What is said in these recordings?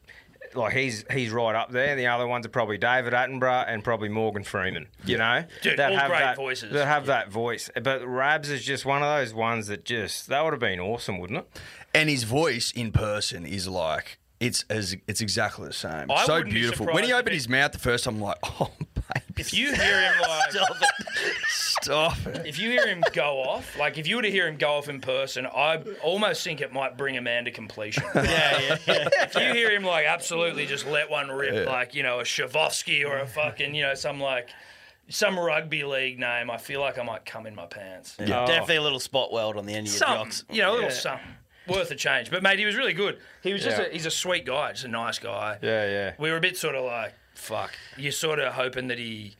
Like he's he's right up there. The other ones are probably David Attenborough and probably Morgan Freeman. You know, Dude, all great that, voices. That have that voice. But Rabs is just one of those ones that just that would have been awesome, wouldn't it? And his voice in person is like, it's as it's exactly the same. I so wouldn't be beautiful. When surprised he if opened it- his mouth the first time, I'm like, oh, baby, If you hear him like, stop it. if you hear him go off, like if you were to hear him go off in person, I almost think it might bring a man to completion. yeah, yeah, If you hear him like absolutely just let one rip, like you know a Shavovsky or a fucking you know some like some rugby league name, I feel like I might come in my pants. Oh, Definitely a little spot weld on the end of your Something, jocks. you know, a little something. Worth a change, but mate, he was really good. He was just—he's Yeah. a, he's a sweet guy, just a nice guy. Yeah, yeah. We were a bit sort of like, fuck. You're sort of hoping that he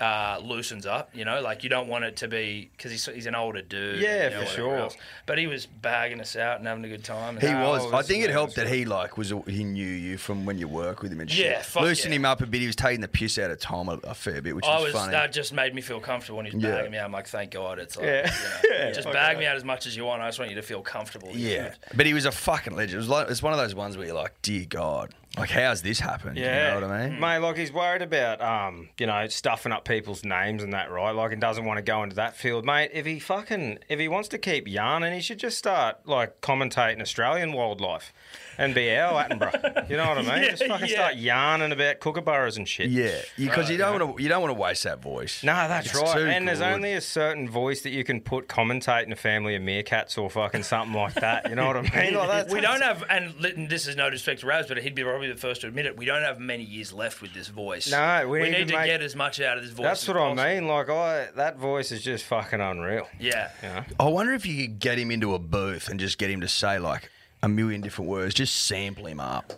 uh, loosens up, you know? Like, you don't want it to be, because he's, he's an older dude. Yeah, you know, for whatever sure. else. But he was bagging us out and having a good time. He And- was. I that's think it helped amazing. that he like was he knew you from when you work with him and shit. Yeah, fuck Loosened yeah. him up a bit. He was taking the piss out of Tom a, a fair bit, which I was, was funny. that just made me feel comfortable when he was Yeah. bagging me out. I'm like, thank God, it's like, Yeah. you know, just bag me out as much as you want. I just want you to feel comfortable. yeah, but he was a fucking legend. It was like it's one of those ones where you're like, dear God, like how's this happened? Yeah, you know what I mean. mate. Like he's worried about, um, you know, stuffing up people's names and that, right? Like, and doesn't want to go into that field, mate. If he fucking, if he wants to keep yarning, he should just start like commentating Australian wildlife, and be our Attenborough. you know what I mean? just fucking yeah. start yarning about kookaburras and shit. Yeah, Mm. because you don't want to you don't want to waste that voice. No, that's It's right. too And there's good. only a certain voice that you can put commentating a family of meerkats or fucking something like that. You know what I mean? Like, that's- We don't have, and li- this is no disrespect to Raz, but he'd be probably the first to admit it. We don't have many years left with this voice. No, we need to need to make- get as much out of this voice. That's as what possible. I mean. Like, I that voice is just fucking unreal. Yeah. I wonder if you could get him into a booth and just get him to say like a million different words, just sample him up.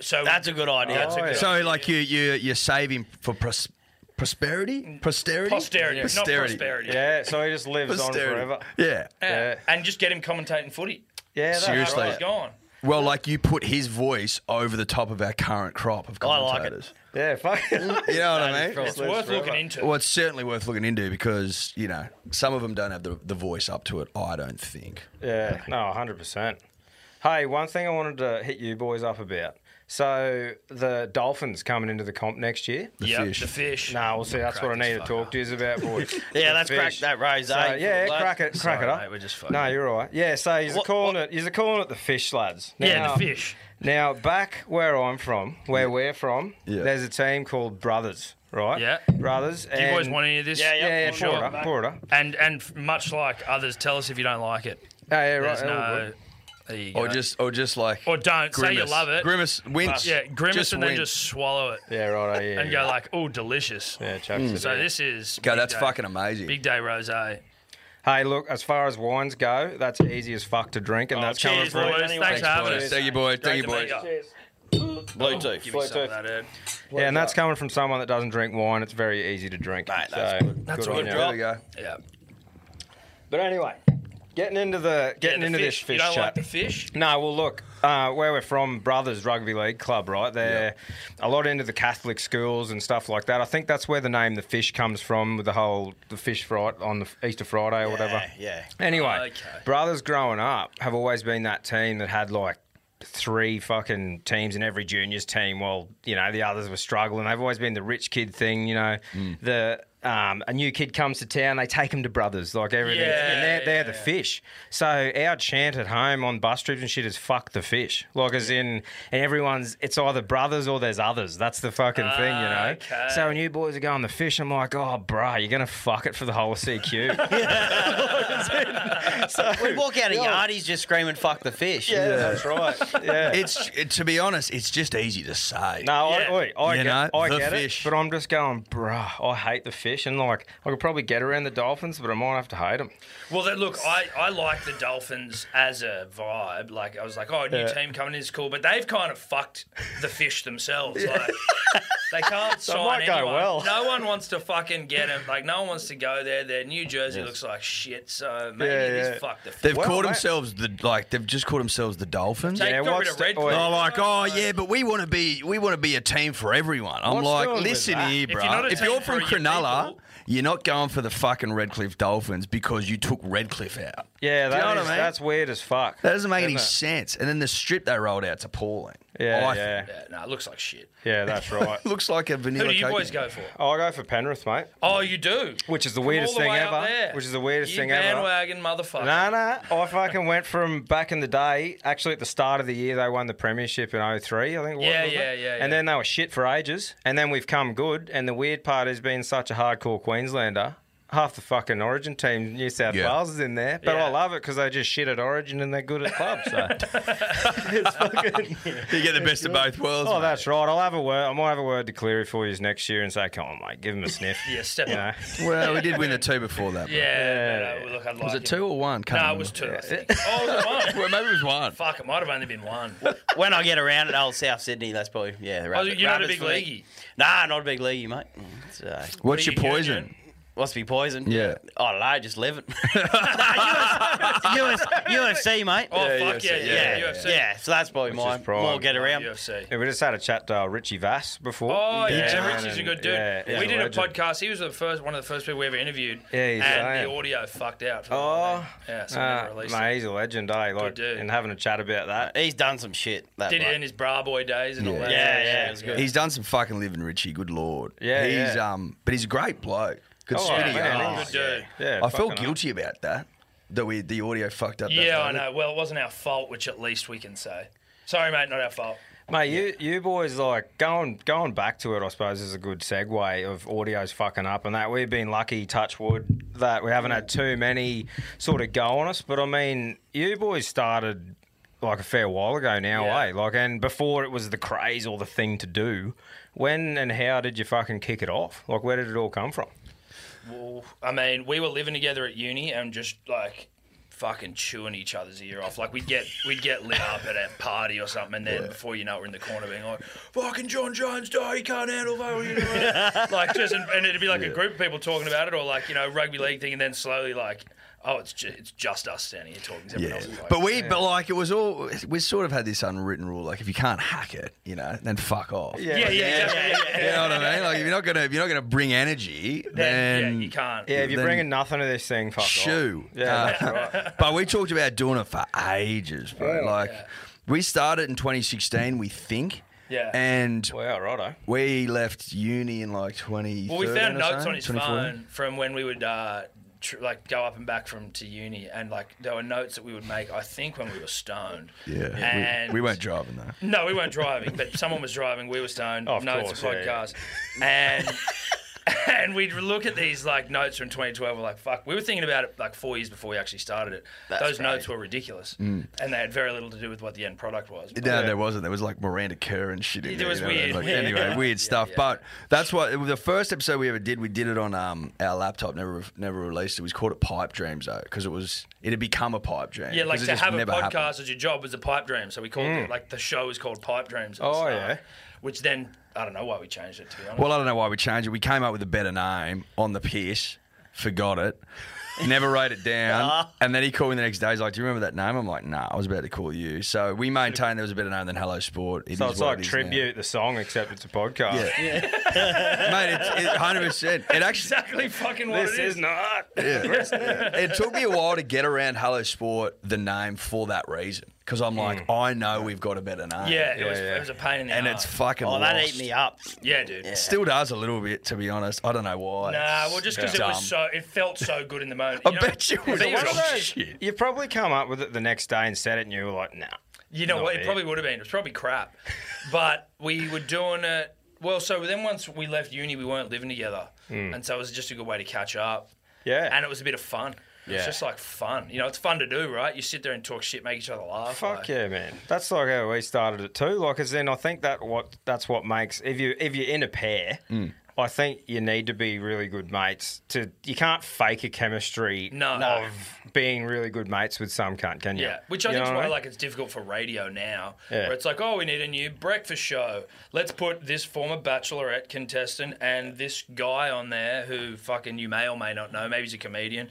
So That's a good Oh, idea. That's a good So like you you you save him for pros- prosperity, posterity, Posterity, not prosperity. Yeah, so he just lives on Posterity. forever. Yeah. Yeah. Yeah. And just get him commentating footy. Yeah, that's Seriously. Right, he's gone. Well, like you put his voice over the top of our current crop of I like it. commentators. Yeah, fucking. You know what I mean? It's worth looking into. Well, it's certainly worth looking into because you know some of them don't have the, the voice up to it. I don't think. Yeah, no, 100%. Hey, one thing I wanted to hit you boys up about. So the Dolphins coming into the comp next year. Yeah, fish. the fish. No, we'll see. That's what I need to talk to you about, boys. Yeah, The let's crack fish. that rose. So, yeah, crack it, crack eh? Sorry, it up. mate, we're just fucking- no, you're all right. Yeah, so he's What- calling what- it. He's calling it the fish lads. Yeah, Now- the fish. Now, back where I'm from, where we're from, Yeah. there's a team called Brothers, right? Yeah. Brothers. Do you and boys want any of this? Yeah, Yeah, Well, yeah, pour sure. it up, pour it up. And and f- much like others, tell us if you don't like it. Yeah, yeah, right. There's all no. good. There you Or go. just or just like or don't say you grimace. love it. Uh, Grimace wince. Yeah, grimace Just and then wince. just swallow it Yeah, right. Yeah, yeah, and go like, oh, delicious. yeah, chucks it So in. this is. Go, big that's day- fucking amazing. Big day rosé. Hey, look, as far as wines go, that's easy as fuck to drink, and that's coming cheers, from. boys. Oh, Boys, Anyway, thanks for having boys. us. Thank you, boys. Thank you, boys. Bluetooth. Give me some Bluetooth. of that, Ed. Yeah, and that's coming from someone that doesn't drink wine. It's very easy to drink. Mate, that's so, good. That's a on good you. There we go. Yeah. But anyway, getting into the Yeah, getting the into fish. this fish You don't chat. like the fish? No, well, look, uh, where we're from, Brothers Rugby League Club, right? They're a lot into the Catholic schools and stuff like that. I think that's where the name the fish comes from, with the whole the fish fright on the Easter Friday or whatever. Yeah, yeah. Anyway, Okay. Brothers growing up have always been that team that had like three fucking teams in every juniors team while you know the others were struggling. They've always been the rich kid thing, you know. Mm. The um, a new kid comes to town, they take him to brothers, like everything. Yeah, and they're, they're the yeah. fish. So our chant at home on bus trips and shit is "fuck the fish," like as in, and everyone's it's either brothers or there's others. That's the fucking thing, you know. Okay. So when you boys are going the fish, I'm like, oh, bruh, you're gonna fuck it for the whole CQ. We walk out of Yardies just screaming "fuck the fish." that's right. Yeah. It's it, to be honest, it's just easy to say. No, Yeah. I, oi, I You get, know, I the get fish. it, but I'm just going, bruh, I hate the fish, and like I could probably get around the dolphins, but I might have to hate them. Well, then, look, I, I like the Dolphins as a vibe. Like, I was like, oh, new team coming in is cool, but they've kind of fucked the fish themselves. Like, they can't sign might go anyone. well. No one wants to fucking get them. Like, no one wants to go there. Their New Jersey looks like shit, so maybe Yeah, it is yeah. fuck the fish. They've Well, called mate. themselves the like. They've just called themselves the Dolphins. They Yeah, got rid what's of the- Red oi. Oh, Claw. like, oh yeah, but we want to be we want to be a team for everyone. I'm What's like, wrong with listen that? here, If bro. you're not a If team you're, for from your Cronulla, people- you're not going for the fucking Redcliffe Dolphins because you took Redcliffe out. Yeah, Do you know that what I is, mean? that's weird as fuck. That doesn't make any Isn't it? sense. And then the strip they rolled out's appalling. Yeah, I yeah, Yeah, no, it looks like shit. yeah, that's right. Think. Looks like a vanilla. Who do you Coke boys can. go for? I'll go for Penrith, mate. Oh, you do. Which is the From weirdest all the thing way up ever. there. Which is the weirdest you thing ever. bandwagon motherfucker. No, no. I fucking went from back in the day, actually at the start of the year, they won the premiership in 03, I think it was. Yeah, wasn't yeah, it? yeah, yeah. And then they were shit for ages. And then we've come good. And the weird part is being such a hardcore Queenslander. Half the fucking Origin team, New South Yeah. Wales, is in there, but Yeah. I love it because they just shit at Origin and they're good at club. So it's fucking. You get the best of both worlds. Oh, mate. that's right. I'll have a word. I might have a word to Cleary for you next year and say, "Come on, mate, give him a sniff." Yeah, step You up. know? Well, we did win the two before that. bro. Yeah, no, no, look, I'd like Was it two or one? Can't No, it remember. was two. I think. Oh, it was one. Well, maybe it was one. Fuck, it might have only been one. When I get around at old South Sydney, that's probably yeah. Oh, rabbit- you're not a rabbits big for me. leaguey. Nah, not a big leaguey, mate. It's, uh, What's What your are you poison? What's to be poison? Yeah. I don't know. Just live it. US, UFC, mate. Oh, fuck yeah, yeah, yeah, UFC. yeah. So that's probably my is prime. more get around. UFC. Yeah, we just had a chat to uh, Richie Vass before. Oh yeah, man, Richie's a and- good dude. yeah, he's we did a legend. podcast. He was the first, one of the first people we ever interviewed. Yeah, he's and right. the audio fucked out. For Oh. oh, yeah, so we Uh, never released mate, he's a legend, eh? Like, dude. and having a chat about that. He's done some shit. That it. Did bloke. it in his bra boy days and all that. Yeah, yeah, it was good. He's done some fucking living, Richie. Good lord. Yeah, He's yeah. um, but he's a great bloke. Good Oh, spitty man, ass. he's a good dude. Yeah, I felt fucking guilty about that. That we the audio fucked up. that Yeah, I night. know. Well, it wasn't our fault, which at least we can say. Sorry, mate, not our fault. Mate, you you boys like going going back to it. I suppose is a good segue of audio's fucking up and that. We've been lucky, touch wood, that we haven't had too many sort of go on us. But I mean, you boys started like a fair while ago now, Yeah. eh? Like, and before it was the craze or the thing to do. When and how did you fucking kick it off? Like, where did it all come from? Well, I mean, we were living together at uni and just like fucking chewing each other's ear off. Like we'd get we'd get lit up at a party or something, and then before you know, it, we're in the corner being like, "Fucking John Jones, die, he can't handle that." you know? like just and, and it'd be like a group of people talking about it, or like you know rugby league thing, and then slowly like, "Oh, it's ju- it's just us standing here talking." to Yeah, Everyone else is like, but we, but like, it was all we sort of had this unwritten rule: like, if you can't hack it, you know, then fuck off. Yeah. yeah, yeah, yeah, yeah, yeah, you know what I mean. Like, if you're not gonna, if you're not gonna bring energy, Then, then yeah, you can't. Yeah, if you're Then- bringing nothing to this thing, fuck off. Shoo. Yeah, Uh, that's right. but we talked about doing it for ages, bro. Like, we started in 2016, we think. Yeah. And Wow, righto. we left uni in like 20. Well, we found notes on his phone from when we would uh, tr- like go up and back from to uni, and like there were notes that we would make. I think when we were stoned. Yeah. we- And Oh, we, weren't driving though. No, we weren't driving, but someone was driving. We were stoned. Of notes course, of yeah, yeah. podcasts, and and we'd look at these like notes from 2012. We're like, fuck. We were thinking about it like four years before we actually started it. Those crazy. notes were ridiculous, Mm. and they had very little to do with what the end product was. No, there wasn't. There was like Miranda Kerr and shit. In It there, was you know, weird. Like, Yeah. Anyway, Yeah. weird Yeah, stuff. yeah. But that's what it was the first episode we ever did. We did it on um, our laptop. Never, never released. It was called a pipe dream though, because it was it had become a pipe dream. Yeah, like 'cause it to just have a never podcast happened. Mm. as your job was a pipe dream. So we called it like the show is called Pipe Dreams. at the Oh, start, yeah. Which then I don't know why we changed it to be honest. Well, I don't know why we changed it. We came up with a better name on the piss, forgot it, never wrote it down. and then he called me the next day. He's like, Do you remember that name? I'm like, Nah, I was about to call you. So we maintained there was a better name than Hello Sport. It So is it's what like it is tribute the song, except it's a podcast. Yeah. now. Mate, it's it's 100%. It actually exactly fucking what This it is. is not. it took me a while to get around Hello Sport, the name for that reason. because I'm like, I know we've got a better name. Yeah, it, was, yeah. it was a pain in the and arse. it's fucking. Oh, lost. that eat me up. yeah, dude. Still does a little bit, to be honest. I don't know why. Nah, It's well, just because it dumb. was so, it felt so good in the moment. I You know- bet you was it One of was- those- shit. You probably come up with it the next day and said it, and you were like, nah. You know what? It it. probably would have been. It was probably crap, but we were doing it. Well, so then once we left uni, we weren't living together, Hmm. and so it was just a good way to catch up. Yeah. and it was a bit of fun. It was Yeah. just like fun. You know, it's fun to do, right? You sit there and talk shit, make each other laugh. Fuck like- yeah, man. That's like how we started it too. Like, as then I think that what that's what makes if you if you're in a pair, I think you need to be really good mates. To you can't fake a chemistry No. No. of being really good mates with some cunt, can you? Yeah, which I You think is know what why mean? like it's difficult for radio now, Yeah. where it's like, oh, we need a new breakfast show. Let's put this former Bachelorette contestant and this guy on there who fucking you may or may not know, maybe he's a comedian,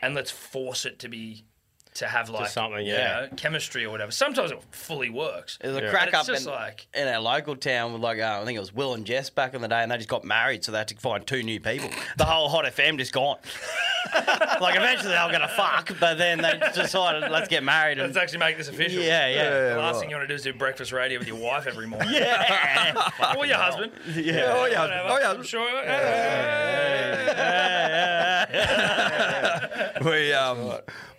and let's force it to be to have like something, you yeah. know, chemistry or whatever. Sometimes it fully works. It was a Yeah. crack But it's up just in, like- in our local town with like uh, I think it was Will and Jess back in the day, and they just got married, so they had to find two new people. The whole Hot FM just gone. like eventually they were gonna fuck, but then they decided let's get married. And, Let's actually make this official. yeah, yeah, The last thing you want to do is do breakfast radio with your wife every morning. yeah. Or your husband. Yeah. Oh yeah, Whatever. oh yeah. I'm sure. We, um,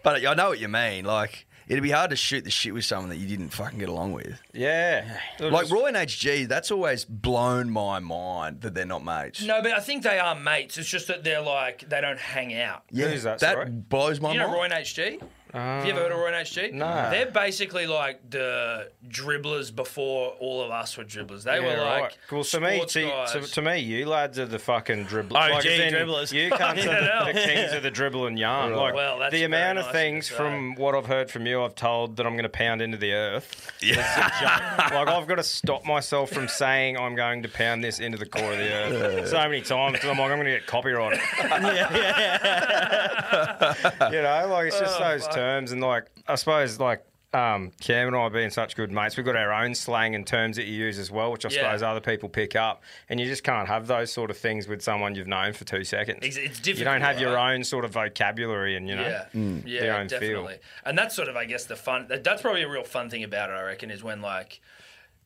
but I know what you mean. Like, it'd be hard to shoot the shit with someone that you didn't fucking get along with. yeah, It'll Like just- Roy and HG, that's always blown my mind that they're not mates. No, but I think they are mates. It's just that they're like they don't hang out. yeah, Who's that, sorry? blows my You know mind. Roy and HG? Have you ever heard of Roy and HG? no. They're basically like the dribblers before all of us were dribblers. They Yeah, were like right. well, to me, sports to, guys. to, to me, you lads are the fucking dribblers. OG as in, dribblers. You come Fucking hell. to the kings of the dribble and yarn. Like Well, that's the very amount nice of of you things to from what I've heard from you, I've told that I'm going to pound into the earth. Yeah. like I've got to stop myself from saying I'm going to pound this into the core of the earth so many times because I'm like I'm going to get copyrighted. you know, like it's Oh, just those terms, and like I suppose like. Um, Cam and I being such good mates, we've got our own slang and terms that you use as well, which I Yeah. suppose other people pick up. And you just can't have those sort of things with someone you've known for two seconds. It's- it's You don't difficult, have your right? own sort of vocabulary, and you know, Mm. yeah, their yeah, own feel. definitely. And that's sort of, I guess, the fun. that- That's probably a real fun thing about it. I reckon is when like.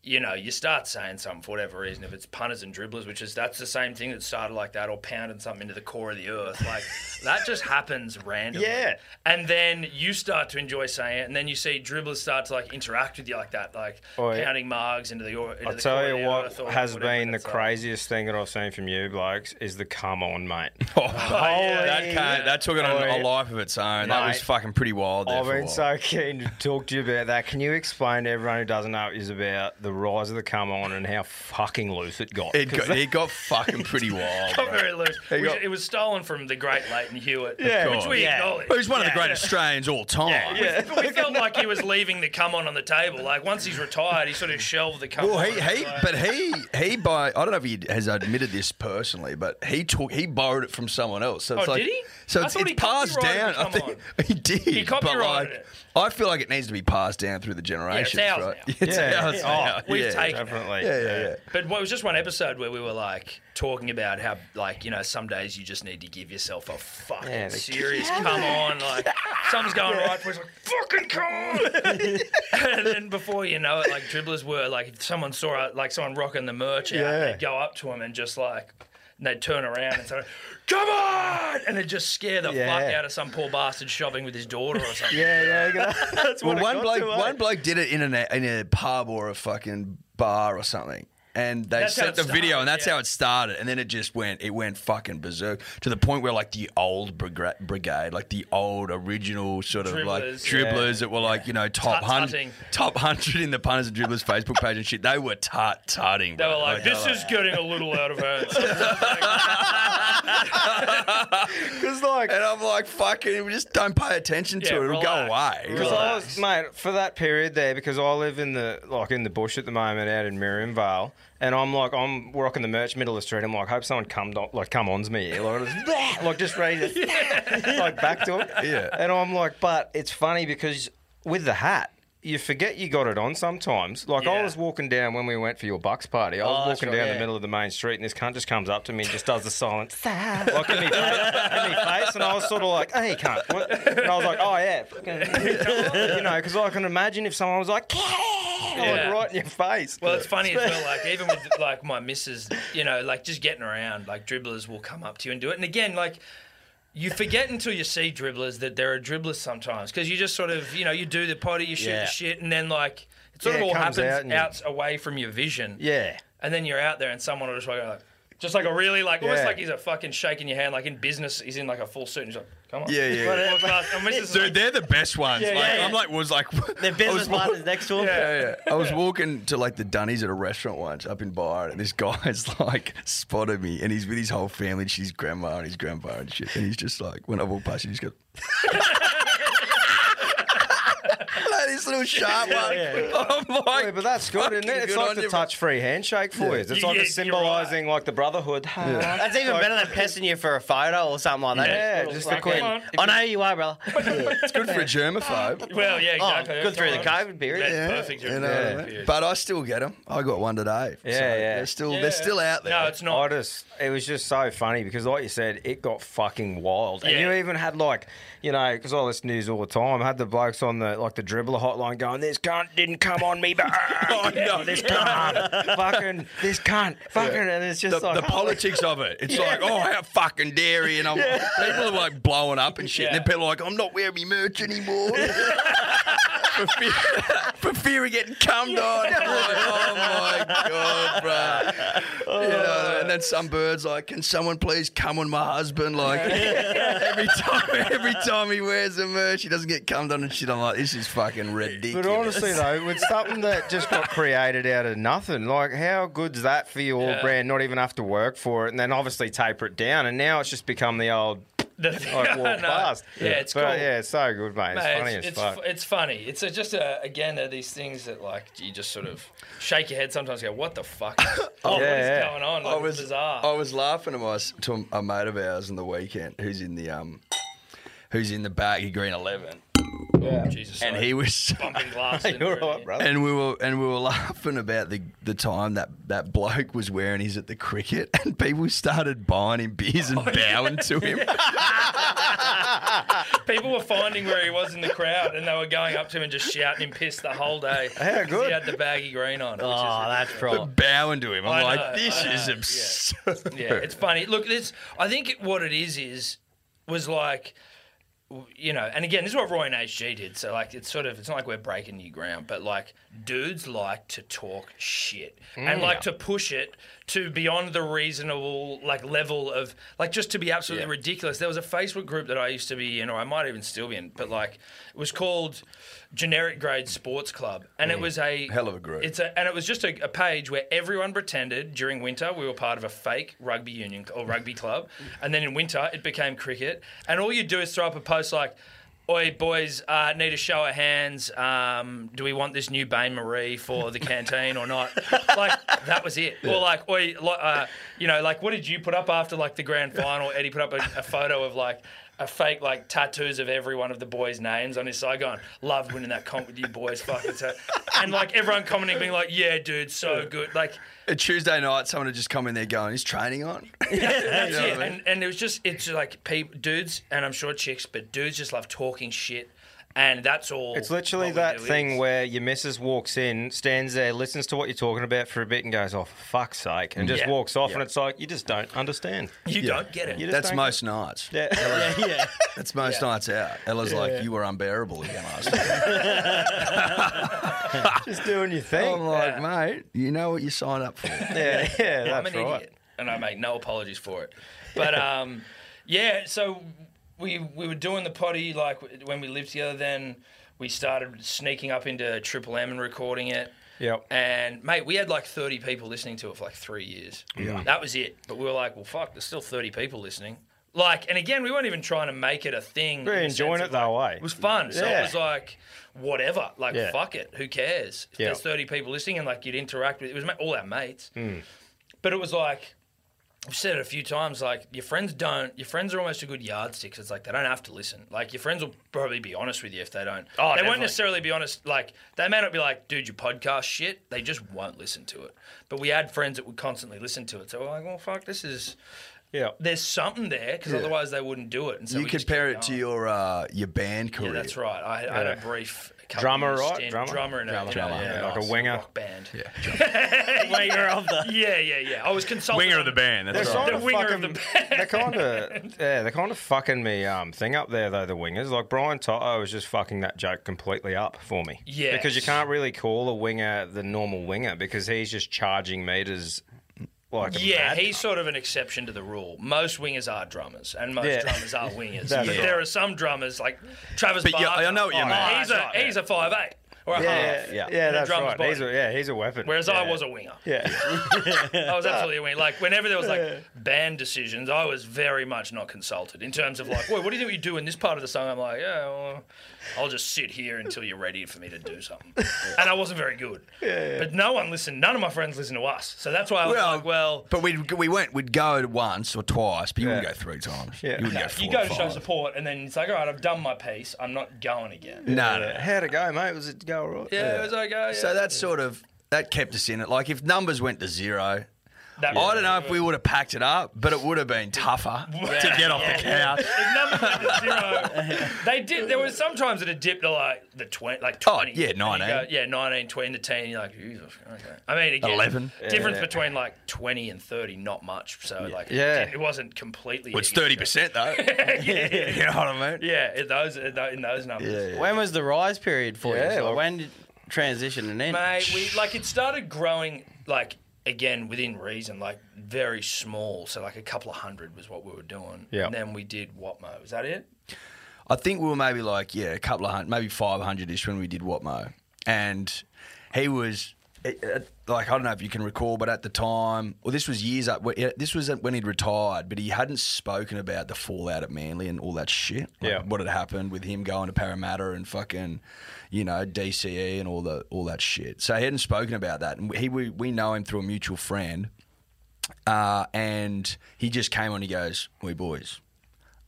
You know, you start saying something for whatever reason. If it's punters and dribblers, which is that's the same thing that started like that, or pounding something into the core of the earth, like that just happens randomly. Yeah. and then you start to enjoy saying it, and then you see dribblers start to like interact with you like that, like Oi. pounding margs into the. or- Into I'll the tell core of you the what earth or has whatever, uh, been and the it's like- craziest thing that I've seen from you blokes is the come on, mate. Oh, That, came, that took it on Roy. a life of its own. That was Mate. fucking pretty wild. There I've for a been while. so keen to talk to you about that. Can you explain to everyone who doesn't know is about the rise of the come on and how fucking loose it got? It got, it got fucking pretty wild. Got bro. very loose. There you Which- go. it was stolen from the great Leighton Hewitt, Of which course. we acknowledge. Who's one of the Yeah, great yeah. Australians all time? We, we felt like he was leaving the come on on the table. Like once he's retired, he sort of shelved the come Well, on. he, he Like, but he he by I don't know if he has admitted this personally, but he took he borrowed it from someone else. So it's Oh, like, did he? So I it's, thought it's he passed down. copyrighted I the Come think he did. He copyrighted like, it. I feel like it needs to be passed down through the generations. ours right? now. It's Yeah. ours Oh, now. we've yeah. taken it. Definitely. Yeah, yeah, yeah. But what- it was just one episode where we were like talking about how, like, you know, some days you just need to give yourself a fucking Yeah, the- serious come on. Like, something's going right for us. Like, fucking come on. and then before you know it, like, dribblers were like, if someone saw, like, someone rocking the merch out, Yeah. they'd go up to him and just like, and they'd turn around and say, come on! And they'd just scare the fuck Yeah. out of some poor bastard shopping with his daughter or something. Yeah, yeah. look at that. That's Well, what it one got bloke to, eh? one bloke did it in an in a pub or a fucking bar or something. And they That's how sent it the video, started, and that's yeah. how it started. And then it just went, it went fucking berserk to the point where like the old brigra- brigade, like the old original sort of like Dribblers, yeah. dribblers that were like you know top hundred, Tut-tutting. top hundred in the punters and dribblers Facebook page and shit. They were tut tutting. They were like, this is getting a little out of hand. It's like and I'm like, fucking, just don't pay attention to Yeah, it. It'll relax. go away. Because I was, mate, for that period there, because I live in the like in the bush at the moment out in Miriam Vale, and I'm like I'm rocking the merch middle of the street. I'm like, hope someone come on, like come on's me, here. like just, like just ready to like back to it. Yeah. And I'm like, but it's funny because with the hat. you forget you got it on sometimes. Like I Yeah. was walking down when we went for your Bucks party. I was Oh, that's walking right, down yeah. the middle of the main street, and this cunt just comes up to me and just does the silent like in me, face, in me face, and I was sort of like, "Hey, cunt!" What? And I was like, "Oh yeah," fucking," you know, because I can imagine if someone was like, Yeah. like right in your face. Well, it's funny as well. Like even with like my missus, you know, like just getting around, like dribblers will come up to you and do it. And again, like you forget until you see dribblers that there are dribblers sometimes because you just sort of, you know, you do the potty, you shoot Yeah. the shit, and then like it sort Yeah, of it all comes happens out and out, you- away from your vision. yeah. And then you're out there and someone will just like, like just like a really like almost Yeah. like he's a fucking shaking your hand like in business he's in like a full suit and he's like come on Yeah, yeah. Walk past, and missus is Dude, like, they're the best ones. like, yeah, yeah. I'm like, was like, Their I was business wa- partners next to them. Yeah, yeah. I was walking to like the Dunnies at a restaurant once up in Byron, and this guy's like spotted me, and he's with his whole family, and she's grandma and his grandpa and shit, and he's just like, when I walk past, he just goes. like this little sharp one. I'm like, Yeah, but that's good, isn't Fucking it? It's good on like the you, bro. touch-free handshake for you. It's You- like yeah, it's you're right. symbolising like the brotherhood. That's even better than pestering you for a photo or something like that. Yeah, It's just a quick- fucking, I know you are, brother. it's good for a germaphobe. well yeah Oh, exactly good through the COVID period. That's Yeah, perfect you know what I mean? Yeah. But I still get them. I got one today. Yeah, so yeah. They're still, they're still out there. no it's not I just, it was just so funny because, like you said, it got fucking wild. And Yeah. you even had like, you know, because I listen to news all the time. Had the blokes on the like the dribbler hotline going, "This cunt didn't come on me, but oh no, this cunt, fucking this cunt, fucking," and it's just the, like the politics of it. It's like, oh, how fucking dare you? And I'm, people are like blowing up and shit. And then Yeah. people are like, I'm not wearing my merch anymore. for, fear, for fear of getting cummed on. Like, oh my God, bro. You know, and then some birds like, can someone please come on my husband? Like, every time every time he wears the merch, he doesn't get cummed on and shit. I'm like, this is fucking ridiculous. But honestly, though, with something that just got created out of nothing, like how good's that for your Yeah. brand? Not even have to work for it, and then obviously taper it down, and now it's just become the old the like walk No. past. Yeah, it's but, cool. Yeah, it's so good, mate. It's Mate, funny it's, as fuck. fu- it's funny. It's a, just a, again they're these things that like you just sort of shake your head sometimes. and Go, what the fuck? oh, what is yeah. going on? Like, I was it's bizarre. I was laughing to my to a mate of ours in the weekend who's in the um who's in the back of Green Eleven, Oh, Jesus, and sorry. he was bumping glass. in You're there. all right, brother. and we were and we were laughing about the the time that that bloke was wearing his at the cricket, and people started buying him beers Oh, and bowing to him. People were finding where he was in the crowd, and they were going up to him and just shouting him piss the whole day. Yeah, good. He had the baggy green on. Which Oh, is that's right. Bowing to him, I'm I like, know, this I is know, absurd. Yeah, it's funny. Look, this. I think it, what it is is was like, w- you know, and again, this is what Roy and HG did. So like, it's sort of it's not like we're breaking new ground, but like, dudes like to talk shit and Mm. like to push it to beyond the reasonable like level of like just to be absolutely ridiculous. There was a Facebook group that I used to be in, or I might even still be in, but like, it was called Generic Grade Sports Club, and it was a Mm. Hell of a group. It's it's a, and it was just a, a page where everyone pretended during winter we were part of a fake rugby union or rugby club, and then in winter it became cricket. And all you do is throw up a post like, "Oi boys, uh, need a show of hands. Um, do we want this new Bain Marie for the canteen or not?" like that was it. Or like, "Oi, lo- uh, you know, like what did you put up after like the grand final?" Eddie put up a, a photo of like. A fake like tattoos of every one of the boys' names on his side, going, "Loved winning that comp with you boys, fucking." So, and like everyone commenting, being like, "Yeah, dude, so good." Like, A Tuesday night, someone had just come in there going, "Is training on?" that's know what it. I mean? And, and it was just, it's like peop dudes, and I'm sure chicks, but dudes just love talking shit, and that's all. It's literally what we that do thing is. where your missus walks in, stands there, listens to what you're talking about for a bit, and goes, "Oh, for fuck's sake," and just Yeah. walks off. And it's like you just don't understand. you Yeah. don't get it. You just That's don't- most nights. Yeah. That's most nights out. Ella's like, "You were unbearable again last night." just doing your thing. I'm Oh, like, mate, you know what you signed up for. yeah, yeah, I'm that's an right. idiot, and I make no apologies for it. But um, yeah, so we we were doing the potty like when we lived together. Then we started sneaking up into Triple M and recording it. Yep. And mate, we had like 30 people listening to it for like three years. Yeah. That was it. But we were like, well, fuck, there's still 30 people listening. Like, and again, we weren't even trying to make it a thing. We're in the enjoying sense it of, though, like, eh? It was fun. So Yeah. it was like, whatever. Like, Yeah. fuck it. Who cares? If Yeah. Mm. there's 30 people listening and like you'd interact with it was ma- all our mates. But it was like I've said it a few times. Like your friends don't. Your friends are almost a good yardstick. It's like they don't have to listen. Like your friends will probably be honest with you if they don't. Oh, they won't definitely. necessarily be honest. Like they may not be like, dude, your podcast shit. They just won't listen to it. But we had friends that would constantly listen to it. So we're like, well, fuck, this is. Yeah. There's something there because otherwise they wouldn't do it. And so you we just compare kept it to going. your uh, your band career. Yeah, that's right. I, I had a brief couple Drummer, years right? stint- Drummer? drummer, and a, Drummer. yeah, Like a nice. winger. rock band. Yeah. Winger of the. yeah, yeah, yeah. I was consulting Winger of on- the band. That's They're sort right. The of winger fucking, of the band. They're kind of yeah, they're kind of fucking me um, thing up there though. The wingers, like Brian Toto, was just fucking that joke completely up for me. Yes. because you can't really call a winger the normal winger because he's just charging meters. Like a Yeah, mad- he's sort of an exception to the rule. Most wingers are drummers, and most Yeah. drummers are wingers. That's But right. there are some drummers like Travis. But yeah, Barker. I know what you Oh, mean. man, He's Oh, a that's right, he's a five eight or a yeah, half. yeah, and a yeah, that's drummer's right. body. He's a, yeah, he's a weapon. Whereas I Yeah. was a winger. yeah. I was absolutely a winger. Like whenever there was like band decisions, I was very much not consulted in terms of like, "Wait, what do you think you do in this part of the song?" I'm like, "Yeah, well, I'll just sit here until you're ready for me to do something." And I wasn't very good. But no one listened. None of my friends listened to us, so that's why I was like, "Well." but we we went. We'd go once or twice, but you Yeah. wouldn't go three times. Yeah. You wouldn't go No, four. you go or to show five. support, and then it's like, all right, I've done my piece. I'm not going again. Yeah, No, no. How'd it go, mate? Was it go all right? it was okay. Yeah. So that sort of that kept us in it. Like if numbers went to zero, That- I don't know if we would have packed it up, but it would have been tougher to get off the couch. If numbers went to zero, they did. There was sometimes it had dipped to like the twenty, like Oh, twenty. yeah, And you go- 19. yeah, nineteen, twenty, to ten. You're like, Jesus, okay. I mean, again, 11. Difference between like twenty and thirty, not much. So like, Yeah. it wasn't completely. Well, it's against thirty percent though. You know what I mean? it. Yeah, in those in those numbers. When was the rise period for Yeah, you? So like- when did transition and end? Mate, we like it started growing like again within reason, like very small. So like a couple of hundred was what we were doing. Yeah. And then we did Whatmo. Is that it? I think we were maybe like yeah, a couple of hundred, maybe five hundred ish when we did Watmo, and he was it- it- like I don't know if you can recall, but at the time, well, this was years up. yeah, This was when he'd retired, but he hadn't spoken about the fallout at Manly and all that shit. like Yeah. what had happened with him going to Parramatta and fucking, you know, DCE and all the all that shit. So he hadn't spoken about that, and he we, we know him through a mutual friend. Uh, and he just came on. He goes, "We boys,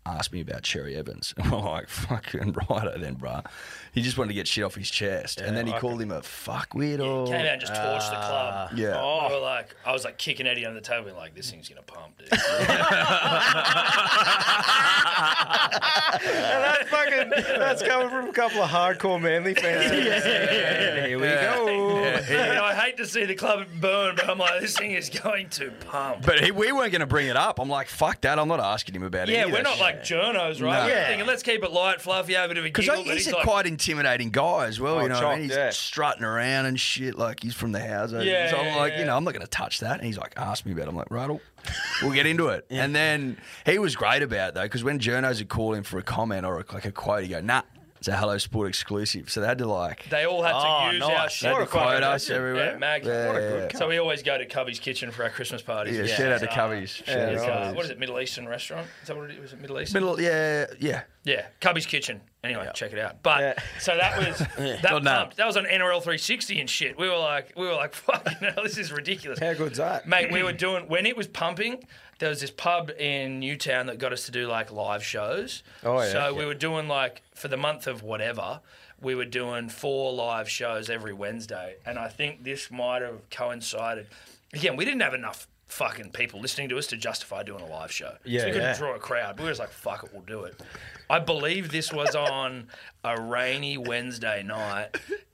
asked me about Cherry Evans. And we're like, fucking righto then, bruh. He just wanted to get shit off his chest. and then he called him a fuck weirdo. Oh, Came out and just torched the ah. club. yeah. Oh. We were like, I was like kicking Eddie under the table, being like this thing's gonna pump, dude. Fucking, that's coming from a couple of hardcore manly fans. Here we go. And I hate to see the club burn, but I'm like, this thing is going to pump. But he, we weren't going to bring it up. I'm like, fuck that. I'm not asking him about it. yeah, we're not like journos, right? No. We're Yeah. thinking, let's keep it light, fluffy, have a bit of a Because giggle. but he's, he's a like, quite intimidating guy as well, Oh, you know. what I mean? chocked, He's yeah. strutting around and shit like he's from the house. over Yeah, there. so I'm yeah, like, yeah. you know, I'm not going to touch that. And he's like, ask me about. it. I'm like, right, we'll get into it. And then he was great about it, though, because when journos would call him for a comment or a, like a quote, he'd go, nah, it's a Hello Sport exclusive. So they had to like they all had to Oh, use our nice. shit. They had to Fucking quote us legend. everywhere. Yeah, Mag. Yeah, What a good yeah. so we always go to Cubby's kitchen for our Christmas parties. Yeah, and shout out to stuff. Cubbies. Shout out It's, to uh, Cubbies. what is it, Middle Eastern restaurant? Is that what it was? It Middle Eastern? Middle, yeah, yeah. Yeah, Cubby's Kitchen. Anyway, check it out. But so that was that, no. pumped. that was on NRL 360 and shit. We were like, we were like, fucking hell, this is ridiculous. How good's that? Mate, we were doing when it was pumping. There was this pub in Newtown that got us to do like live shows. Oh, yeah. So we were doing like for the month of whatever, we were doing four live shows every Wednesday, and I think this might have coincided. Again, we didn't have enough fucking people listening to us to justify doing a live show. Yeah, so we couldn't yeah. draw a crowd. We were just like, fuck it, we'll do it. I believe this was on a rainy Wednesday night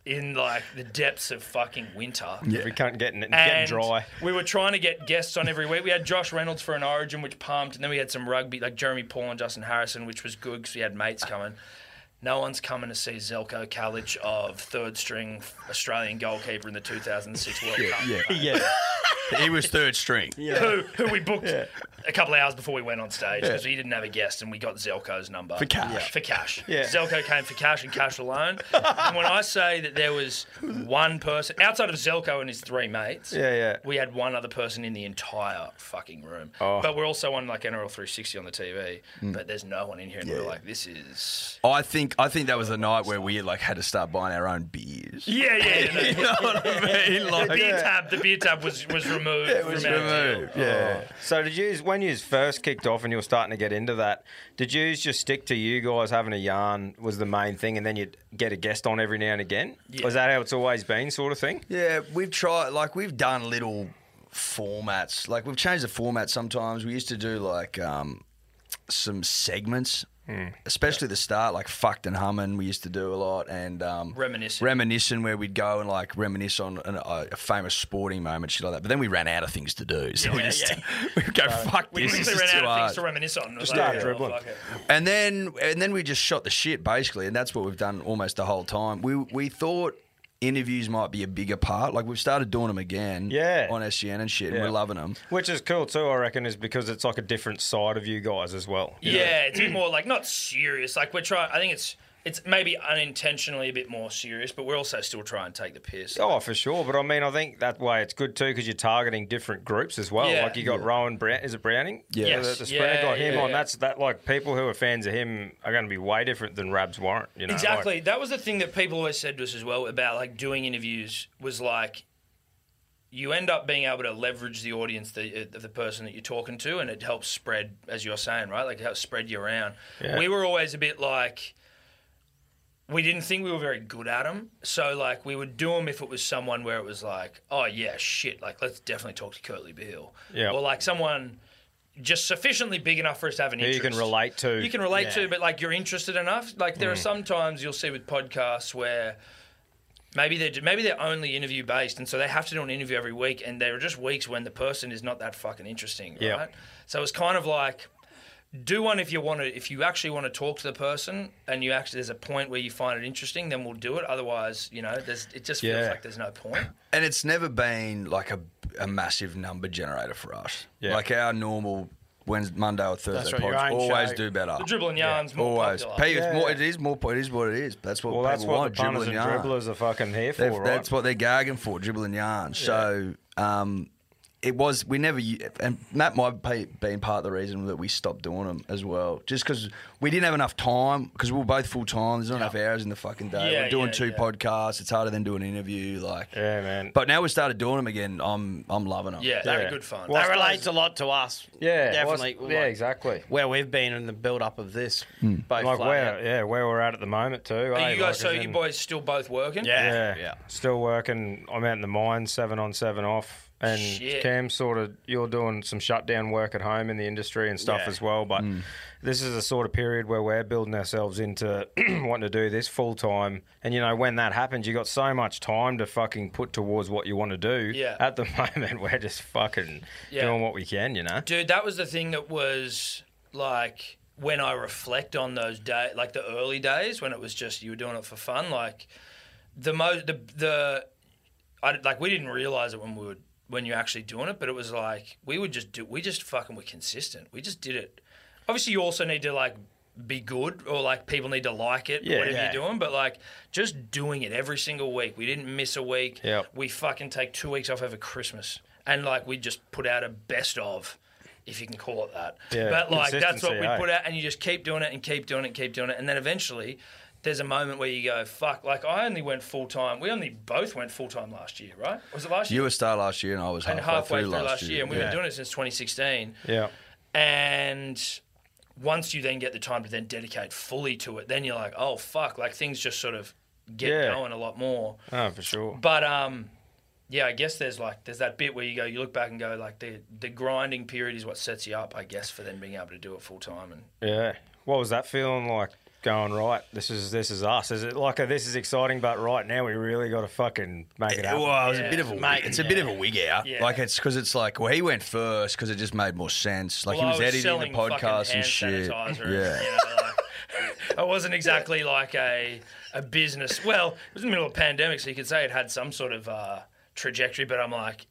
in like the depths of fucking winter. We can't get it And getting dry. We were trying to get guests on every week. We had Josh Reynolds for an Origin, which pumped, and then we had some rugby like Jeremy Paul and Justin Harrison, which was good because we had mates coming. No one's coming to see Zelko Kalic of third string Australian goalkeeper in the 2006 World Cup, Yeah. he was third string. who, who we booked a couple of hours before we went on stage because we didn't have a guest and we got Zelko's number. For cash. For cash. Zelko came for cash and cash alone. and when I say that there was one person outside of Zelko and his three mates, Yeah, yeah. we had one other person in the entire fucking room. But we're also on like NRL 360 on the TV, but there's no one in here. And we're like, this is. I think I think that was the night where we like had to start buying our own beers. Yeah, yeah, yeah. You know what I mean? the Like, beer tab, the beer tab was was removed. It was from our deal. removed. Yeah. So did you, when you first kicked off and you were starting to get into that, did you just stick to you guys having a yarn was the main thing, and then you'd get a guest on every now and again? Was that how it's always been, sort of thing? Yeah, we've tried. Like we've done little formats. Like we've changed the format sometimes. We used to do like um, some segments, especially the start, like fucked and humming. We used to do a lot and um, Reminiscing. reminiscing where we'd go and like reminisce on an, a, a famous sporting moment, shit like that. But then we ran out of things to do, so we Yeah, just yeah. we'd go fuck We this. this quickly ran is too out of hard. things to reminisce on. oh, Just start dribbling. And then and then we just shot the shit basically, and that's what we've done almost the whole time. We we thought interviews might be a bigger part. Like we've started doing them again, Yeah. on SGN and shit, and Yeah. we're loving them. Which is cool too, I reckon, is because it's like a different side of you guys as well. Yeah, it's a bit more like not serious. Like we're trying. I think it's it's maybe unintentionally a bit more serious, but we're also still trying to take the piss. Oh, for sure. But I mean, I think that way it's good too because you're targeting different groups as well. Yeah. Like you got Rowan Brown. Is it Browning? Yeah. The, Yes. the spread Yeah, got him yeah, on. yeah. That's that. Like people who are fans of him are going to be way different than Rabs Warren. You know. like- Exactly. that was the thing that people always said to us as well about like doing interviews was like you end up being able to leverage the audience the, of the person that you're talking to, and it helps spread, as you're saying, right? Like it helps spread you around. We were always a bit like we didn't think we were very good at them, so like we would do them if it was someone where it was like, oh yeah, shit, like let's definitely talk to Curtly Beale, Yeah. or like someone just sufficiently big enough for us to have an Who you interest can relate to. you can relate to, but like you're interested enough. Like Mm. there are some times you'll see with podcasts where maybe they're maybe they're only interview based, and so they have to do an interview every week, and there are just weeks when the person is not that fucking interesting, right? Yeah. So it's kind of like do one if you want to. If you actually want to talk to the person, and you actually there's a point where you find it interesting, then we'll do it. Otherwise, you know, there's it just feels Yeah. like there's no point. And it's never been like a, a massive number generator for us. Yeah. Like our normal Wednesday, Monday or Thursday right, your pods own always show. do better. The dribbling yarns more always. popular. Pay- it's more, it is more. It is what it is. That's what Well, people that's what want. the punters dribbling and yarn. dribblers are fucking here for, They've- right? That's what they're gagging for, dribbling yarn. So um, it was we never u- and that might be been part of the reason that we stopped doing them as well, just because we didn't have enough time because we were both full time. There's not enough hours in the fucking day. Yeah, we're doing yeah, two yeah. podcasts. It's harder than doing an interview. Like Yeah, man. But now we started doing them again. I'm I'm loving them. yeah, they're Yeah. good fun. Well, That relates a lot to us. yeah, definitely. well, yeah, like, exactly. Where we've been in the build up of this, both Like flat where, out. yeah, where we're at at the moment too. eh, are you guys? So you you boys still both working? Yeah, Yeah. yeah. Still working. I'm out in the mine, seven on, seven off. And Shit. Cam, sort of, you're doing some shutdown work at home in the industry and stuff Yeah. as well. But this is a sort of period where we're building ourselves into wanting to do this full time. And you know, when that happens, you got so much time to fucking put towards what you want to do. Yeah. At the moment, we're just fucking Yeah. doing what we can. You know. Dude, that was the thing that was like when I reflect on those days, like the early days when it was just you were doing it for fun. Like the most, the the, I like we didn't realize it when we were when you're actually doing it, but it was like we would just do, we just fucking were consistent. We just did it. Obviously, you also need to like be good or like people need to like it Yeah, whatever yeah. you're doing but like just doing it every single week we didn't miss a week Yep. we fucking take two weeks off over christmas and like we just put out a best of if you can call it that. Yeah, but like that's what we consistency, eh? put out, and you just keep doing it and keep doing it and keep doing it, and then eventually there's a moment where you go, "Fuck!" Like I only went full time. We only both went full time last year, right? Was it last year? You were star last year, and I was and halfway, halfway through, last year, and we've Yeah. been doing it since 2016. Yeah. And once you then get the time to then dedicate fully to it, then you're like, "Oh fuck!" Like things just sort of get Yeah. going a lot more. Uh. Oh, for sure. But um, yeah, I guess there's like there's that bit where you go, you look back and go, like the the grinding period is what sets you up, I guess, for then being able to do it full time. And Yeah. What was that feeling like? Going right. This is this is us. Is it like a, this is exciting? But right now we really got to fucking make it happen. Well, it was Yeah. a bit of a Mate, wig. It's a bit of a wig out. Yeah. Like it's because it's like well, he went first because it just made more sense. Like Well, he I was, editing selling the fucking podcast hand and shit. sanitizer and, Yeah. you know, like, I wasn't exactly like a a business. Well, it was in the middle of a pandemic, so you could say it had some sort of uh, trajectory. But I'm like,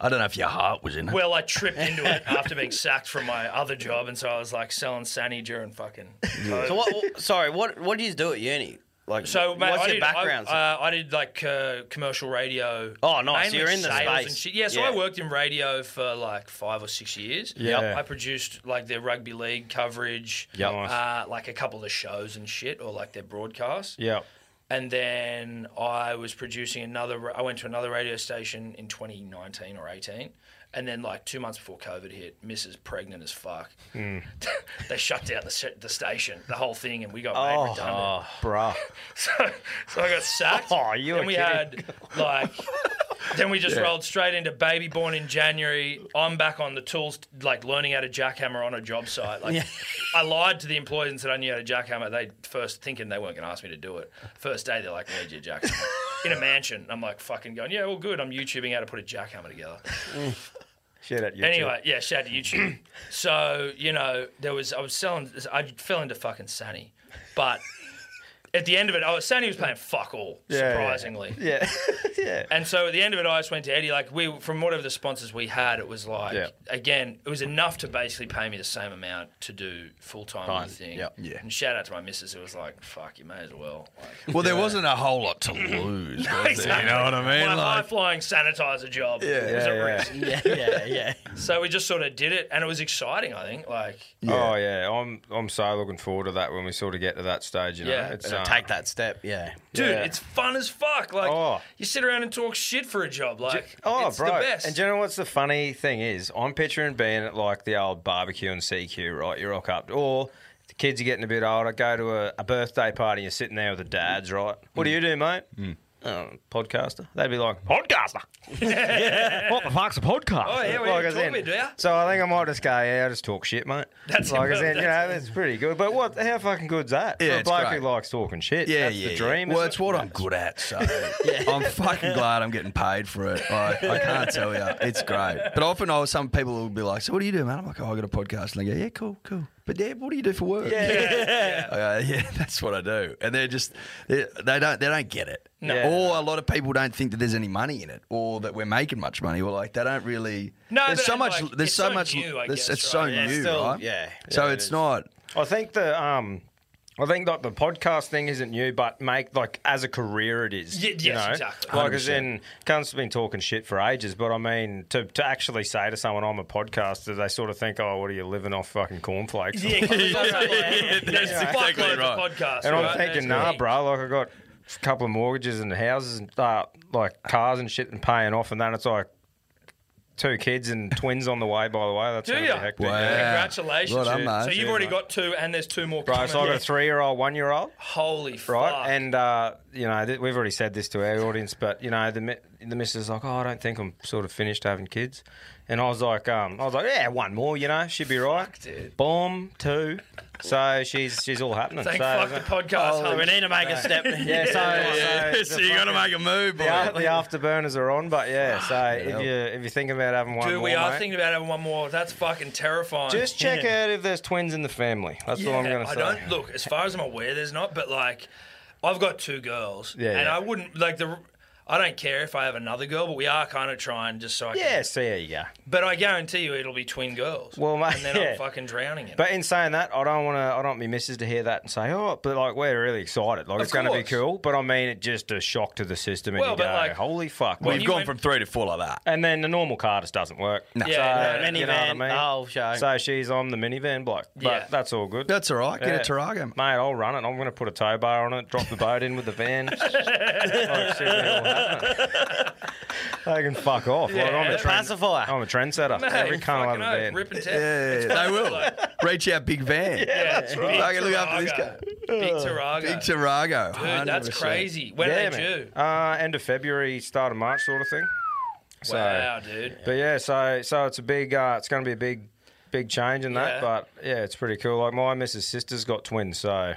I don't know if your heart was in it. well, I tripped into it after being sacked from my other job, and so I was like selling Sani during fucking. COVID. So what? Sorry, what? What did you do at uni? Like, So, mate, what's I your did, background? I, uh, I did like uh, commercial radio. Oh, nice. mainly You're in the sales space. And shit. Yeah, so Yeah. I worked in radio for like five or six years. Yeah. I produced like their rugby league coverage. Yep. Uh, like a couple of shows and shit, or like their broadcasts. yeah. And then I was producing another. I went to another radio station in 2019 or 18. And then, like two months before COVID hit, Mrs. Pregnant as fuck. Hmm. they shut down the, se- the station, the whole thing, and we got made redundant. Oh, bruh. So, so I got sacked. Oh, you Then were we kidding. had like. Then we just rolled straight into baby born in January. I'm back on the tools, like learning how to jackhammer on a job site. Like, I lied to the employees and said I knew how to jackhammer. They first thinking they weren't going to ask me to do it. First day, they're like, "Need you a jackhammer in a mansion." I'm like, "Fucking going, yeah, well, good." I'm YouTubing how to put a jackhammer together. Shit at you. Anyway, yeah, shout out to YouTube. so you know, there was I was selling. I fell into fucking Sani, but at the end of it, I was Sani was playing fuck all, yeah. surprisingly. Yeah. yeah. And so at the end of it, I just went to Eddie. Like we, from whatever the sponsors we had, it was like Yeah. again, it was enough to basically pay me the same amount to do full time on the thing. Yep. Yeah. And shout out to my missus, who was like, "Fuck, you may as well." Like, Well, there wasn't a whole lot to lose, was there? You know what I My mean? high Like, flying sanitizer job. Yeah, Yeah, yeah. yeah, yeah, yeah. So we just sort of did it, and it was exciting. I think like. Oh yeah, I'm I'm so looking forward to that when we sort of get to that stage. You know, Yeah. it's So um, take that step. Yeah. Dude, Yeah. it's fun as fuck. Like Oh. you sit around and talk shit for a job. Like Oh, it's bro! the best. And do you know what's the funny thing is? I'm picturing being at like the old barbecue and CQ, right? You rock up, or the kids are getting a bit older. Go to a, a birthday party, and you're sitting there with the dads, right? What do you do, mate? Oh, podcaster. They'd be like, podcaster. what the fuck's a podcast? Oh, yeah, we like, don't as talk in- about, do ya? So I think I might just go, yeah, I'll just talk shit, mate. That's- like I said, you know, that's- it's pretty good. But what? How fucking good's that? Yeah, for a it's bloke great. who likes talking shit. yeah, that's yeah. the yeah. dream. well, isn't it's it? what I'm good at, so I'm fucking glad I'm getting paid for it. I, I can't tell you, it's great. But often, I some people will be like, "So, what do you do, man?" I'm like, "Oh, I got a podcast," and they go, "Yeah, cool, cool." But Dad, what do you do for work? yeah. I go, yeah, that's what I do, and they're just they, they don't they don't get it, Yeah. or a lot of people don't think that there's any money in it, or that we're making much money, or like they don't really. No, there's but so I'm much. like, there's it's so so much. new, I guess, there's- it's so right? Yeah, new, still- right? yeah. So it's not. I think the um, I think like the podcast thing isn't new, but make like as a career it is. Ye- you yes, know? exactly. Like as in, cunts have been talking shit for ages, but I mean to to actually say to someone I'm a podcaster, they sort of think, oh, what are you living off fucking cornflakes? Yeah, 'cause it's also like, there's exactly fuckloads right. of podcasts. And right? I'm thinking, There's- nah, bro. Like I got a couple of mortgages and houses and uh, like cars and shit and paying off, and then it's like. Two kids and twins on the way. By the way, that's Do gonna be ya? hectic. Wow. Congratulations. Well done, mate. so you've Cheers, already mate. got two, and there's two more Bro, coming. so I got a Yeah. three-year-old, one-year-old. Holy fuck. right? And uh, you know, th- we've already said this to our audience, but you know, the mi- the missus is like, oh, I don't think I'm sort of finished having kids, and I was like, um, I was like, yeah, one more, you know, she'd be right. Bomb two, so she's she's all happening. Thank so, fuck the podcast. We host. need to make a step. yeah, so, so, so you got to make a move, boy. the, a- the afterburners are on, but yeah, so if you if you're thinking about having one Ah, Dude, more, we are mate, thinking about having one more. That's fucking terrifying. just check out if there's twins in the family. That's all I'm Yeah, gonna I say. don't look as far as I'm aware. There's not, but like, I've got two girls, Yeah, and yeah. I wouldn't like the. I don't care if I have another girl, but we are kind of trying just so I can yeah, see how you go. But I guarantee you it'll be twin girls. Well, mate, and then yeah. I'm fucking drowning in it. But in saying that, I don't want to. I don't want my missus to hear that and say, "Oh, but like we're really excited. Like it's going to be course. cool." But I mean, it just a shock to the system. And Well, you go, but, like, "Holy fuck!" when Like- We've you gone went- from three to four like that. and then the normal car just doesn't work. yeah, So, no, no, you know what I minivan, mean? the whole show. So she's on the minivan bloke, but Oh, Yeah. that's all good. That's all right. Get Yeah. a Tarago. Mate, I'll run it. I'm going to put a tow bar on it, drop the boat in with the van. Like, see what it'll happen. they can fuck off. Like, I'm, a Yeah. trend, Classifier. I'm a trendsetter. Mate, Every cunt will have fucking a oath, van. Rip and tear. Yeah, they will. Reach out, big van. Yeah, that's right. I can look after this guy. Big Tarago. Big Tarago. Dude, that's 100%. crazy. When Yeah, are they man. due? Uh, end of February, start of March, sort of thing. So, Wow, dude. but yeah, so so it's a big, uh, it's going to be a big, big change in that. Yeah. But yeah, it's pretty cool. Like my missus' sister's got twins, so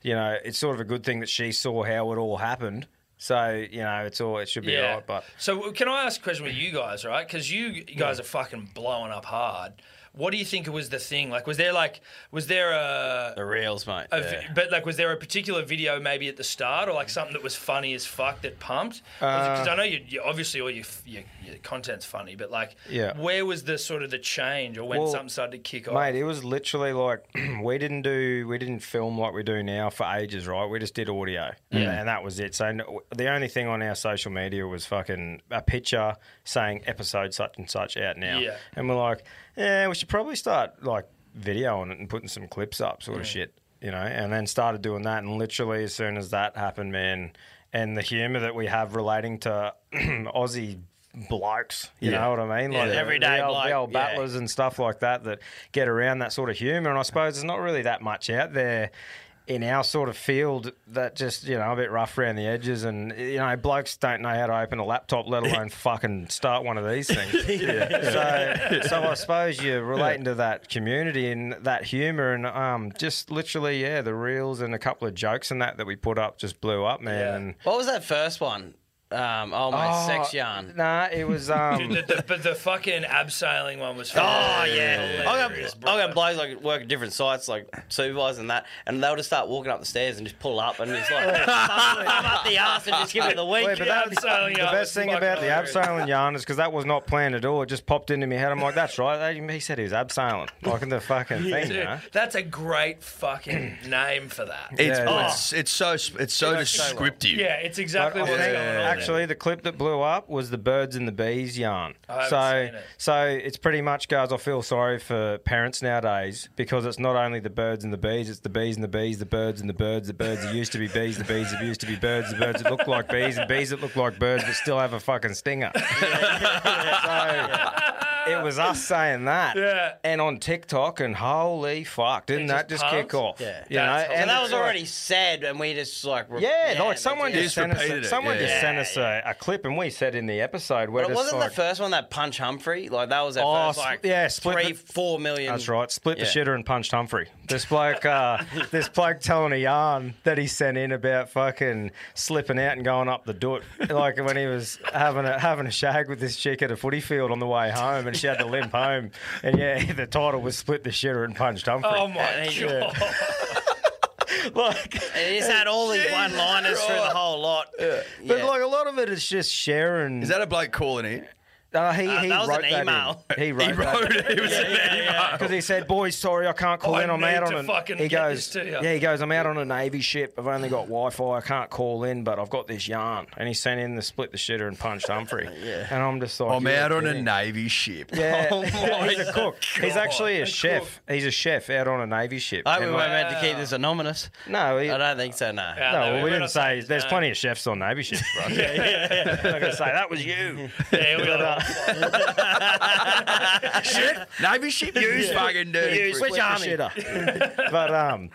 you know it's sort of a good thing that she saw how it all happened. So you know it's all it should be Yeah. right. But So can I ask a question with you guys, right? Because you, you guys are fucking blowing up hard. What do you think was the thing? Like, was there like, was there a, The reels, mate. a yeah. vi- but like, was there a particular video maybe at the start, or like something that was funny as fuck that pumped? Because I know you, you obviously all your, f- your your content's funny, but like, Yeah. where was the sort of the change, or when Well, something started to kick off? Mate, it was literally like we didn't do we didn't film like we do now for ages, right? We just did audio, and, and that was it. So n- the only thing on our social media was fucking a picture saying episode such and such out now, Yeah. and we're like, yeah, we should probably start like video on it and putting some clips up, sort of shit. you know, and then started doing that. And literally, as soon as that happened, man, and the humor that we have relating to Aussie blokes, you know what I mean? Like the- everyday the old, bloke, the old yeah. battlers and stuff like that that get around that sort of humor. And I suppose there's not really that much out there. In our sort of field, that just you know a bit rough around the edges, and you know blokes don't know how to open a laptop, let alone fucking start one of these things. So, so I suppose you're relating to that community and that humour and um, just literally, yeah, the reels and a couple of jokes and that that we put up just blew up, man. And, What was that first one? Um, oh, my sex yarn. Nah, it was um, The- the- but the fucking abseiling one was. Oh yeah, I got hilarious, I got bro. blokes like work at different sites, like supervising that, and they'll just start walking up the stairs and just pull up and it's like I'm up the ass and just give me the wink. Wait, but that- uh, Abseiling the yarn best was thing fucking about the hilarious. abseiling yarn is because that was not planned at all. It just popped into my head. I'm like, that's right. He said he was abseiling, like in the fucking thing, you Dude, know? that's a great fucking name for that. It's, Yeah, yeah. it's, it's so sp- it's so descriptive. Yeah, it's exactly But I what's think going on. there. actually, the clip that blew up was the birds and the bees yarn. I haven't so, seen it. so it's pretty much, guys. I feel sorry for parents nowadays because it's not only the birds and the bees; it's the bees and the bees, the birds and the birds, the birds that used to be bees, the bees that used to be birds, the birds that look like bees, and bees that look like birds but still have a fucking stinger. So it was us saying that, Yeah. and on TikTok, and holy fuck, didn't just that just pumped? kick off? Yeah. you That's know, awesome. and that it's was like- already said, and we just like re- yeah, like they someone did. just Just sent us, repeated it, someone yeah. just Yeah, sent us a, a clip, and we said in the episode where But it wasn't the first one that punch Humphrey. Like that was our Oh, first sp- like yeah, split three the- four million. That's right. Split the Yeah. shitter and punched Humphrey. This bloke, uh, this bloke telling a yarn that he sent in about fucking slipping out and going up the doot, like when he was having a having a shag with this chick at a footy field on the way home, and she had to limp home. And yeah, the title was split the shitter and punched Humphrey. Oh my god! like, He just had all these one liners through the whole lot. but Yeah. like a lot of it is just sharing. Is that a bloke calling in? uh, he, he that was wrote an that in. email. He wrote, He that wrote it. It was an email. Because he said, "Boys, sorry, I can't call I in. I'm need out to on a." fucking He get goes, this to you." "Yeah, he goes. I'm out on a navy ship. I've only got Wi-Fi. I can't call in, but I've got this yarn." And he sent in the split the shitter and punched Humphrey. yeah. And I'm just like, I'm "You're out on a kidding." navy ship. Yeah. Oh my he's a cook. He's actually a, A chef. He's a chef out on a navy ship. I hope we And weren't like- meant to keep this anonymous. no, he, I don't think so. No. no, Yeah, no, well, we're we didn't not say. saying- There's plenty of chefs on navy ships, bro. yeah, yeah, yeah. I'm gonna say that was you. Yeah, we got Navy ship, you fucking dirty. prick. Which army? but um,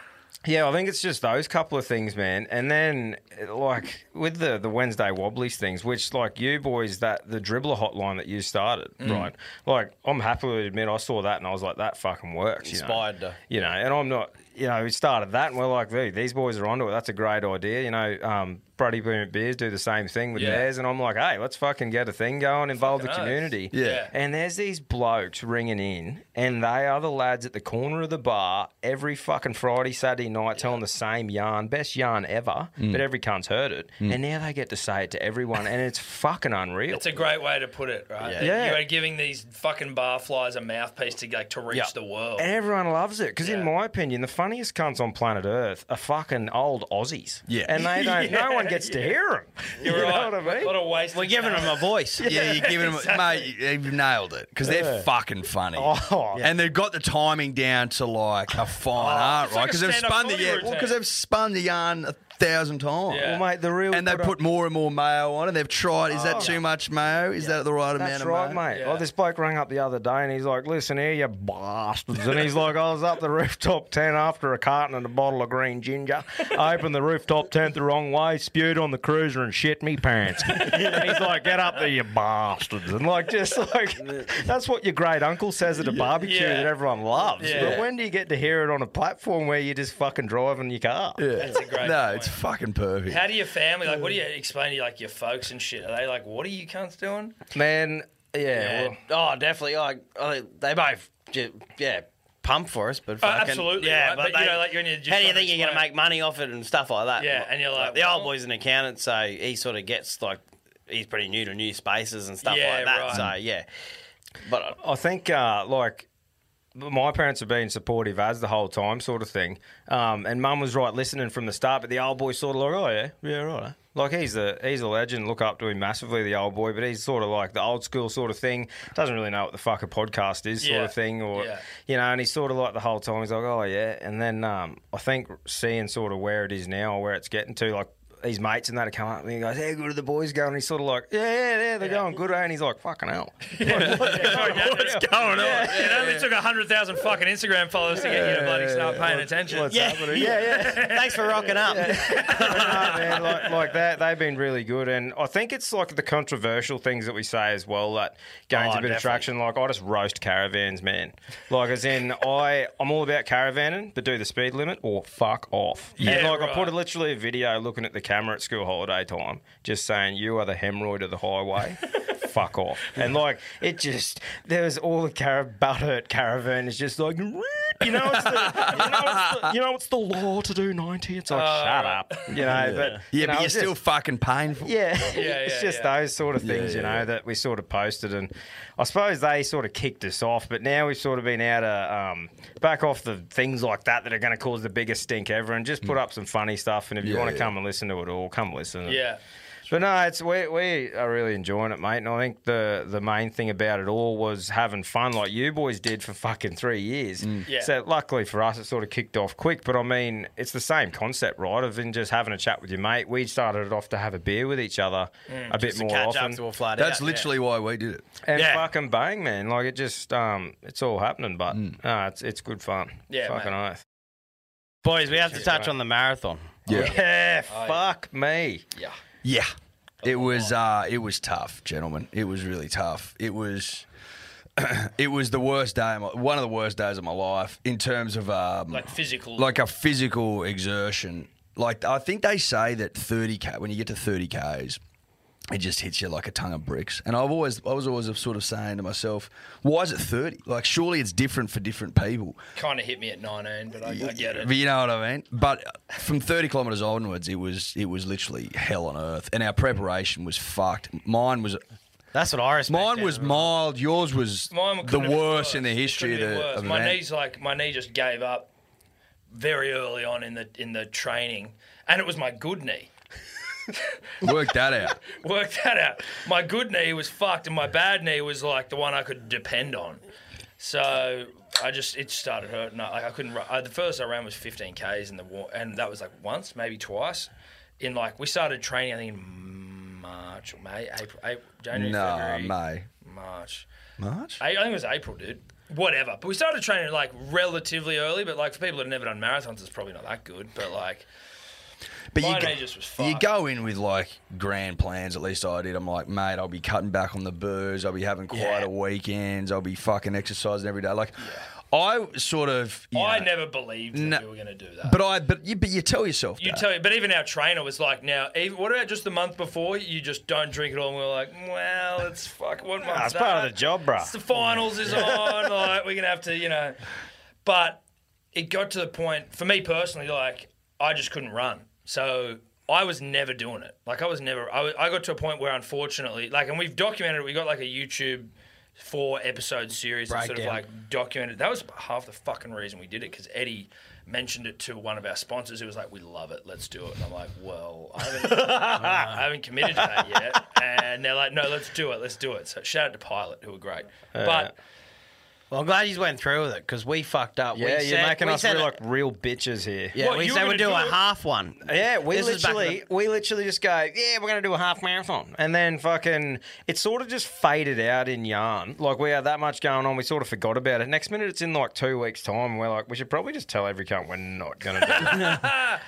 yeah, I think it's just those couple of things, man. And then like with the the Wednesday Wobblies things, which like you boys, that the dribbler hotline that you started, Mm. right? Like I'm happy to admit I saw that and I was like, that fucking works. you know? Inspired to- you know, and I'm not, you know, we started that and we're like, dude, these boys are onto it. That's a great idea. You know, um, Brody Boom at Beers do the same thing with theirs. And I'm like, hey, let's fucking get a thing going, involve the community. Yeah. And there's these blokes ringing in, and they are the lads at the corner of the bar every fucking Friday, Saturday night telling the same yarn, best yarn ever, Mm. but every cunt's heard it. And now they get to say it to everyone, and it's fucking unreal. It's a great way to put it, right? Yeah. You are giving these fucking barflies a mouthpiece to like to reach the world. and everyone loves it because, in Yeah. my opinion, the funniest cunts on planet Earth are fucking old Aussies. Yeah. and they don't. No one gets to hear them. You're you right. know what I mean? What a waste. We're Giving them a voice. Yeah, you're giving them, mate. You've nailed it because they're fucking funny, Oh. and they've got the timing down to like a fine art, Oh, it's like right? a Because they've stand-up spun the comedy yeah, routine. because they've spun the yarn a thousand times. Yeah. Well, mate, the real And they put more and more mayo on, and they've tried. Is that too much mayo? Is that the right Oh. That's amount of right, mayo? mate. Yeah. Oh, this bloke rang up the other day and he's like, "Listen here, you bastards!" And he's like, "I was up the rooftop tent after a carton and a bottle of green ginger. I opened the rooftop tent the wrong way, spewed on the cruiser, and shit me pants." and he's like, "Get up there, you bastards!" And like, just like that's what your great uncle says at a barbecue Yeah. that everyone loves. Yeah. But when do you get to hear it on a platform where you're just fucking driving your car? That's a great No, point. it's fucking perfect. How do your family like? What do you explain to like your folks and shit? Are they like, what are you cunts doing? Man, yeah. Yeah. well- oh, definitely. I, I, they both, ju- yeah, pump for us, but Oh, fucking, absolutely, yeah. right? But, But, you they- know, like, you're in your- just how do you trying to think you're gonna explain. make money off it and stuff like that? Yeah, and you're like, the old well- boy's an accountant, so he sort of gets like, he's pretty new to new spaces and stuff Yeah, like that. right. So yeah, but I think uh, like my parents have been supportive as the whole time, sort of thing. Um, and mum was right listening from the start, but the old boy sort of like, oh yeah, yeah, right. eh?" Like he's the he's a legend. Look up to him massively, the old boy. But he's sort of like the old school sort of thing. Doesn't really know what the fuck a podcast is, sort Yeah. of thing, or Yeah. you know. And he's sort of like the whole time. He's like, oh yeah. And then um, I think seeing sort of where it is now, or where it's getting to, like. His mates and that come up and he goes, Hey, good are the boys going? And he's sort of like, Yeah, yeah, yeah, they're going good, eh? And he's like, Fucking hell. What's going on? It only took 100,000 fucking Instagram followers to get you to bloody start paying attention. Yeah, yeah, yeah. Thanks for rocking up. No, man, like, like that, they've been really good, and I think it's like the controversial things that we say as well that gains Oh, a bit definitely. of traction. Like I just roast caravans, man. Like as in, I I'm all about caravanning, but do the speed limit or fuck off. and Yeah, like I put right. literally a video looking at the camera at school holiday time, just saying you are the hemorrhoid of the highway. Fuck off. And like it just there was all the car- butthurt caravan is just like you know it's the you know it's the, you know it's the law to do ninety. It's like shut up. You know, but Yeah, you know, but you're it's still just- fucking painful. yeah, it's yeah, just yeah. those sort of things, you know, that we sort of posted, and I suppose they sort of kicked us off. But now we've sort of been out of um, back off the things like that that are going to cause the biggest stink ever, and just put up some funny stuff. And if you Yeah, want to yeah. come and listen to it all, come listen. Mm. Yeah. But no, it's we, we are really enjoying it, mate. And I think the the main thing about it all was having fun, like you boys did for fucking three years. Yeah. So luckily for us, it sort of kicked off quick. But I mean, it's the same concept, right? Of in just having a chat with your mate. We started it off to have a beer with each other a bit Mm, Just to more catch often, up to a flat That's out. literally why we did it. and Yeah. fucking bang, man! Like it just um, it's all happening. But no, it's it's good fun. Yeah, fucking oath. Boys, we have to touch on the marathon. Yeah. Yeah, fuck me. Yeah. It was uh it was tough, gentlemen. It was really tough. It was it was the worst day of my, one of the worst days of my life in terms of um Like physical. like a physical exertion. Like I think they say that 30k when you get to 30k's it just hits you like a ton of bricks. And I've always I was always sort of saying to myself, why is it 30? Like surely it's different for different people. kind of hit me at 19, but I, I get it. But you know what I mean. But from thirty kilometres onwards, it was it was literally hell on earth, and our preparation was fucked. Mine was That's what I respect. mine was out of it. mild. Yours was Mine the couldn't have been worst in the worse. It history of couldn't have been the worse. of My event. knees like my knee just gave up very early on in the in the training, and it was my good knee. Work that out. Work that out. My good knee was fucked, and my bad knee was like the one I could depend on. So I just it started hurting. I, like I couldn't. ru- I, the first I ran was 15 k's in the war, and that was like once, maybe twice. In like we started training, I think in March or May, April, April January, no, February, May, March. March. I I think it was April, dude. Whatever. But we started training like relatively early, but like for people that have never done marathons, it's probably not that good. But like, But my go- knee just was you fucked. go in with like grand plans. At least I did. I'm like, mate, I'll be cutting back on the booze. I'll be having quieter weekends. I'll be fucking exercising every day. Like, I sort of. you I know, never believed that No. we were going to do that. But I. But you. But you tell yourself. you that. tell you, but even our trainer was like, now, even, what about just the month before? You just don't drink at all. And we were like, well, it's fuck. What month's That's part of that? the job, bruh. It's the finals is on. Like we're gonna have to, you know. But it got to the point for me personally, like I just couldn't run. So I was never doing it. Like I was never. I, wa- I got to a point where, unfortunately, like, and we've documented. it. We got like a YouTube four episode series that sort of Breakdown. like documented. That was half the fucking reason we did it because Eddie mentioned it to one of our sponsors. It was like, we love it. Let's do it. And I'm like, well, I haven't, I haven't committed to that yet. And they're like, no, let's do it. Let's do it. So shout out to Pilot, who were great. but Well, I'm glad you went through with it because we fucked up. yeah, we you're said, making we us said feel it- like real bitches here. Yeah, What, we you said were we'd do gonna a do it? half one. Yeah, we This is back in literally we literally just go, yeah, we're gonna do a half marathon, and then fucking it sort of just faded out in yarn. Like we had that much going on, we sort of forgot about it. Next minute, it's in like two weeks' time. And we're like, we should probably just tell every cunt we're not gonna do it.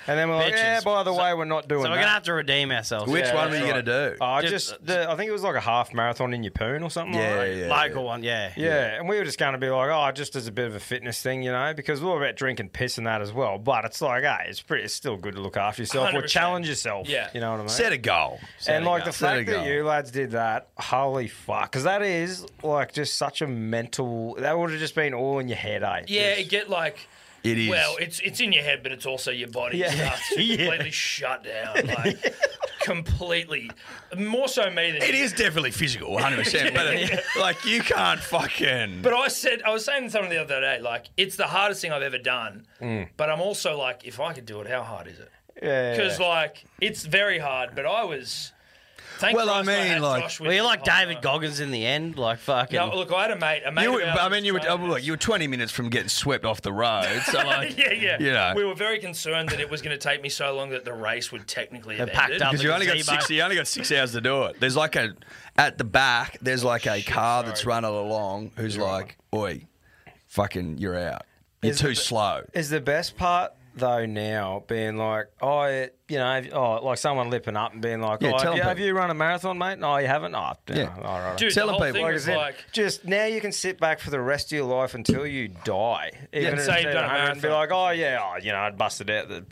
and then we're like, Bitches. yeah, by the way, we're not doing. So we're that. gonna have to redeem ourselves. Which Yeah. one were you going to do? Oh, I just- just, the, I think it was like a half marathon in Yapoon or something. like Yeah, that. yeah, local one? Yeah. Yeah, and we were just going to be like, oh, just as a bit of a fitness thing, you know, because we're all about drinking piss and that as well. But it's like, hey, it's pretty, it's still good to look after yourself or 100%. challenge yourself. Yeah. you know what I mean. Set a goal. and like the Set a fact that goal. you lads did that, holy fuck, because that is like just such a mental. That would have just been all in your head, eh? yeah, Just- it get like. It is. Well, it's it's in your head, but it's also your body starts to completely shut down. Like, completely. More so me than It you. is definitely physical, 100%. But it, like, you can't fucking. But I said, I was saying to someone the other day, like, it's the hardest thing I've ever done. But I'm also like, if I could do it, how hard is it? Yeah. Because, like, it's very hard, but I was. Thank Well, I Christ mean, had like- Josh with Well, you're me like the whole David time. Goggins in the end, like fucking. Oh, No, look, I had a mate. A mate you were, of ours I was uh, mean, you were, oh, saying look, this. you were 20 minutes from getting swept off the road. So, like, yeah, yeah. You know. We were very concerned that it was going to take me so long that the race would technically have packed ended. up. Because you only got Gazebo. six. You only got six hours to do it. There's like a at the back. There's like a car that's running along who's like, "Oi, fucking, you're out. You're too slow." Is the best part though now being like, oh, it- you know, if- oh, like someone lipping up and being like, Yeah, oh, tell have you, them have people. you run a marathon, mate? No, you haven't. Oh, yeah. Yeah. all right. Dude, Telling the whole people, thing like Like I was said, like, just now you can sit back for the rest of your life until you die. Even and if say it's you've done a 100 and be like, marathon. oh yeah, oh, you know, I'd busted out the.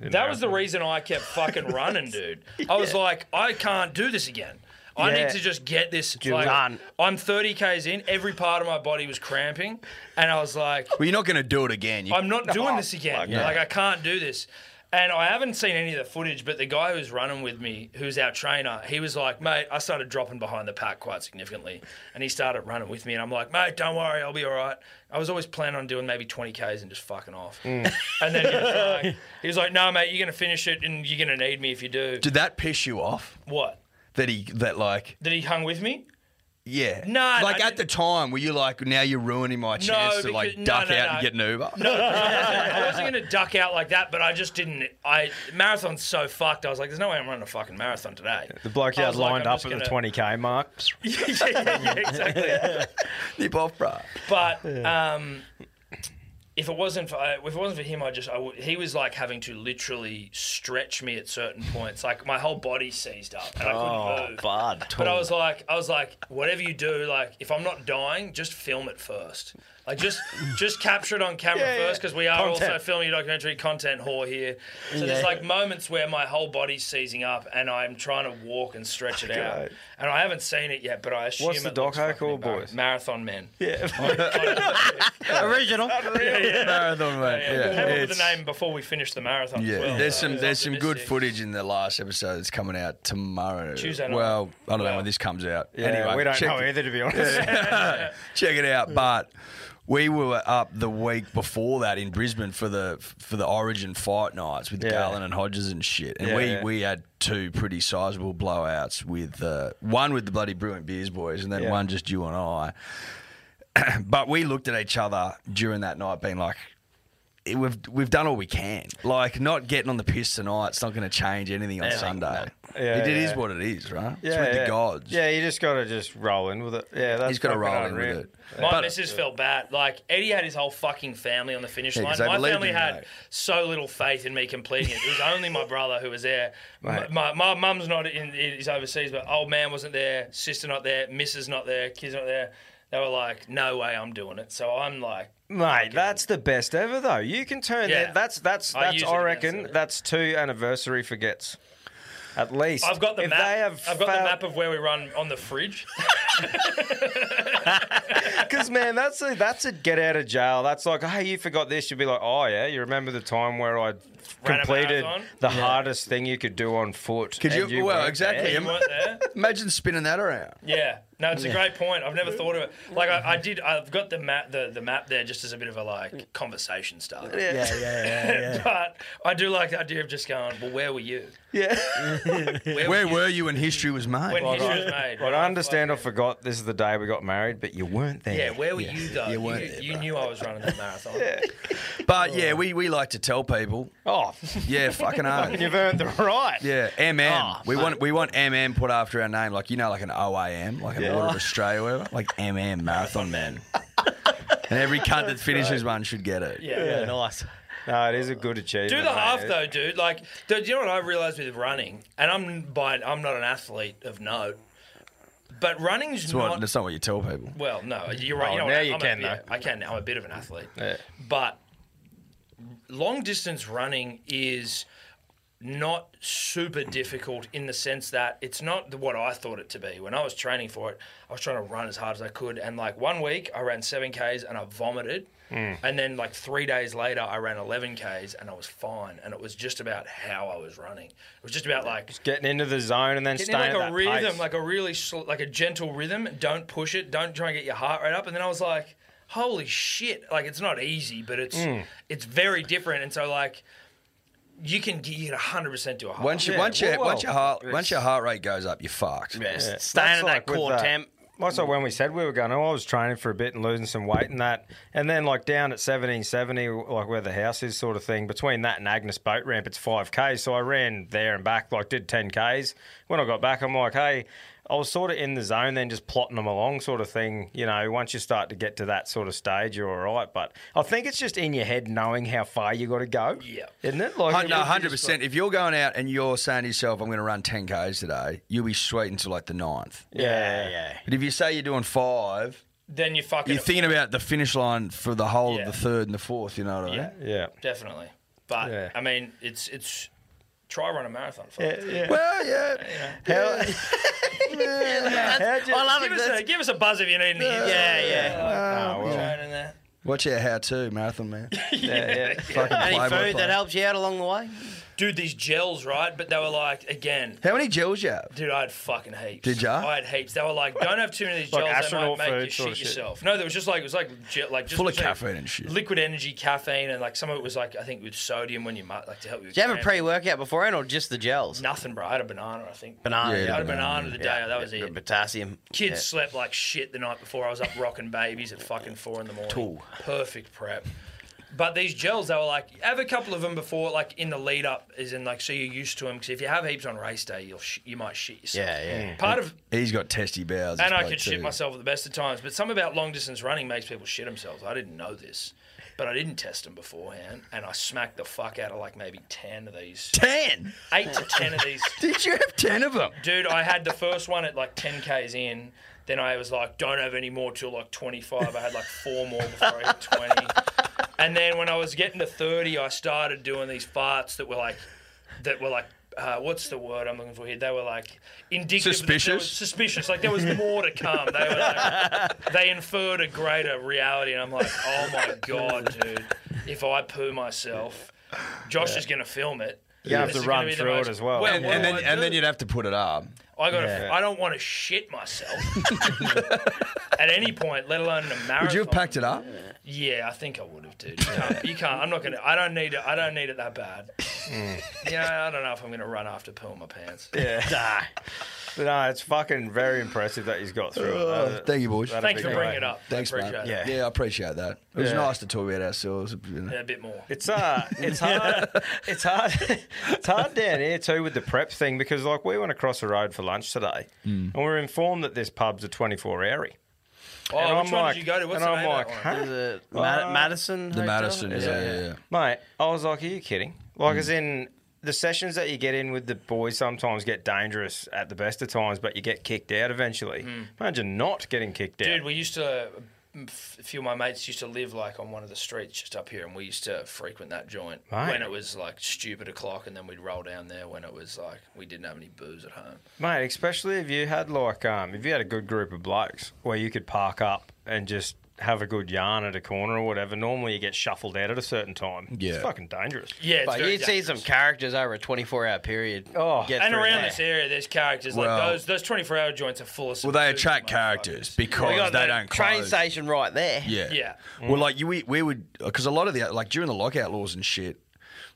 the That was the reason I kept fucking running, dude. I was like, I can't do this again. I Yeah. need to just get this. Like, Done. I'm 30 k's in. Every part of my body was cramping, and I was like, Well, you're not going to do it again. You, I'm not doing this again. Like, I can't do this. And I haven't seen any of the footage, but the guy who's running with me, who's our trainer, he was like, mate, I started dropping behind the pack quite significantly. And he started running with me. And I'm like, mate, don't worry, I'll be all right. I was always planning on doing maybe 20Ks and just fucking off. And then he was, like, he was like, no, mate, you're going to finish it and you're going to need me if you do. did that piss you off? what? That he that like That he hung with me? yeah. No, Like I at the time, were you like, now you're ruining my chance to because- like no, duck no, out no. and get an Uber? I wasn't going to duck out like that, but I just didn't. I Marathon's so fucked. I was like, there's no way I'm running a fucking marathon today. The bloke you I had was like, lined I'm up just at the gonna- 20k mark. yeah, yeah, yeah, exactly. Nip off, bro. But um, if it wasn't for I- if it wasn't for him, I just I w he was like having to literally stretch me at certain points. Like my whole body seized up and I Oh, couldn't move. bud. But I was like, I was like, whatever you do, like if I'm not dying, just film it first. Like just just capture it on camera Yeah, yeah. first because we are also Content. filming a documentary content whore here. So there's like moments where my whole body's seizing up and I'm trying to walk and stretch it out. God. And I haven't seen it yet, but I assume What's the it looks doco fucking called, embarrassing. boys? Marathon Men. Yeah. original. Marathon, mate. Yeah, Come up with It's- the name before we finish the marathon. as Yeah, well. uh, there's So some it's there's some good optimistic. footage in the last episode that's coming out tomorrow. Tuesday night. Well, I don't know Wow. when this comes out. Yeah, anyway, we don't check, know either, to be honest. check it out. But we were up the week before that in Brisbane for the for the Origin fight nights with Yeah. Galen and Hodges and shit, and Yeah, we yeah. we had two pretty sizable blowouts with uh, one with the bloody Brewing Beers boys, and then Yeah. one just you and I. but we looked at each other during that night, being like, it- we've we've done all we can. Like not getting on the piss tonight, it's not going to change anything on Sunday. Yeah, it, it is yeah. what it is, right? Yeah, it's with yeah. the gods. Yeah, you just got to just roll in with it. Yeah, that's he's got to fucking roll in with unreal. it. My But- missus felt bad. Like Eddie had his whole fucking family on the finish Yeah, line. 'cause they My believed family in you, had mate. so little faith in me completing it. It was only my brother who was there. My, my my mum's not in is overseas, but old man wasn't there. Sister not there. Missus not there. Kids not there. They were like, no way, I'm doing it. So I'm like, Mate, that's the best ever though. You can turn Yeah. that. That's that's I that's. use I, it against reckon it. that's two anniversary forgets. At least I've got the if map. They have I've got the map of where we run on the fridge. because man, that's a that's a get out of jail. That's like, hey, you forgot this. You'd be like, oh yeah, you remember the time where I Ran a completed marathon? the hardest thing you could do on foot. Could you- and well, weren't exactly. there. you weren't there. imagine spinning that around. Yeah, no, it's a great point. I've never thought of it. Like I, I did, I've got the map, the, the map there, just as a bit of a like conversation starter. Yeah, yeah, yeah. but I do like the idea of just going. Well, where were you? Where were you when history was made? When history was made. Well, I understand. I forgot. This is the day we got married, but you weren't there. Yeah, where were you though? You, weren't there, you knew I was running that marathon. yeah. but yeah, we, we like to tell people. Oh, Yeah, fucking hard. you've earned the right. Yeah, MM. we want we want MM put after our name, like you know, like an OAM, like an Order of Australia, whatever, like MM Marathon Man. and every cunt that finishes one should get it. Yeah. Yeah, nice. No, it is a good achievement. Do the half mate. though, dude. Like, dude, you know what I realized with running, and I'm by I'm not an athlete of note, but running's It's what, not that's not what you tell people. Well, no, you're right. Oh, you know now what, you I'm a can, bit- though. I can. I'm a bit of an athlete, but long distance running is. not super difficult in the sense that it's not the- what I thought it to be. When I was training for it, I was trying to run as hard as I could. And like one week, I ran seven Ks and I vomited. Mm. And then like three days later, I ran 11 Ks and I was fine. And it was just about how I was running. It was just about like Getting into the zone and then Get in staying like at a that rhythm, pace. like a really sl- like a gentle rhythm. Don't push it. Don't try and get your heart rate up. And then I was like, holy shit! Like it's not easy, but it's Mm. it's very different. And so like you can get you can 100 percent do a heart. Once you, Yeah, once, you, well, once your heart, it's- once your heart rate goes up, you're fucked. Yeah. Staying That's at like that with core that- temp. That's like when we said we were going. Oh, I was training for a bit and losing some weight and that, and then like down at seventeen seventy, like where the house is, sort of thing. Between that and Agnes boat ramp, it's five k. So I ran there and back, like did ten k's. When I got back, I'm like, hey, I was sort of in the zone, then just plotting them along, sort of thing. You know, once you start to get to that sort of stage, you're all right. But I think it's just in your head knowing how far you got to go. Yeah. isn't it? Like Hun- No, if you hundred just- percent. If you're going out and you're saying to yourself, "I'm going to run ten k's today," you'll be sweet until like the ninth. Yeah, yeah. But if you say you're doing five, Then you fucking you're thinking about the finish line for the whole Yeah. of the third and the fourth. You know what I mean? Yeah. yeah. definitely. But Yeah. I mean, it's it's try run a marathon. Fuck. Yeah, yeah. Well, yeah. That's- I love it. Give, us That's- a, give us a buzz if you need any. yeah, yeah. Oh, well. Watch out, how to marathon man. Fucking Any play by food play. that helps you out along the way? Dude, these gels, right? But they were like, again, How many gels you have? Dude, I had fucking heaps. Did ya? I had heaps. They were like, don't have too many of these Like gels. they astronaut might make you food sort shit of shit. yourself. No, there was just like it was like ge- like just Full of it was like caffeine and shit. Liquid energy, caffeine, and like some of it was like I think with sodium when you might like to help you. With Do you have a cramp. pre-workout beforehand or just the gels? Nothing, bro. I had a banana, I think. Banana. Yeah, I had a banana, banana the day. Yeah, that was yeah, it. Potassium. Kids Yeah. slept like shit the night before. I was up rocking babies at fucking four in the morning. Tool. Perfect prep. But these gels, they were like, have a couple of them before, like in the lead up, is in like, so you're used to them. Because if you have heaps on race day, you'll sh- you might shit yourself. Yeah, yeah. Part of He's got testy bowels. and this I bloke, could shit too. myself at the best of times. But something about long distance running makes people shit themselves. I didn't know this, but I didn't test them beforehand, and I smacked the fuck out of like maybe ten of these, Ten? eight to ten of these. Did you have ten of them? Dude, I had the first one at like ten k's in. Then I was like, don't have any more till like twenty five. I had like four more before I hit twenty. And then when I was getting to thirty, I started doing these farts that were like, that were like. Uh, what's the word I'm looking for here? They were like indicative. that there Suspicious? was- suspicious. Like there was more to come. They were like, they inferred a greater reality, and I'm like, oh my god, dude, if I poo myself, Josh is gonna film it. You have This to is gonna run be the through it most- as well. And, what and do then I and do? then you'd have to put it up. I got. to I don't want to shit myself at any point, let alone in a marathon. Would you have packed it up? Yeah, I think I would have, dude. You can't. You can't I'm not gonna. I don't need it. I don't need it that bad. Yeah, I don't know if I'm gonna run after pulling my pants. Nah. But no, it's fucking very impressive that he's got through it. Uh, Thank you, boys. that'd Thanks be for great. bringing it up. Thanks, I mate. appreciate Yeah. it. I appreciate that. It was Yeah. nice to talk about ourselves. you know. Yeah, a bit more. It's uh, it's hard, it's hard, it's hard down here too with the prep thing because like we went across the road for lunch today, Mm. and we are informed that this pub's a twenty-four hour. Oh, and which I'm one like- did you go to? What's and the I'm name of like, that one? huh? Is it Mad- Madison? The Hotel? Madison, yeah, Is it- yeah, yeah. Mate, I was like, are you kidding? Like, Mm. as in the sessions that you get in with the boys sometimes get dangerous at the best of times, but you get kicked out eventually. Mm. Imagine not getting kicked out. Dude, we used to. mm, A few of my mates used to live like on one of the streets just up here, and we used to frequent that joint Right. when it was like stupid o'clock, and then we'd roll down there when it was like we didn't have any booze at home. Mate, especially if you had like um, if you had a good group of blokes where you could park up and just have a good yarn at a corner or whatever. Normally, you get shuffled out at a certain time. Yeah. it's fucking dangerous. Yeah, it's But very you'd see dangerous. some characters over a 24-hour period. Oh. get And through around that. this area, there's characters like Well- those. Those 24 hour joints are full of. some Well, they food, attract motherfuckers. characters We because got they the don't train close. station right there. Yeah. Yeah. Well, like you, we, we would because a lot of the like during the lockout laws and shit,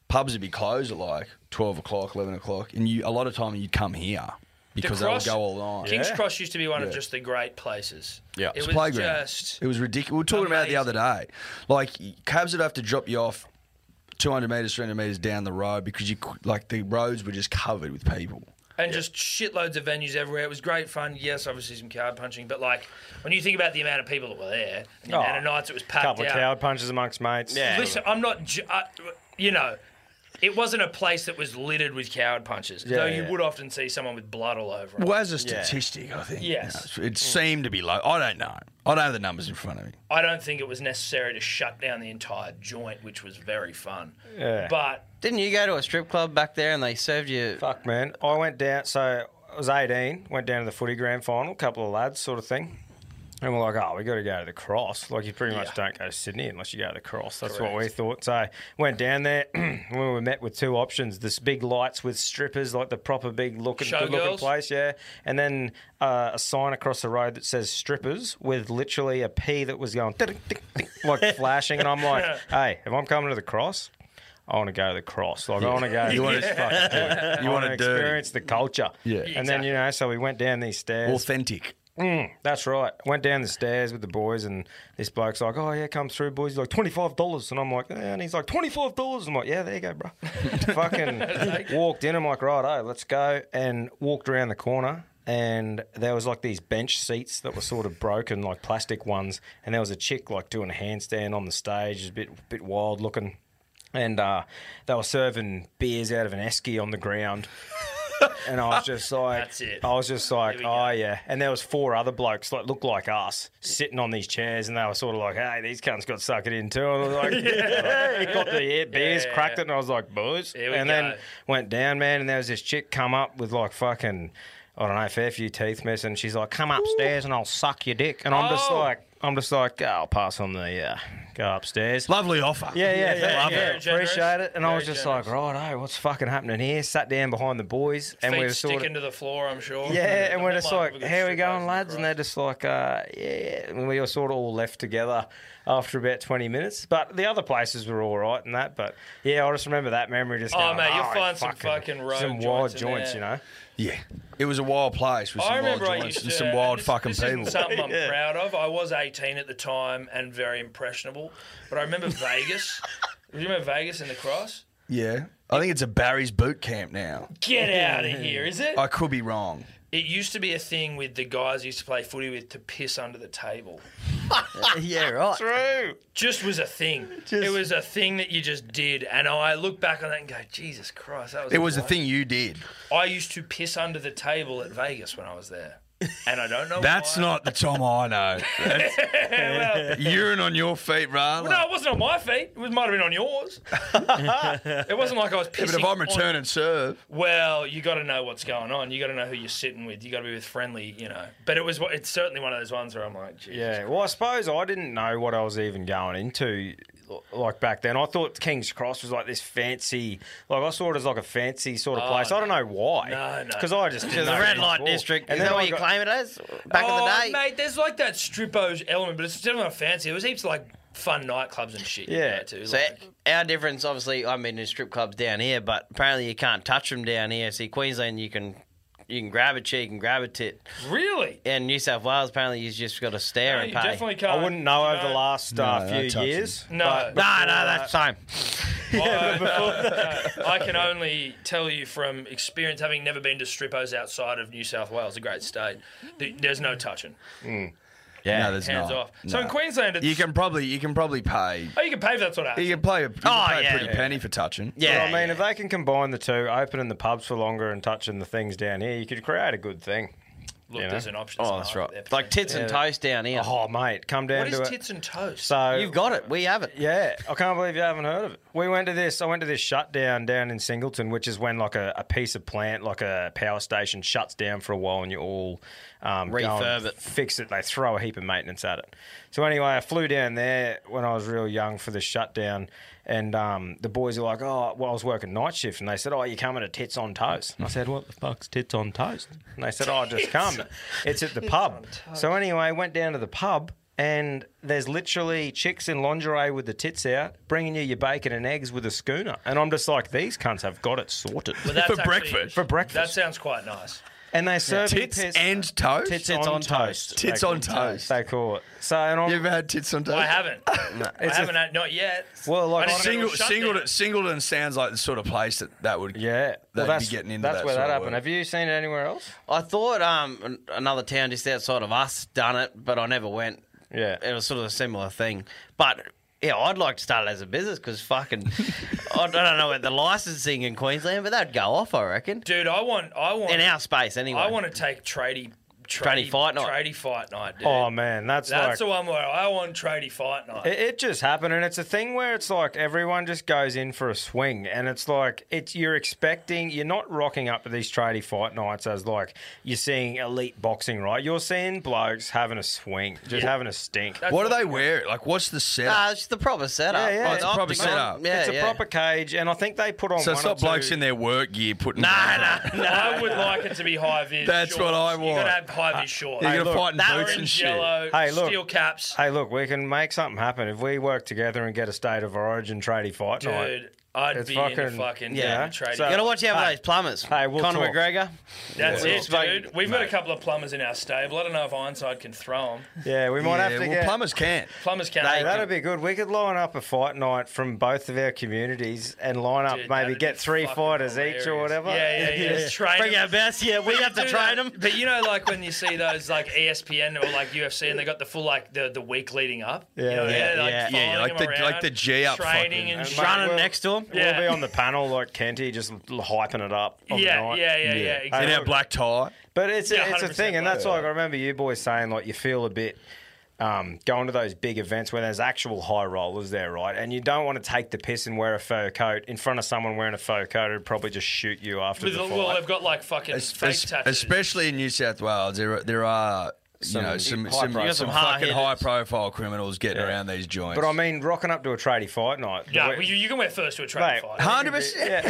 pubs would be closed at like twelve o'clock, eleven o'clock, and you a lot of time you'd come here The because they would Cross- go all night. King's Yeah. Cross used to be one of just the great places. Yeah, it it's a was playground. just it was ridiculous. We were talking about it the other day. Like cabs would have to drop you off two hundred meters, three hundred meters down the road because you cou- like the roads were just covered with people. and just shitloads of venues everywhere. It was great fun. Yes, obviously some card punching, but like when you think about the amount of people that were there, and the Oh, amount of nights it was packed Couple of out. coward punches amongst mates. Yeah. Listen, I'm not, ju- I, you know, it wasn't a place that was littered with coward punches, though you yeah. would often see someone with blood all over. it. Well, as a statistic, I think. you Yes. Mm. know, it seemed to be low. I don't know. I don't have the numbers in front of me. I don't think it was necessary to shut down the entire joint, which was very fun. Yeah. But Didn't you go to a strip club back there and they served you? Fuck, man. I went down. So I was 18, went down to the footy grand final, couple of lads, sort of thing. And we're like, oh, we got to go to the cross. Like, you pretty much don't go to Sydney unless you go to the cross. That's what we thought. So, went down there. we were met with two options this big lights with strippers, like the proper big looking, good looking Showgirls? place, yeah. And then uh, a sign across the road that says strippers with literally a P that was going tick, tick, tick, like flashing. And I'm like, hey, if I'm coming to the cross, I want to go to the cross. Like, I want to go to this fucking thing. You want to wanna do. experience the culture. Yeah. And then, you know, so we went down these stairs. Authentic. That's right. Went down the stairs with the boys, and this bloke's like, "Oh yeah, come through, boys." He's like twenty five dollars, and I'm like, eh, and he's like twenty five dollars. I'm like, yeah, there you go, bro. Fucking walked in. I'm like, right, oh, let's go, and walked around the corner. And there was like these bench seats that were sort of broken, like plastic ones. And there was a chick like doing a handstand on the stage, it was a bit bit wild looking. And uh, they were serving beers out of an esky on the ground. And I was just like, That's it. I was just like, we go. oh yeah. And there was four other blokes that looked like us sitting on these chairs, and they were sort of like, hey, these cunts got sucked in too. And I was like, it got the air, beers Yeah. cracked it, and I was like, boys. Here we and then go. went down, man, and there was this chick come up with like fucking, I don't know, fair few teeth missing. and She's like, come upstairs and I'll suck your dick. And I'm just Oh. like, I'm just like, "Oh, I'll pass on the, uh, go upstairs. Lovely offer. Yeah, yeah, yeah, yeah, yeah, yeah, very generous. appreciate it. And I Very was just generous. like, right, oh, what's fucking happening here? Sat down behind the boys, and feet we were sort sticking of to the floor, I'm sure. yeah, and we're They just might like, have a good here we strip going, over lads, the and they're just like, uh, yeah, and we were sort of all left together after about twenty minutes. But the other places were all right and that. But yeah, I just remember that memory. Just Oh, going, mate, you'll "Oh, find some fucking road some wild joints in joints, there." you know. Yeah. It was a wild place with I some wild remember I joints used to, and some wild this- fucking this isn't people. Something I'm proud of. I was 18 at the time and very impressionable, but I remember Vegas. Do you remember Vegas and the Cross? Yeah. I think it's a Barry's boot camp now. Get out of here, is Uh, it? I could be wrong. It used to be a thing with the guys I used to play footy with to piss under the table. yeah, right. Just was a thing. it was a thing that you just did, and I look back on that and go, Jesus Christ, that was. It was a life." thing you did. I used to piss under the table at Vegas when I was there, and I don't know. That's why. not the Tom I know. That's- urine on your feet, rather. No, it wasn't on my feet. It was- might have been on yours. it wasn't like I was pissing. but if on- I'm return and serve, well, you got to know what's going on. You got to know who you're sitting with. You got to be with friendly, you know. But it was. It's certainly one of those ones where I'm like, Jesus. Yeah, well, I suppose I didn't know what I was even going into, l- like back then. I thought King's Cross was like this fancy, like I saw it as like a fancy sort of place. I don't know why. Oh, No, no, Because I just didn't The know red it light before. district. And is then that I what you got- claim it as? Back oh, in the day. mate, there's like that strippo element, but it's still not fancy. It was heaps of like fun nightclubs and shit. Yeah. you go to, So like- our difference, obviously, I've been in strip clubs down here, but apparently you can't touch them down here. See, Queensland, you can you can grab a cheek and grab a tit, really, and New South Wales, apparently, you just got to stare No, and you pay. definitely can't. I wouldn't know you over the last uh, no, touch few 'em. years. No, no, no, that's time. I, no, I can only tell you from experience, having never been to strippos outside of New South Wales, a great state, th- there's no touching. no, there's Hands not. off. So in No. Queensland, it's, you can probably you can probably pay. oh, you can pay for that sort of. You can play a, you can Oh, pay yeah, a pretty yeah. penny for touching. But Yeah, I mean, if they can combine the two, opening the pubs for longer and touching the things down here, you could create a good thing. Look, you know. there's an option. oh, that's right. market there. Like tits and toast down here. Oh, mate, come down what is to it. tits and toast? So You've got it. We have it. Yeah, I can't believe you haven't heard of it. We went to this. I went to this shutdown down in Singleton, which is when like a, a piece of plant, like a power station, shuts down for a while, and you all um, go and Refurb it. fix it. They throw a heap of maintenance at it. So anyway, I flew down there when I was real young for the shutdown, and um, the boys are like, "Oh, well, I was working night shift," and they said, "Oh, you coming to Tits on Toast?" And I said, "What the fuck's Tits on Toast?" And they said, "Oh, I just come. It's at the pub." So anyway, went down to the pub. And there's literally chicks in lingerie with the tits out, bringing you your bacon and eggs with a schooner, and I'm just like, these cunts have got it sorted. But that's for breakfast. For breakfast. That sounds quite nice. And they serve you Tits piss- and toast. tits, Tits on, on toast. toast. Tits They call on it toast. They call it. So, and I'm You ever had tits on toast? I haven't. I It's a- haven't. had not yet. Well, like- I didn't Single, know it was shut Singleton, down. Singleton sounds like the sort of place that that would. Yeah, They'd well, be that's, getting into that's that where sort that of happened. work. Have you seen it anywhere else? I thought um an- another town just outside of us done it, but I never went. Yeah. it was sort of a similar thing. But yeah, I'd like to start it as a business because fucking, I don't know about the licensing in Queensland, but that'd go off, I reckon. Dude, I want, I want, In our space, anyway. I want to take tradie, Tradie fight night. tradie fight night, dude. Oh man, that's, That's like the one where I want tradie fight night. it, it just happened, and it's a thing where it's like everyone just goes in for a swing, and it's like it's you're expecting you're not rocking up to these tradie fight nights as like you're seeing elite boxing, right? You're seeing blokes having a swing, just having a stink. That's What do they wear? Like, what's the setup? Nah, it's the proper setup. Yeah, yeah. Oh, it's a proper Optical- setup. Yeah, it's a yeah. proper cage, and I think they put on. so one it's or not blokes two- in their work gear putting. Nah, nah. I would like it to be high vis. That's what I You want. gotta have high vis shorts. You're gonna look, fight in that boots and Orange, shit. yellow, Hey, look. steel caps. Hey, look, we can make something happen if we work together and get a state of origin tradie fight night. Dude, I'd It's be in fucking- a fucking yeah. yeah. tradie. So- You gotta watch out for those plumbers. Hey, we'll Conor talk. McGregor. That's it, Fucking- dude. We've got a couple of plumbers in our stable. I don't know if Ironside can throw them. Yeah, we might Yeah, have to well, get. plumbers can't. Plumbers can't. They- hang That'd be good. We could line up a fight night from both of our communities and line up Dude, maybe that'd get be three fucking fighters each or hilarious. whatever. Yeah, yeah, yeah. Train Bring 'em. our best. Yeah, we have to Do train them. that. But you know, like when you see those like E ESPN or like UFC, and they got the full like the, the week leading up. You know, Yeah, they're, yeah. following Yeah, like them the- like around, the G up fucking- training and And shit. mate, Running we'll- next to him. Yeah. We'll be on the panel like Kenty, just l- hyping it up. On the Yeah, night. yeah, yeah, yeah, exactly. In our black tie. But it's a, Yeah, it's a 100% thing, and that's right. like I remember you boys saying like you feel a bit um, going to those big events where there's actual high rollers there, right? And you don't want to take the piss and wear a fur coat in front of someone wearing a fur coat. It'd probably just shoot you after With, the the- fight. well, they've got like fucking Es- face es- tattoos. especially in New South Wales, there are, there are you know some some, profile- some some fucking hard-hitters. high profile criminals getting around these joints. but I mean, rocking up to a tradie fight night. Yeah, we- well, you, you can wear first to a Mate, training fight. hundred percent.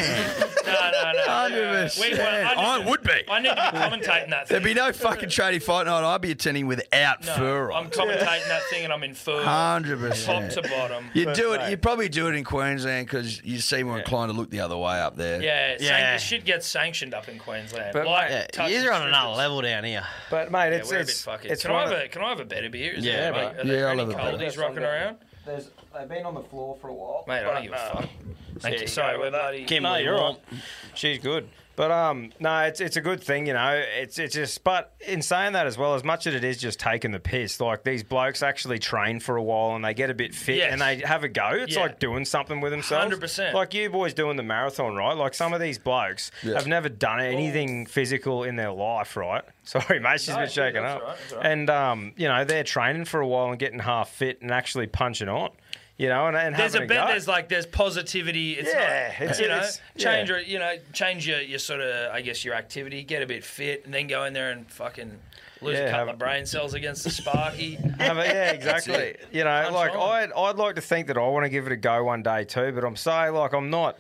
No, no, no. Hundred Wait, percent. well, I, I need, would be. I need to be commentating that thing. There'd be no fucking tradie fight night. I'd be attending without No, fur I'm on. commentating that thing and I'm in fur. Hundred Top percent. to bottom. You do it. You probably do it in Queensland because you seem more inclined to look the other way up there. Yeah, yeah. Yeah. San- this shit gets sanctioned up in Queensland. But, like, Yeah, touch You're on another strippers. level down here. but mate, Yeah, it's we're a bit it's fucking. it's can I one have of- a can I have a better beer? Is Yeah, there, bro. mate? Are there Yeah, I'll any have a better. coldies rocking around? There's, they've been on the floor for a while. uh, Mate, I don't give a fuck. Thank you. Sorry, we're bloody. Kimberly No, you're Wong. right. She's good. But um, no, it's it's a good thing, you know. It's it's just, but in saying that as well, as much as it is just taking the piss, like these blokes actually train for a while and they get a bit fit Yes. and they have a go. It's Yeah. like doing something with themselves. 100%. Like you boys doing the marathon, right? Like some of these blokes have never done anything physical in their life, right? Sorry, mate, she's No, been shaken that's up. all right, that's all right. And um, you know, they're training for a while and getting half fit and actually punching on. You know, and, and There's a having bit. go. There's like there's positivity. It's Yeah, not, it's- you know, it's- change yeah. your you know change your, your sort of I guess your activity. Get a bit fit, and then go in there and fucking lose Yeah, a couple have- of brain cells against the Sparky. Have it- yeah, exactly. You know, like on. I'd, I'd like to think that I want to give it a go one day too, but I'm so like I'm not.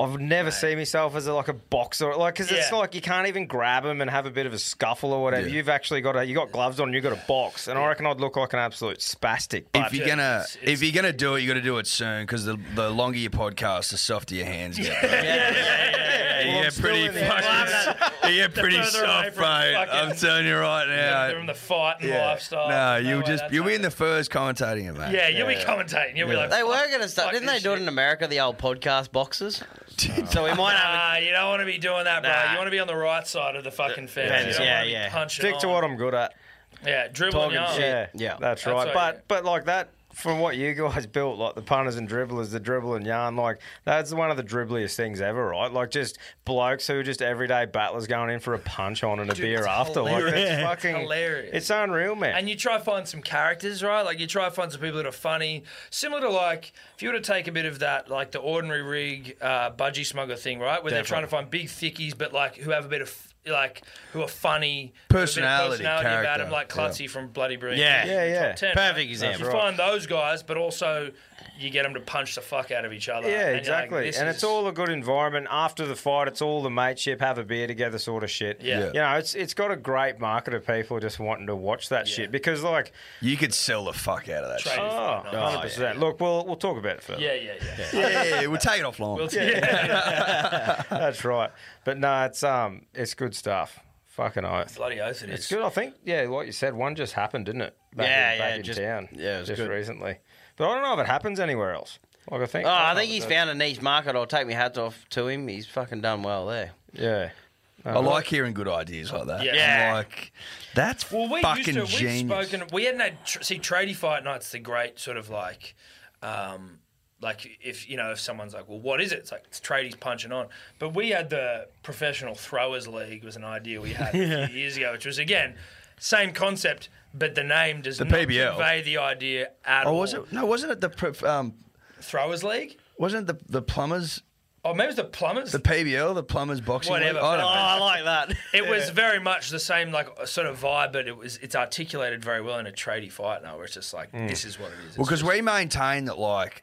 I've never seen myself as a, like a boxer, like because it's Yeah. like you can't even grab them and have a bit of a scuffle or whatever. Yeah. You've actually got a you got gloves on, you have got a box, and I reckon I'd look like an absolute spastic. But If you're Yeah, gonna it's- if you're gonna do it, you got to do it soon because the the longer your podcast, the softer your hands get. bro. Well, Yeah, I'm yeah, still pretty in the- fucking. Yeah, pretty further away soft, from mate. I'm fucking- telling you right They're from now. the fight and Yeah. lifestyle. No, There's you'll way just that's you'll be in happening. the first commentating it, mate. Yeah, you'll be commentating. You'll be like, They were "Fuck, going to start. fuck Didn't they this do it in shit." America, the old podcast boxes? So we might have. Nah, you don't want to be doing that, bro. Nah. You want to be on the right side of the fucking fence. fence, You don't yeah, wanna be yeah. Punching stick to on. what I'm good at. Yeah, Talking dribbling yarn. shit. Yeah, Yeah. that's That's right. right, but yeah. but like that. From what you guys built, like the punters and dribblers, the dribble and yarn, like that's one of the dribbliest things ever, right? Like just blokes who are just everyday battlers going in for a punch on and a beer it's after. Like hilarious. that's fucking Hilarious. It's unreal, man. And you try to find some characters, right? Like you try to find some people that are funny, similar to like if you were to take a bit of that, like the ordinary rig uh, budgie smuggler thing, right? Where they're trying to find big thickies, but like who have a bit of like who are funny, who have a bit of Personality, personality about character, them, like yeah. Clutzy from Bloody Brilliant. Yeah. yeah, yeah. Ten, Perfect right? example. You That's right. find those guys, but also you get them to punch the fuck out of each other. Yeah, And you're like, exactly. this and is- it's all a good environment after the fight. It's all the mateship, have a beer together, sort of shit. Yeah. Yeah. you know, it's it's got a great market of people just wanting to watch that shit because, like, You could sell the fuck out of that. Trade. Shit. oh, Oh, 100 percent. Look, we'll we'll talk about it further. Yeah, yeah, yeah. Yeah, yeah, yeah, we'll take it offline. We'll take- That's right. But no, it's um, it's good stuff. Fucking oath. Bloody oath it is. It's good. I think. Yeah, like you said, one just happened, didn't it? Back Yeah, in, back yeah, in just- town. yeah, it was just good. recently. But I don't know if it happens anywhere else. Like I think. Oh, don't I know think if he's it found a niche market. I'll take my hat off to him. He's fucking done well there. does. Yeah. Uh, I like hearing good ideas like that. Yeah. I'm Yeah. like that's Well, we fucking used to, genius. We've spoken. We hadn't had tr- see tradie fight nights. The great sort of like. Um, like if you know if someone's like, well, what is it? It's like it's tradies punching on. But we had the professional throwers league was an idea we had a few years ago, which was again same concept, but the name does not PBL. convey the idea at Oh, all. was it? No, wasn't it the pre- um, throwers league? wasn't it the the plumbers Oh, maybe it was the plumbers. the PBL the plumbers boxing? league? Whatever. I don't Oh, know. I like that. It was very much the same like sort of vibe, but it was it's articulated very well in a tradie fight now, where it's just like this is what it is. Mm. Well, It's because just- we maintain that like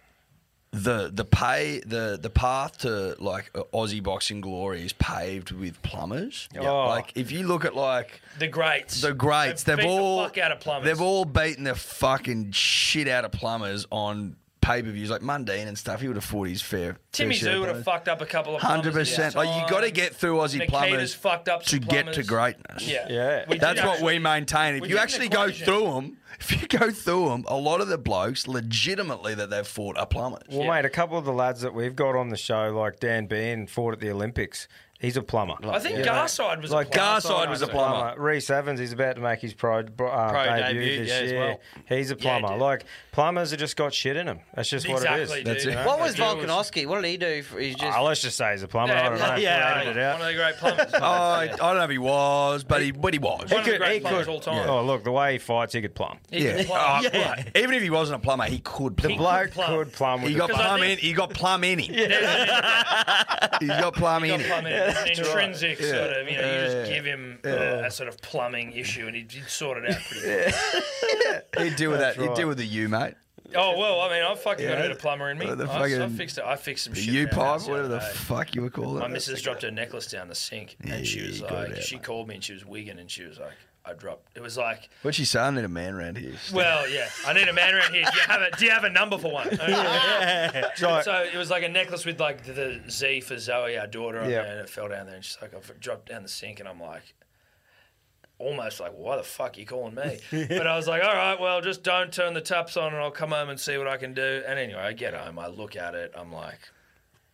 the the pay the the path to like uh, Aussie boxing glory is paved with plumbers. Oh. Like if you look at like the greats, the greats, They they've, beat the all fuck out of plumbers. They've all beaten the fucking shit out of plumbers on pay per views like Mundine and stuff. He would have fought his fair. Timmy Zoo would have fucked up a couple of Hundred percent. Like you got to get through Aussie Nikita's plumbers fucked up to some get to plumbers. greatness. Yeah, Yeah. We did That's what actually- we maintain. If we you did an actually go equation. through them, if you go through them, a lot of the blokes legitimately that they've fought are plumbers. Well, mate, a couple of the lads that we've got on the show, like Dan Bean, fought at the Olympics. He's a plumber. I think Garside was like Like, Gar- Garside was a plumber. Reese Evans, he's about to make his pro, uh, debut, debut, this yeah, as year. well. He's a plumber. did. like plumbers have just got shit in them. That's just what it is. exactly. That's dude. it. What was Jules. Volkanovski? What did he do? For, he's just Oh, let's just say he's a plumber. I don't know. if Yeah, we yeah, edited it out. One of the great plumbers. Oh, I, I don't know if he was, but he, but he was. One of the could- he great plumbers could- all time. Oh, look, the way he fights, he could plumb. He could plumb. Oh, right. Even if he wasn't a plumber, he could. Plumb. Bloke plumb. could plumb. With he the- got 'Cause I plum in. think- He got plum in him. He's got plum in Got him. plumbing, intrinsic sort of, you know, you just give him uh, a sort of plumbing issue and he'd, he'd sort it out pretty well. He'd deal with that. He'd deal with the U, mate. Oh, well, I mean, I fucking got a bit of plumber in me. The I, I fucking- fixed it. I fixed some The shit. U in our pipe, house whatever the other day. fuck you would call it. My missus dropped her necklace down the sink and she Yeah, was you got like, it out, she mate. called me and she was wigging and she was like, I dropped. It was like, What's she saying? I need a man round here. well, yeah, I need a man around here. Do you have a, do you have a number for one? Like, So it was like a necklace with like the, the Z for Zoe, our daughter, on Yeah. there, and it fell down there. And she's like, I've dropped down the sink, and I'm like, almost like, why the fuck are you calling me? but I was like, all right, well, just don't turn the taps on, and I'll come home and see what I can do. And anyway, I get home, I look at it, I'm like.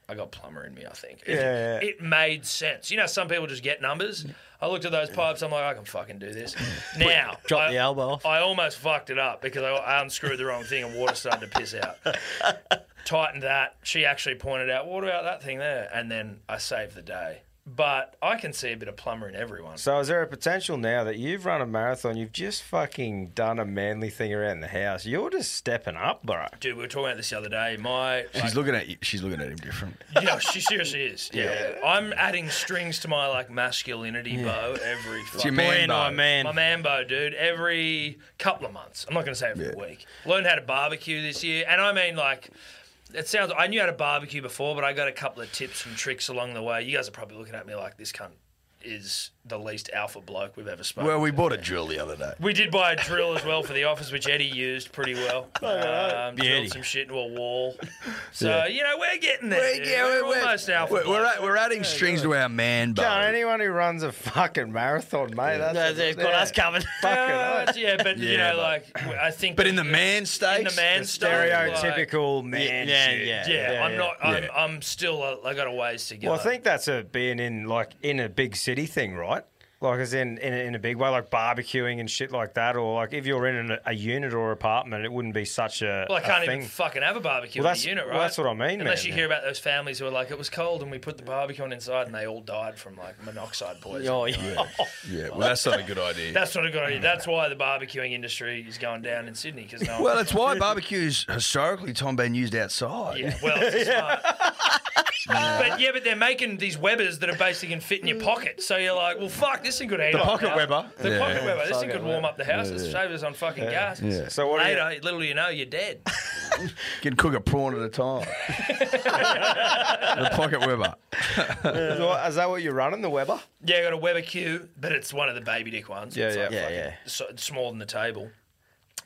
I got plumber in me, I think. It, Yeah, yeah. it made sense. You know, some people just get numbers. I looked at those pipes. I'm like, I can fucking do this. Now, dropped I- the elbow off. I almost fucked it up because I- I unscrewed the wrong thing and water started to piss out. Tightened that. She actually pointed out, what about that thing there? And then I saved the day. But I can see a bit of plumber in everyone. So is there a potential now that you've run a marathon, you've just fucking done a manly thing around the house? You're just stepping up, bro. Dude, we were talking about this the other day. My, She's like, looking at you. She's looking at him different. you know, she seriously is. Yeah. I'm adding strings to my like masculinity bow every your fucking man Boy, no, bow. man. My Mambo, dude, every couple of months. I'm not going to say every Yeah. week. Learned how to barbecue this year. And I mean, like, it sounds, I knew how to barbecue before, but I got a couple of tips and tricks along the way. You guys are probably looking at me like this cunt is the least alpha bloke we've ever spoken Well, we to. bought a drill the other day. We did buy a drill as well for the office, which Eddie used pretty well. Um, Beauty. drilled some shit into a wall. So, you know, we're getting there. We're- dude. yeah, we're- we're- almost alpha. We're, we're, blokes. at- we're adding strings to our man bow. John, anyone who runs a fucking marathon, mate, that's No, they've got us covered. fucking Uh, yeah, but, you Yeah, know, but- like, I think. But in the man stakes, in the man style, like- stereotypical man yeah, shit. yeah. Yeah, I'm not. I'm, Yeah. I'm still. uh, I got a ways to go. Well, I think that's a being in like in a big city thing, right? Like as in in a, in a big way, like barbecuing and shit like that, or like if you're in an, a unit or apartment, it wouldn't be such a. Well, I a can't thing. even fucking have a barbecue Well, in that's- the unit, right? well, that's what I mean, Unless man. you hear about those families who are like, it was cold and we put the barbecue on inside and they all died from like monoxide poisoning. Oh, yeah. Yeah, well, that's not a good idea. That's not a good idea. That's why the barbecuing industry is going down in Sydney because no. one- well, it's why barbecues historically, Tom, been used outside. yeah, well, it's smart. But yeah, but they're making these Webbers that are basically can fit in your pocket. So you're like, well, fuck, this thing could heat the pocket Weber. The Yeah. pocket Weber. This thing could warm up the house. It's save us on fucking gas. So what? Are you, Later, little you know, you're dead. Can cook a prawn at a time. the pocket Weber. is what- is that what you're running the Weber? Yeah, I got a Weber Q, but it's one of the baby dick ones. It's like yeah, yeah. so, it's smaller than the table.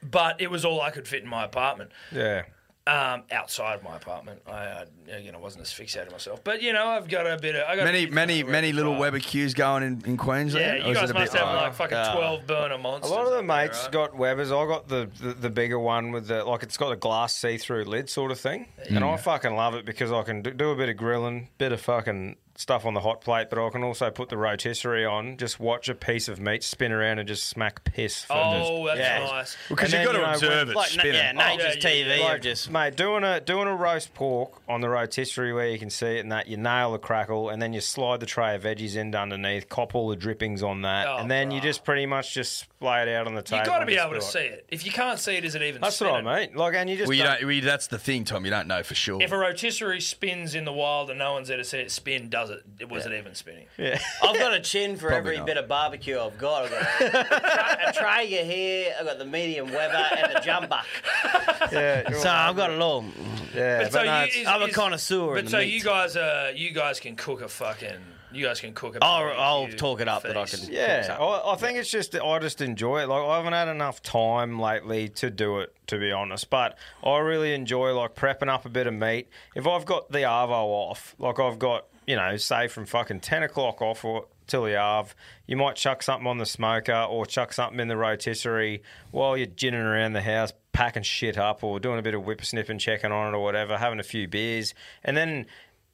But it was all I could fit in my apartment. yeah. Um, outside my apartment, I uh, you know wasn't asphyxiated myself. But you know, I've got a bit of I got a Many, bit many, of- many little Weber cues going in, in Queensland. Yeah, Or you is guys it a must bit have like- like fucking twelve burner A monsters. lot of the up there, mates right? got Webers. I got the, the, the bigger one with the like it's got a glass Mm. see through lid sort of thing, and I fucking love it because I can do, do a bit of grilling, bit of fucking stuff on the hot plate, but I can also put the rotisserie on, just watch a piece of meat spin around and just smack piss. For Oh, that's Yeah. nice. Because And you've got then, to you know, observe it. Like, na- spinning. Oh, yeah, nature's yeah, TV. Like, of just mate, doing a doing a roast pork on the rotisserie where you can see it and that you nail the crackle and then you slide the tray of veggies in underneath, cop all the drippings on that, Oh, and then you bruh. just pretty much just lay it out on the table. You got to and be just able to do see it. If you can't see it, is it even? That's what spinning? I mean. Like, and you just Well, you don't- don't, well, that's the thing, Tom. You don't know for sure. If a rotisserie spins in the wild and no one's there to see it spin, does it? it was it even spinning? I've got a chin for every not. bit of barbecue I've got. I've got a, tra- a Traeger here, I've got the medium Weber and the jumper. yeah, you're So right. I've got it all. yeah, but so no, you- it's- is- I'm a is- connoisseur in But the so meat. you guys, uh, you guys can cook a fucking. You guys can cook a. I'll- I'll barbecue talk it up that I feast. can- Yeah, I, I think it's just that I just enjoy it. Like I haven't had enough time lately to do it, to be honest. But I really enjoy like prepping up a bit of meat. If I've got the arvo off, like I've got you know, say from fucking ten o'clock off or till the arv, you might chuck something on the smoker or chuck something in the rotisserie while you're ginning around the house. Packing shit up or doing a bit of whippersnipping, checking on it or whatever, having a few beers, and then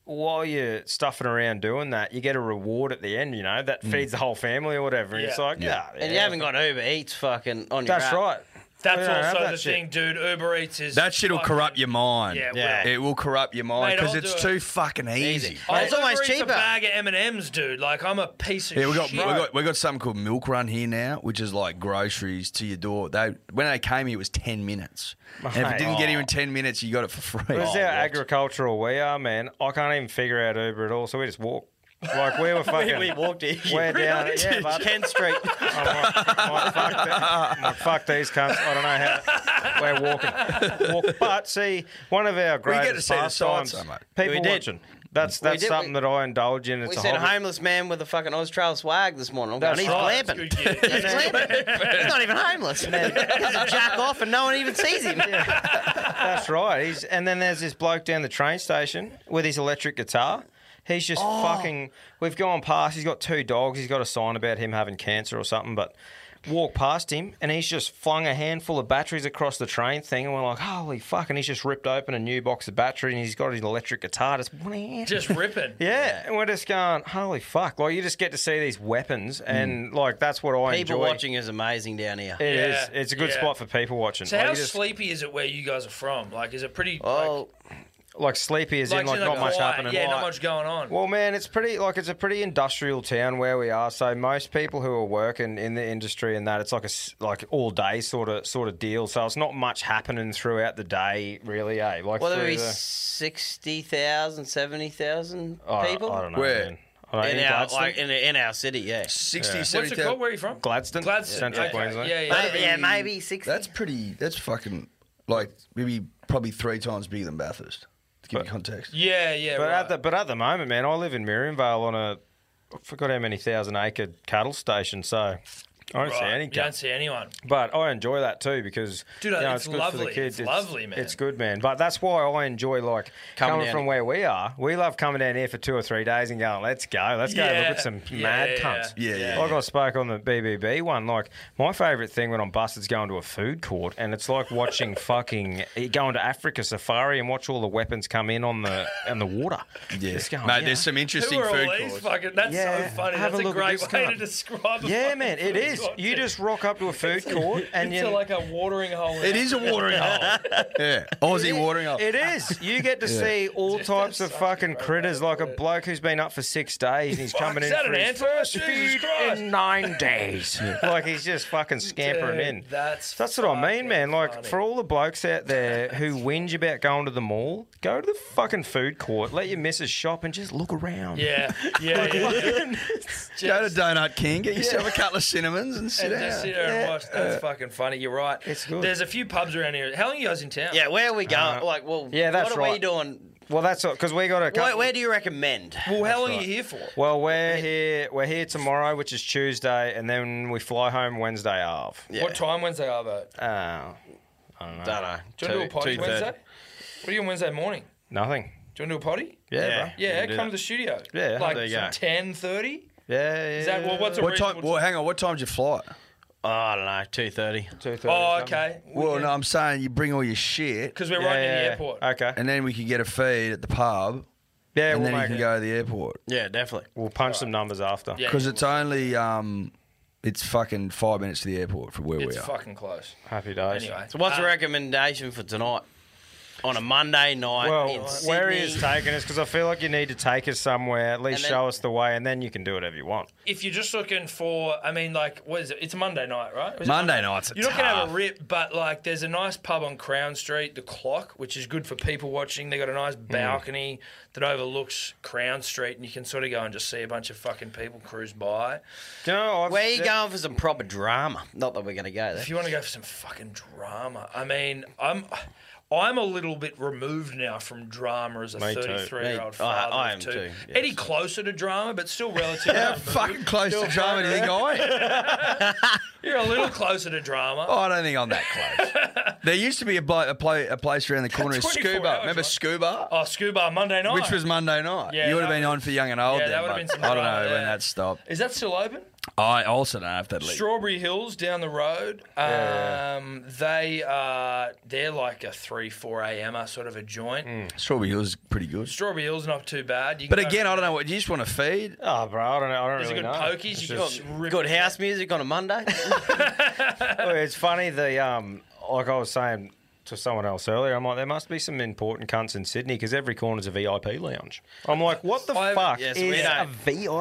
while you're stuffing around doing that, you get a reward at the end, you know, that feeds the whole family or whatever. And it's Yeah. like, ah, yeah. And you yeah. haven't got Uber Eats fucking on your That's app. right. That's We don't have also that the shit. thing, dude. Uber Eats is that shit will fucking- corrupt your mind. Yeah, it Yeah. will. It will corrupt your mind Mate, because I'll it's do it. too fucking easy. Oh, Mate, it's always Uber Eats cheaper. A bag of M and M's, dude. Like I'm a piece of Yeah, we got we shit. got we got something called Milk Run here now, which is like groceries to your door. They when they came here, it was ten minutes, and if it Mate. didn't get here in ten minutes, you got it for free. This is how agricultural we are, man. I can't even figure out Uber at all, so we just walk. Like we were fucking. We walked in. We're down at yeah, bud. Kent Street. I'm like, I'm like, fuck, that. I'm like, Oh, fuck these cunts. I don't know how we're walking. Walk. But see, one of our get greatest to see the sights, pastimes, though, mate. people We did. watching. That's We that's did. something We- that I indulge in. It's We a seen a hobby. homeless man with a fucking Australia swag this morning. I'm going, That's he's right. glamping. Good gear. He's glamping. He's not even homeless. He's a jack off and no one even sees him. That's right. He's, and then there's this bloke down the train station with his electric guitar. He's just fucking. We've gone past. He's got two dogs. He's got a sign about him having cancer or something. But walk past him, and he's just flung a handful of batteries across the train thing, and we're like, holy fuck! And he's just ripped open a new box of battery, and he's got his electric guitar. Just just ripping. yeah, and we're just going, holy fuck! Like you just get to see these weapons, and like that's what I People enjoy. watching is amazing down here. It is. Yeah, It's a good yeah. spot for people watching. So like, how you just- sleepy is it where you guys are from? Like, is it pretty? Oh, like sleepy as like, in like is it, not much quiet? happening. Yeah, not Like- much going on. Well, man, it's pretty like it's a pretty industrial town where we are. So most people who are working in the industry and that it's like a s- like all day sort of sort of deal. So it's not much happening throughout the day, really. Eh? Like well, there through be the, 60,000, 70,000 I- people. I don't know. Where? man. I don't know, In in our, Gladstone? like, in, in our city, yeah. Sixty, What's 70 it called? Where are you from? Gladstone, Gladstone. Central Okay. Queensland. Yeah, yeah. Maybe, yeah, maybe 60. That's pretty. That's fucking like maybe probably three times bigger than Bathurst. To give you context, Yeah, yeah. But right. at the but at the moment, man, I live in Miriamvale on a I forgot how many thousand acre cattle station. So I don't see Right. any You cattle. don't see anyone. But I enjoy that too because Dude, you know, it's it's, good for lovely. the kids. It's lovely, man. It's good, man. But that's why I enjoy like Coming coming, down from here. where we are. We love coming down here for two or three days and going, let's go, let's go Yeah. look at some Yeah, mad yeah, cunts. yeah. Yeah, yeah, Like yeah. I spoke on the BBB one. Like my favourite thing when I'm busted is going to a food court and it's like watching fucking going to Africa safari and watch all the weapons come in on the on the water. yeah, Just going, mate. yeah. There's some Who interesting are food all these courts. fucking? That's Yeah, so funny. have That's a a, look at great way this guy. to describe. A Yeah, fucking man, it food is. court, You dude. just rock up to a food court and It's you like a watering hole. It is a watering hole. Yeah, Aussie watering hole. It is. You get to see all types of fucking critters, like a bloke who's been up for six days and he's Fuck, coming is in that for an his antler? first Jesus food Christ. in nine days. Like he's just fucking scampering Dude, in. that's that's what I mean, fucking man. Like funny. for all the blokes out there who whinge about going to the mall, go to the fucking food court, let your missus shop, and just look around. Yeah, yeah, yeah. Go to Donut King, get yourself a couple of cinnamons, and sit And down. just sit there and watch. That's fucking funny. You're right. Uh, It's good. There's a few pubs around here. How long are you guys in town? yeah, where are we going? like, well, Yeah, that's what are we right. doing? Well, that's because we got a couple. Where, where do you recommend? Well, how long are you here for? well, we're here. We're here tomorrow, which is Tuesday, and then we fly home Wednesday. Half. Yeah. What time Wednesday are they? Uh, Don't know. Do you want to do a potty two Wednesday? thirty. What are you on Wednesday morning? nothing. Do you want to do a potty? Yeah, Yeah. bro. Yeah, come to the studio. Yeah, like there you go. ten thirty. Yeah, Is that well, what's a What time? reasonable Well, hang on. What time's your flight? Oh, I don't know. Two thirty. Oh, okay. Well, no, I'm saying you bring all your shit, Because we're right near the airport. Okay. and then we can get a feed at the pub, Yeah, and we'll then he make can it. go to the airport. Yeah, definitely. We'll punch some numbers after. Yeah, Because it's only um, it's fucking five minutes to the airport from where it's we are. fucking close. Happy days. Anyway, So what's um, the recommendation for tonight? On a Monday night in Well, where he is Sydney? taking us, because I feel like you need to take us somewhere, at least And then- show us the way, and then you can do whatever you want. if you're just looking for, I mean, like, what is it? It's Monday night, right? Or is it Monday nights are You're not gonna have tough. a rip, but like, there's a nice pub on Crown Street, the Clock, which is good for people watching. They got a nice balcony that overlooks Crown Street, and you can sort of go and just see a bunch of fucking people cruise by. Do you know, I've, Where you going for some proper drama? Not that we're going to go there. If you want to go for some fucking drama, I mean, I'm. I'm a little bit removed now from drama as a Me too. 33 year old Me- I- father. I of am two. too, yes. Eddie closer to drama, but still relatively. How removed. fucking close to drama do you think I am? You're a little closer to drama. Oh, I don't think I'm that close. there used to be a, blo- a, pla- a place around the corner, is 24 Scuba. hours, Remember right? Scuba? Oh, scuba Monday night. Which was Monday night. Yeah, you would that have been was- on for young and old Yeah, then, that would but have been some I don't know drama, when yeah. that stopped. Is that still open? I also don't know if that leaked. Strawberry Hills down the road. Um, they are they're like a three four a.m. -er sort of a joint. Strawberry Hills is pretty good. Strawberry Hills not too bad. You can Hmm. go- But again, I don't know what you just want to feed. oh, bro, I don't know. I don't there's a really good know. pokies. You can just- just rip Good house music on a Monday. Well, it's funny the um, like I was saying to someone else earlier, I'm like, there must be some important cunts in Sydney because every corner's a VIP lounge. I'm like, what the I- fuck yes, we is a don't-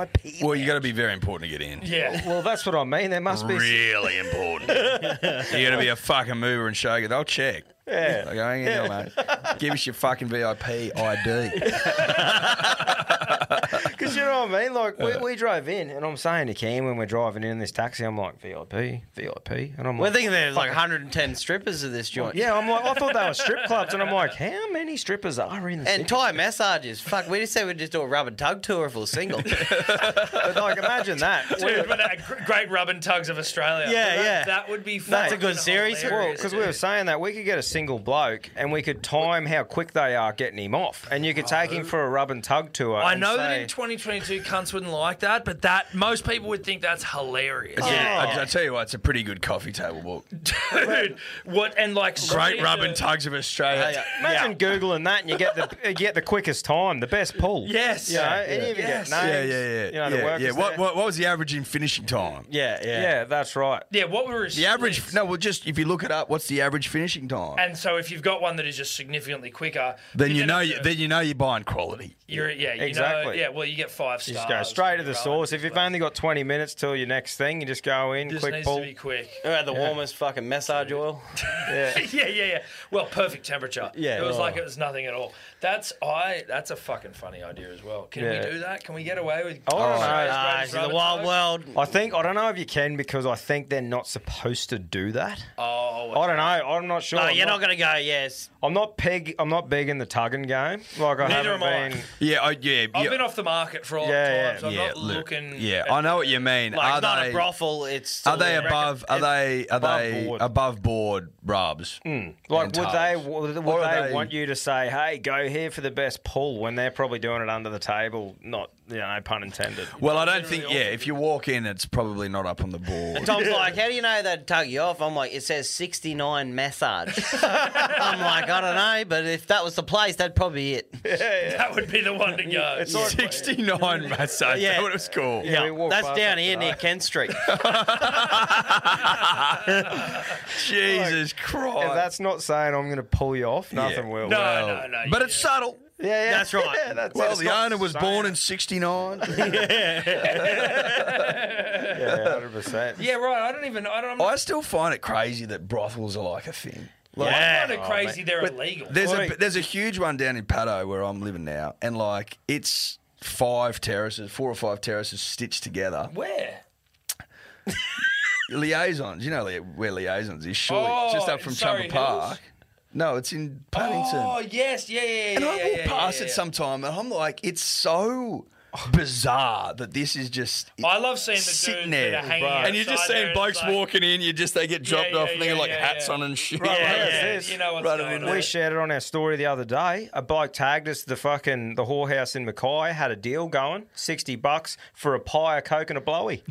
VIP? Well, you got to be very important to get in. Yeah. Well, that's what I mean. There must be. some- Really important. you got to be a fucking mover and shaker. They'll check. Yeah. Like, hang in there, mate. Give us your fucking VIP ID. Because you know what I mean? Like, we, we drove in, and I'm saying to Keane when we're driving in this taxi, I'm like, VIP, VIP. And I'm we're like, thinking there's like 110 strippers at this joint. yeah, I'm like, I thought they were strip clubs. And I'm like, how many strippers are in the And Thai massages. Fuck, we just said we'd just do a rub and tug tour if we we're single. But, like, imagine that. Dude, but that gr- great rub and tugs of Australia. Yeah, that, yeah. That would be fun. That's a good series. Well, because we were saying that we could get a single bloke and we could time how quick they are getting him off, and you could take Oh. him for a rub and tug tour. I and know that in say- 2022 cunts wouldn't like that, but that most people would think that's hilarious. Yeah, I, I tell you what, it's a pretty good coffee table book. Dude, what and like Great rub and tug. tugs of Australia. Imagine googling that, and you get the you get the quickest time, the best pull. Yes. you know, and you even Yes. get names. Yeah, yeah, yeah. You know, the yeah, workers yeah. What, there. what, what was the average in finishing time? yeah, yeah. Yeah, that's right. Yeah, what we were The average, no, well, just if you look it up, what's the average finishing time? And so if you've got one that is just significantly quicker, then you know, you, get a- then you know you're buying quality. you're yeah, you Exactly. know, yeah. Well, you get five You stars. just go straight to You're the right. source. If you've only got 20 minutes till your next thing, you just go in, this quick needs pull. to be quick. Who had the warmest fucking massage oil? yeah, yeah, yeah. Well, perfect temperature. Yeah. it was Oh. like it was nothing at all. That's I. That's a fucking funny idea as well. Can Yeah. we do that? Can we get away with? Oh, no. Australia's Ah, greatest it's the rubber wild tug? world. I think, I don't know if you can because I think they're not supposed to do that. Oh, I don't know. I'm not sure. No, I'm Oh, you're not going to go, yes. I'm not peg. I'm not big in the tugging game. Like I Neither haven't am I. been. Yeah, I, yeah, I've yeah. been off the market for a long Yeah, time, yeah. so I'm yeah, not look, looking. Yeah, at- I know what you mean. Like, are it's not they, a brothel. It's Are they still- above? Are they? Are above they board. above board rubs? Like, and would tugs? they? Would, would Or are they, they- want you to say, "Hey, go here for the best pull" when they're probably doing it under the table? Not, you know, pun intended. Well, I don't think. Yeah, if you walk in, it's probably not up on the board. Tom's like, how do you know they'd tug you off? I'm like, it says 69 massage. I'm like, I don't know, but if that was the place, that'd probably be it. That would be the one to go. It's like- Sixty-nine massage. Yeah, Yeah. that was cool. Yeah, we walked That's past down that here near today. Kent Street. Jesus Christ. If that's not saying I'm going to pull you off, nothing will. No, Yeah, no, no. but yeah. it's subtle. yeah, That's right. Yeah, that's it. Well, It's the not owner was saying- born in '69. Yeah, 100. percent yeah, right. I don't even. I don't. I'm I still find it crazy that brothels are like a thing. Like, yeah. kind of Oh, crazy. they're illegal. There's a Right. there's a huge one down in Paddo where I'm living now, and like it's five terraces, four or five terraces stitched together. Where? Liaisons, you know li- where liaisons is surely Oh, just up in from Surrey Trumbull Hills? Park. No, it's in Paddington. Oh yes, yeah, yeah, yeah. and yeah, I yeah, walk yeah, past yeah, it yeah. sometime, and I'm like, it's so bizarre that this is just I love seeing the sitting dudes there, that are hanging and you're just outside there seeing and blokes it's like, walking in. You just they get dropped yeah, off, and they yeah, got like yeah, hats yeah. on and shit. Yeah, What is yeah, this? you know what's Right going in on. We shared it on our story the other day. A bloke tagged us. The fucking the whorehouse in Mackay had a deal going, sixty bucks for a pie, a coke, and a blowy.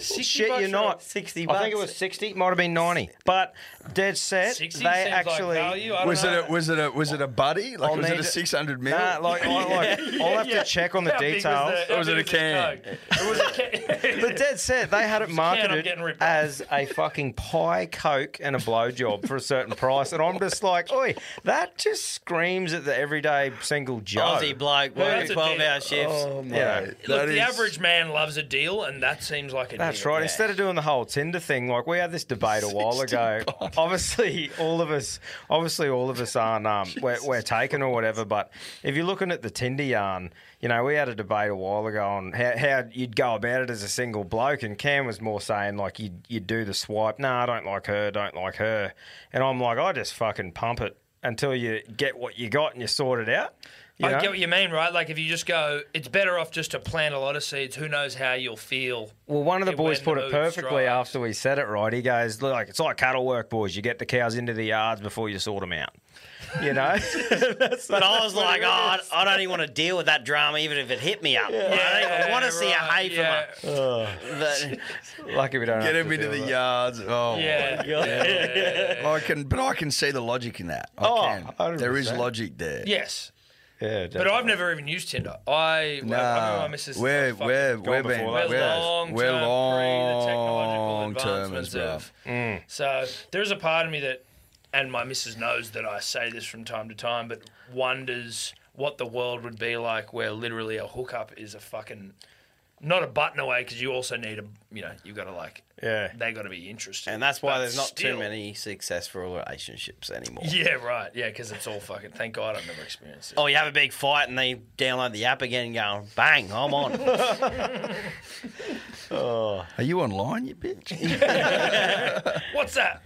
Shit, you're not. Sixty bucks. I think it was 60, might have been 90. But dead set, 60 they seems actually. like value. I don't Was it know. a, was it a was it a buddy? Like I'll was it need a it. six hundred mil? Uh, Nah, like, I, like I'll have to check on the How big was details. the- how was it big a can? Coke? It was a can. But dead set, they had it I'm marketed getting ripped off. as a fucking pie, coke, and a blowjob for a certain price, and I'm just like, oi, that just screams at the everyday single Joe. Aussie bloke that's working a twelve deal. hour shifts. yeah, Look, the average man loves a deal, and that seems like a that's deal. right. Instead of doing the whole Tinder thing, like we had this debate a while ago. Obviously, all of us, obviously, all of us aren't um, we're, we're taken or whatever. But if you're looking at the Tinder yarn, you know, we had a debate a while ago on how, how you'd go about it as a single bloke, and Cam was more saying like you you do the swipe. Nah, I don't like her. Don't like her. And I'm like, I just fucking pump it until you get what you got and you sort it out. you I know? get what you mean, right? Like if you just go, it's better off just to plant a lot of seeds. Who knows how you'll feel? Well, one of the it boys put when the it mood perfectly strikes. after we said it right. He goes, "Look, like it's like cattle work, boys. You get the cows into the yards before you sort them out." You know, But I was like, oh, I, I don't even want to deal with that drama, even if it hit me up. I, don't even- I want to see a hay from yeah, her. But- lucky we don't Get have him to into do the it. yards. Oh, yeah, yeah. I can, but I can see the logic in that. I Oh, can. There is 100%. logic there. Yes, Yeah, but I've never even used Tinder. I, I remember my missus. we're fucking- we're gone we're being before that. We're long we're, we're term pre the long technological termers, advancements bro. of. Mm. So there's a part of me that, and my missus knows that I say this from time to time, but wonders what the world would be like where literally a hookup is a fucking. Not a button away because you also need a, you know, you've got to like, Yeah. they got to be interested. and that's why But there's not still- too many successful relationships anymore. Yeah, right. Yeah, because it's all fucking. Thank God I've never experienced it. Oh, you have a big fight and they download the app again and go, bang, I'm on. Are you online, you bitch? yeah, What's that?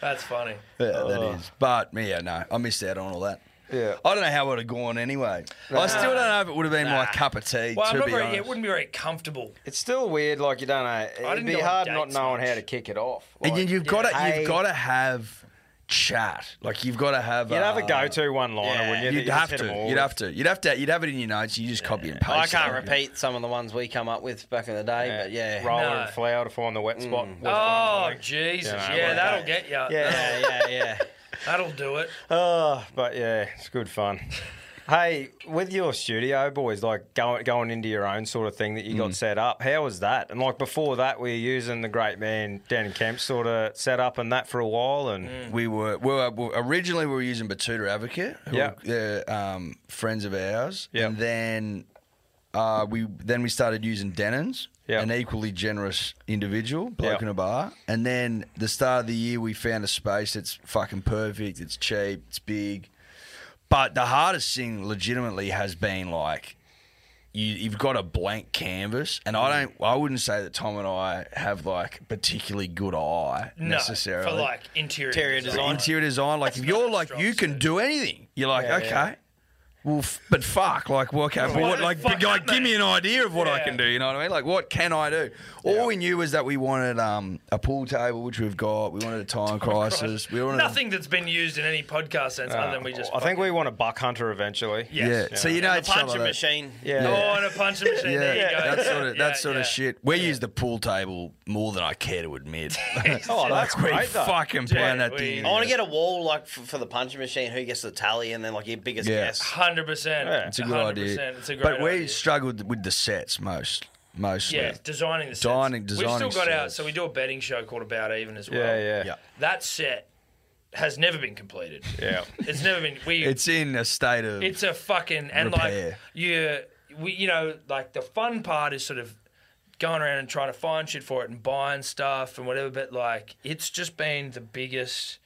That's funny. that Oh. is. But yeah, no, I missed out on all that. Yeah. I don't know how it would have gone anyway. I still don't know if it would have been my cup of tea. Well, to I'm not be very, honest. it wouldn't be very comfortable. It's still weird, like you don't know. It'd didn't be go on hard dates not knowing much. how to kick it off. and Like, you- you've got to Hey. you've got to have chat. Like you've got to have. you'd have a uh, go-to one-liner, wouldn't you? that You'd you have just hit 'em to. all You'd with? have to. You'd have to. You'd have it in your notes. You just copy and paste. I can't it. repeat some of the ones we come up with back in the day, but yeah. roller No. and flower to find the wet spot. was Oh one-liner. Jesus! Yeah, no, I Yeah, wouldn't that'll get you. yeah. Yeah, yeah, yeah. that'll do it. Oh, but yeah, it's good fun. hey, with your studio boys, like going going into your own sort of thing that you got set up, how was that? And like before that, we were using the great man Dan Kemp sort of set up and that for a while, and We were, we were we- originally we were using Batuta Advocate, who Yeah. were, they're um, friends of ours, Yeah. and then uh, we then we started using Denon's, Yeah. an equally generous individual, bloke Yeah. in a bar, and then the start of the year we found a space that's fucking perfect. It's cheap, it's big, but the hardest thing, legitimately, has been like you, you've got a blank canvas, and Mm. I don't. I wouldn't say that Tom and I have like particularly good eye No, necessarily for like interior, Interior but design. interior design. Like if you're like you can do anything, you're like Yeah, okay. yeah. Well, f- but fuck, like, well, okay, but Why what, the like, fuck but, like, not, give me mate? an idea of what I Yeah. can do. You know what I mean? Like, what can I do? All we knew was that we wanted um, a pool table, which we've got. We wanted a time crisis. We wanted a- Nothing that's been used in any podcast sense other than we just. I think fucking- we want a buck hunter eventually. Yeah. Yes. So you know, The it's some of punching that- machine. Yeah, Oh, and a punching machine. Yeah, there you go. that sort of Yeah, that sort yeah. of shit. We use the pool table more than I care to admit. Oh, that's we great though. fucking pound that we- thing. in. I want to get a wall like for, for the punching machine. Who gets the tally, and then like your biggest Yeah. guess. Hundred percent. It's a good idea. It's a great but we idea. struggled with the sets most. Mostly. Yeah, designing the sets. Dining- designing We've still got out. sets. So we do a betting show called About Even as well. yeah, yeah, Yeah. That set has never been completed. yeah. It's never been. We. It's in a state of. It's a fucking and like Repair. you, we, you know, like the fun part is sort of going around and trying to find shit for it and buying stuff and whatever. But like, it's just been the biggest.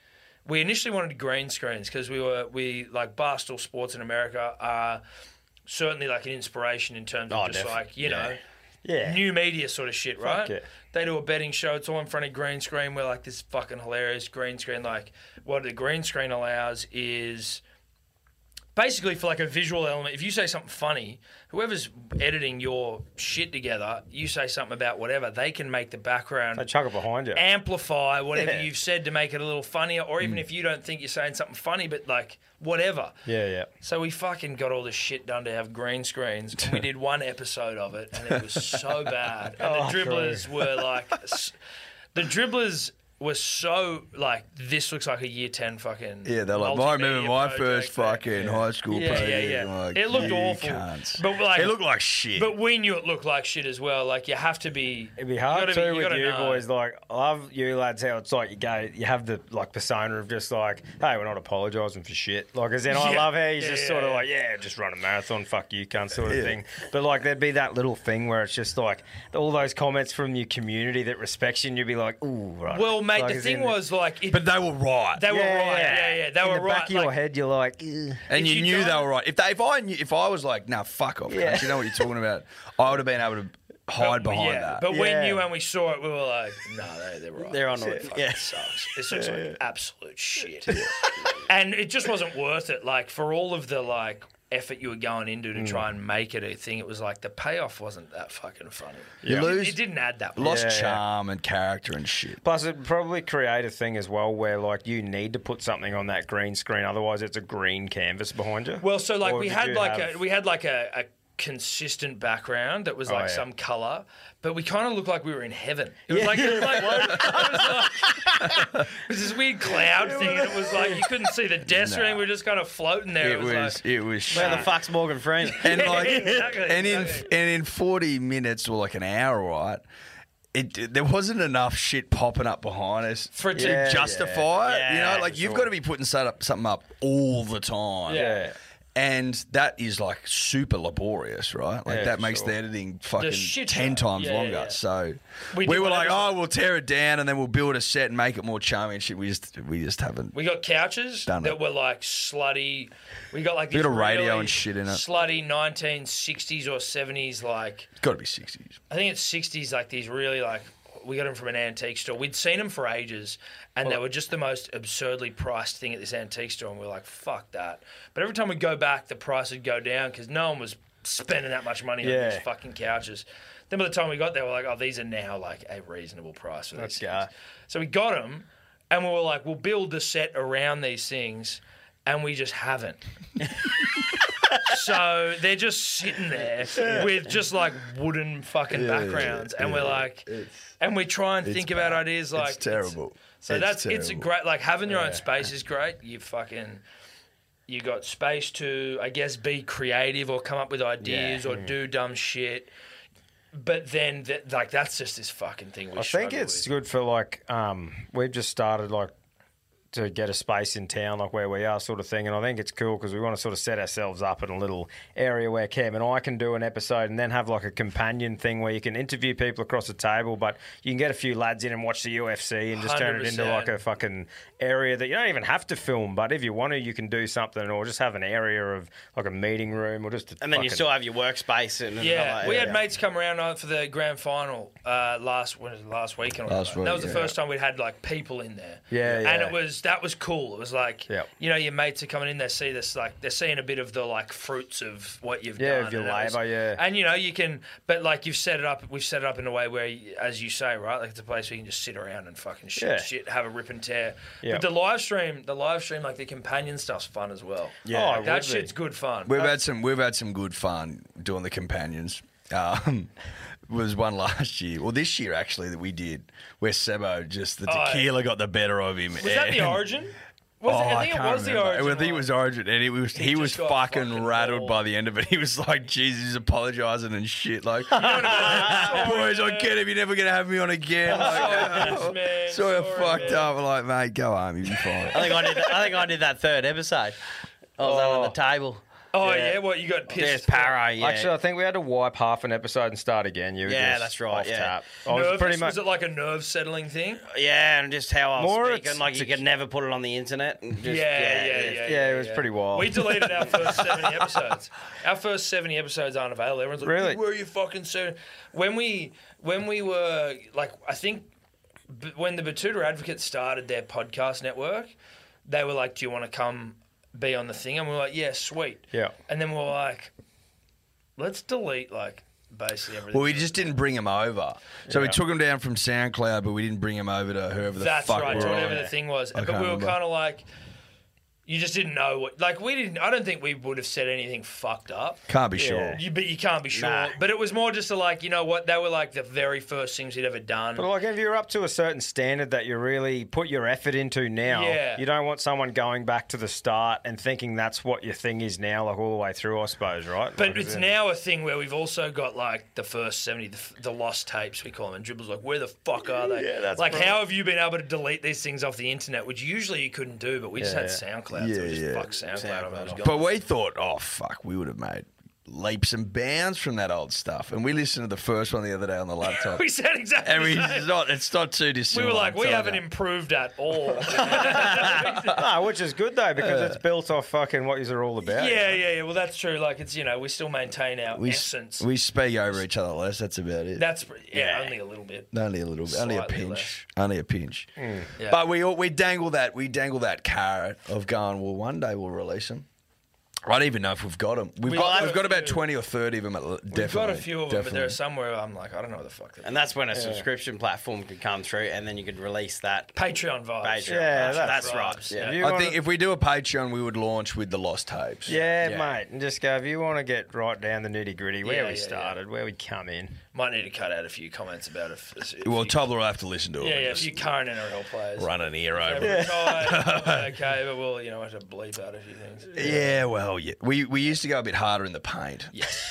We initially wanted green screens because we were we like Barstool Sports in America are certainly like an inspiration in terms of Oh, just defi- like you know Yeah. new media sort of shit, right? it. They do a betting show. It's all in front of green screen. We're like this fucking hilarious green screen. Like what the green screen allows is basically for like a visual element, if you say something funny, whoever's editing your shit together, you say something about whatever, they can make the background They chuck it behind you. amplify whatever you've said to make it a little funnier, or Mm. even if you don't think you're saying something funny, but like whatever. Yeah, yeah. So we fucking got all this shit done to have green screens, and we did one episode of it, and it was so bad. And Oh, the dribblers were like, s- the dribblers were so like, this looks like a year ten fucking. Yeah, they're like, I remember multimedia my project first that- fucking high school Yeah, yeah, project. yeah. Like, it looked you awful, cunts. but like it looked like shit. But we knew it looked like shit as well. Like you have to be. It'd be hard gotta too you with gotta you know. boys. Like, I love you lads. How it's like you go, you have the like persona of just like, hey, we're not apologising for shit. Like, as in, I Yeah. love how he's Yeah, just yeah, sort of yeah. like, yeah, just run a marathon, fuck you, cunt, sort of thing. But like, there'd be that little thing where it's just like all those comments from your community that respects you, and you'd be like, ooh, right. Well, mate, Like, the as thing in- was like, it, but they were right. they were right. Yeah, yeah, they In were the right. back of your like, head, you're like, "Ugh." and If you, you knew they don't- were right. If they, if I knew, if I was like, nah, fuck off, yeah. you know what you're talking about. I would have been able to hide behind yeah, that. But when Yeah. we knew and we saw it, we were like, no, they, they're right. They're onto it. Fucking Yeah. sucks. This looks like absolute shit. and it just wasn't worth it. Like for all of the like effort you were going into to try and make it a thing, it was like the payoff wasn't that fucking funny. You It- lose- It, didn't add that. much. Lost Yeah, yeah. charm and character and shit. Plus, it probably create a thing as well where like you need to put something on that green screen, otherwise it's a green canvas behind you. Well, so like Or we did had you like have- a, we had like a, a consistent background that was Oh, like yeah. some color, but we kind of looked like we were in heaven. It was like it was like, it was like- it was this weird cloud thing, and it was like you couldn't see the desk or anything. We were just kind of floating there. It, It was like, it was shit. Where the fuck's Morgan Freeman? and like exactly, and in exactly. and in 40 minutes or like an hour right it, there wasn't enough shit popping up behind us For it to- to Yeah, justify it. yeah, you know, like you've got to be putting set up, something up all the time. Yeah. And that is like super laborious, right? Like Yeah, that for makes the sure. editing fucking shit ten show. times Yeah, yeah, longer. yeah. So we, We did were one like, episode. oh, we'll tear it down and then we'll build a set and make it more charming and shit. We just we just haven't. we got couches Done that it. were like slutty. We got like We got these a radio really and shit in it. Slutty 1960s or 70s like It's got to be sixties. I think it's 60s, like these really like. We got them from an antique store. We'd seen them for ages, and they were just the most absurdly priced thing at this antique store. And we were like, "Fuck that!" But every time we go back, the price would go down because no one was spending that much money on Yeah. these fucking couches. Then by the time we got there, we're like, "Oh, these are now like a reasonable price for these go. things." So we got them, and we were like, "We'll build the set around these things," and we just haven't. So they're just sitting there with just like wooden fucking backgrounds, and we're like, and we try and think about ideas like it's terrible. so It's that's it's a terrible. great like having your own space is great. You fucking you got space to I guess be creative or come up with ideas or do dumb shit. But then th- like that's just this fucking thing. We I think it's good for like um, we've just started like to get a space in town like where we are sort of thing and I think it's cool because we want to sort of set ourselves up in a little area where Cam and I can do an episode and then have like a companion thing where you can interview people across the table but you can get a few lads in and watch the UFC and just turn it into like a 100%. fucking area that you don't even have to film but if you want to you can do something or just have an area of like a meeting room or just a And then you fucking- still have your workspace and Yeah, another- we had mates come around uh, for the grand final uh, last when was it, last week. Or whatever. Last that week, was the yeah. first time we'd had like people in there. Yeah, and yeah. it was that was cool. It was like Yep. you know your mates are coming in. They see this like they're seeing a bit of the like fruits of what you've Yeah, done. of your and it was- labour, yeah. and you know you can, but like you've set it up. We've set it up in a way where, as you say, right, like it's a place where you can just sit around and fucking shit, Yeah. shit, have a rip and tear. Yeah. But the live stream, the live stream, like the companion stuff's fun as well. Yeah, Like, it would that be. shit's good fun. We've had some we've had some good fun doing the companions. Um, was one last year, or this year actually that we did, where Sebo just the Oh, tequila got the better of him. was that the and- origin? Was Oh, it, I I think it can't was remember. the origin. I think it one. was origin, and it was he, just was got fucking, fucking rattled mauled. by the end of it. He was like, "Jesus, he's apologising and shit." Like, "Oh, boys, I get it. You're never gonna have me on again. Like, Yes, man. sorry, I Sorry, fucked man. up. I'm like, mate, go home. You'll be fine. I think I did. I think I did that third episode. I was under the table. Oh yeah, what you got There's pissed? Paro. Yeah. Actually, I think we had to wipe half an episode and start again. You were Yeah, just that's right, Off yeah. tap. I Nervous? was pretty much Was it like a nerve settling thing? yeah, and just how I was More speaking, it's- like you could never put it on the internet. And just, yeah, yeah, yeah, yeah, it was pretty wild. We deleted our first seventy episodes. Our first seventy episodes aren't available. Everyone's like, Really? "Where are you fucking so?" When we when we were like, I think b- when the Batuta Advocates started their podcast network, they were like, "Do you want to come?" be on the thing? And we are like, yeah, sweet. Yeah. And then we are like, let's delete like basically everything. Well, we just didn't bring him over. So we took him down from SoundCloud, but we didn't bring him over to whoever the That's fuck right, we're to whatever on. the thing was. but can't we were remember. kind of like, you just didn't know what. Like we didn't. I don't think we would have said anything fucked up. Can't be sure. You, but you can't be sure. But it was more just a, like, you know what? They were like the very first things he'd ever done. But like, if you're up to a certain standard that you really put your effort into now, Yeah. you don't want someone going back to the start and thinking that's what your thing is now, like all the way through, I suppose, right? But Like, it's then- now a thing where we've also got like the first 70, the, f- the lost tapes, we call them. And Dribble's like, where the fuck are they? Yeah, that's like, how have you been able to delete these things off the internet, which usually you couldn't do, but we just had SoundCloud. so we Yeah, just yeah. fuck SoundCloud. off and on. But we thought, oh fuck, we would have made leaps and bounds from that old stuff. And we listened to the first one the other day on the laptop. we said exactly and we the it's same. not it's not too We dissimilar. were like, I'm we telling haven't you. improved at all. Ah, No, which is good though because it's built off fucking what you're all about. yeah, yeah, yeah. Well, that's true. Like, it's, you know, we still maintain our we, s- essence. we speak over each other less, that's about it. that's, pr- yeah, only a little bit. only a little bit, only a Slightly pinch, less. Mm. only a pinch. Yeah. But we all- we dangle that we dangle that carrot of going. Well, one day we'll release them. I don't even know if we've got them. We've got have we've got a about few. twenty or thirty of them. At, l- definitely, We've got a few of them, but there are definitely. some where I'm like, I don't know what the fuck. That And that's when a subscription platform could come through, and then you could release that. Patreon vibes. Patreon. Yeah, that's, vibes, right. If Yeah. you I wanna- think if we do a Patreon, we would launch with the lost tapes. yeah, mate, and just go if you want to get right down the nitty gritty where Yeah, we yeah, yeah. started, where we come in. Might need to cut out a few comments about it. Well, Tobler will have to listen to it. yeah, and yeah, a just few current NRL players. Run an ear over. it. Every time, okay, but we'll, you know, have to bleep out a few things. Yeah, well, yeah. We we used to go a bit harder in the paint. Yes.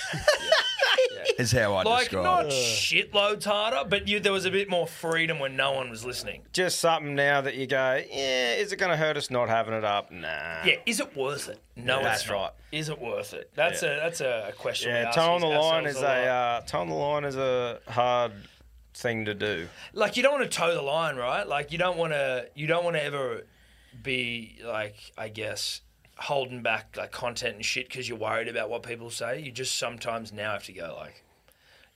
Is how I Like, describe not it. shitloads harder, but you, there was a bit more freedom when no one was listening. Just something now that you go, eh, yeah, is it going to hurt us not having it up? Nah. Yeah, is it worth it? No, that's it's not. right. Is it worth it? That's a that's a question. we Yeah, ask toe on the line ourselves is a a lot. uh, toe on the line is a hard thing to do. like you don't want to toe the line, right? Like you don't want to you don't want to ever be like I guess holding back like content and shit because you're worried about what people say. You just sometimes now have to go like,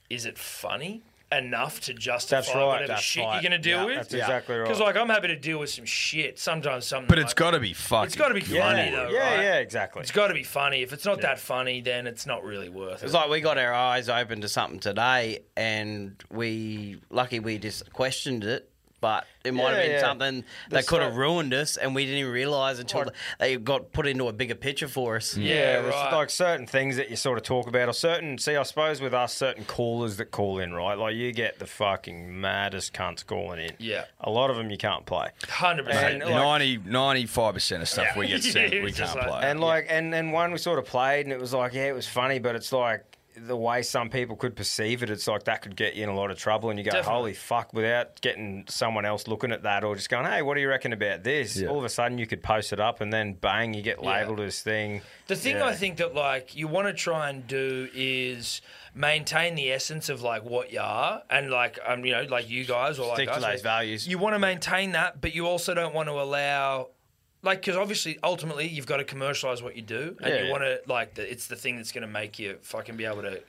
is it funny enough to justify That's right, whatever that's shit right. you're gonna deal Yeah, with? that's exactly right. Because like I'm happy to deal with some shit sometimes. Something, But it's like- got to be fucking. it's got to be funny though, yeah, right? yeah, exactly. It's got to be funny. If it's not that funny, then it's not really worth it. It's like we got our eyes open to something today, and we lucky we just questioned it. But it might have Yeah, been yeah. something The that could have sta- ruined us, and we didn't even realise until they got put into a bigger picture for us. Yeah, there's right. like certain things that you sort of talk about, or certain. See, I suppose with us, certain callers that call in, right? Like you get the fucking maddest cunts calling in. Yeah. Uh, a lot of them you can't play. hundred And, percent. like, 95 percent of stuff we get sent, Yeah, we it's can't just play. like- And like, and and one we sort of played, and it was like, yeah, it was funny, but it's like the way some people could perceive it, it's like that could get you in a lot of trouble, and you go, Definitely. holy fuck, without getting someone else looking at that, or just going, hey, what do you reckon about this? All of a sudden, you could post it up, and then bang, you get labelled as thing. The thing Yeah. I think that like you want to try and do is maintain the essence of like what you are and like um you know like you guys or like Stick to us, those values. You want to maintain that, but you also don't want to allow like because obviously ultimately you've got to commercialize what you do and you want to like the, it's the thing that's going to make you fucking be able to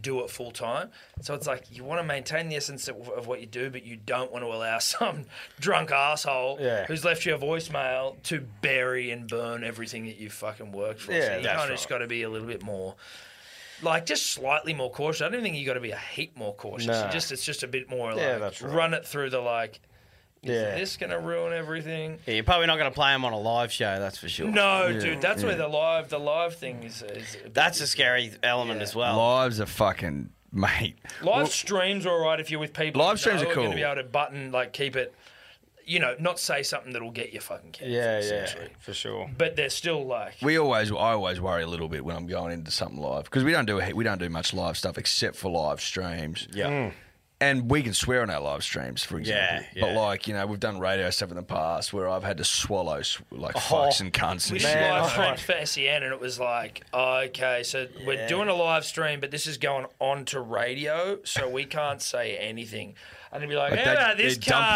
do it full time so it's like you want to maintain the essence of, of what you do but you don't want to allow some drunk asshole Yeah. who's left you a voicemail to bury and burn everything that you fucking worked for Yeah, so you that's kind of just got to be a little bit more like just slightly more cautious i don't think you got to be a heap more cautious No. You just it's just a bit more like Yeah, that's right. run it through the like is Yeah. this gonna ruin everything Yeah, you're probably not going to play them on a live show, that's for sure. no, dude, that's where the live the live thing is. is That's a scary element as well. Lives are fucking, mate. live streams are all right if you're with people. Live you streams know are Going cool. to be able to button like keep it, you know, not say something that'll get you fucking kicked. Yeah, yeah, essentially. for sure. But they're still like We always, I always worry a little bit when I'm going into something live because we don't do we don't do much live stuff except for live streams. Yeah. And we can swear on our live streams, for example. Yeah, But yeah. like you know, we've done radio stuff in the past where I've had to swallow s- like fucks and Oh, cunts and we shit. did live oh. stream for SEN and it was like, oh, okay, so we're doing a live stream, but this is going on to radio, so we can't say anything. And they'd be like, Like how they- about this they dump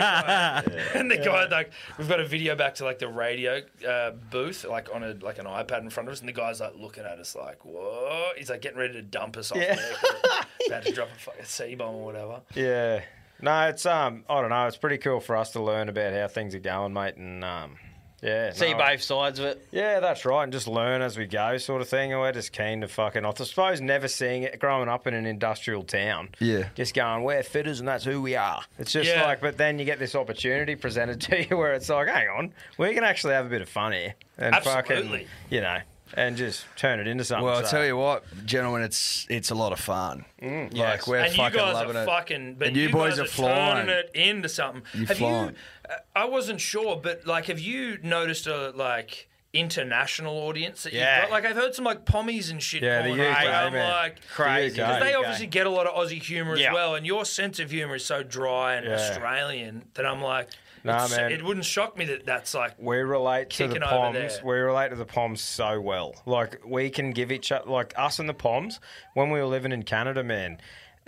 car? and the guy like, we've got a video back to like the radio uh, booth, like on a like an iPad in front of us, and the guy's like looking at us like, whoa, he's like getting ready to dump us off there, 'cause about to drop a fucking C bomb or whatever. Yeah. No, it's um, I don't know. It's pretty cool for us to learn about how things are going, mate, and um, Yeah. See no, both sides of it. Yeah, that's right. And just learn as we go, sort of thing. And we're just keen to fucking, I suppose, never seeing it growing up in an industrial town. Yeah. Just going, we're fitters and that's who we are. It's just Yeah. like, but then you get this opportunity presented to you where it's like, hang on, we can actually have a bit of fun here. And Absolutely. fucking, you know, and just turn it into something. Well, I So- tell you what, gentlemen, it's it's a lot of fun. like yes. we're Mm. and you fucking guys loving are it. fucking, but and you, boys guys are, are flying. turning it into something. You're have flying. you? uh, I wasn't sure, but like, have you noticed a like international audience that Yeah. you've got? Like, I've heard some like pommies and shit. Yeah, the calling UK, it, and I'm man. like Crazy. because they UK. obviously get a lot of Aussie humor Yeah. as well, and your sense of humor is so dry and Yeah. Australian that I'm like, Nah, it's- man. it wouldn't shock me that that's like we relate to the Kicking over there. Poms. We relate to the Poms so well. Like we can give each other, like us and the Poms. When we were living in Canada, man,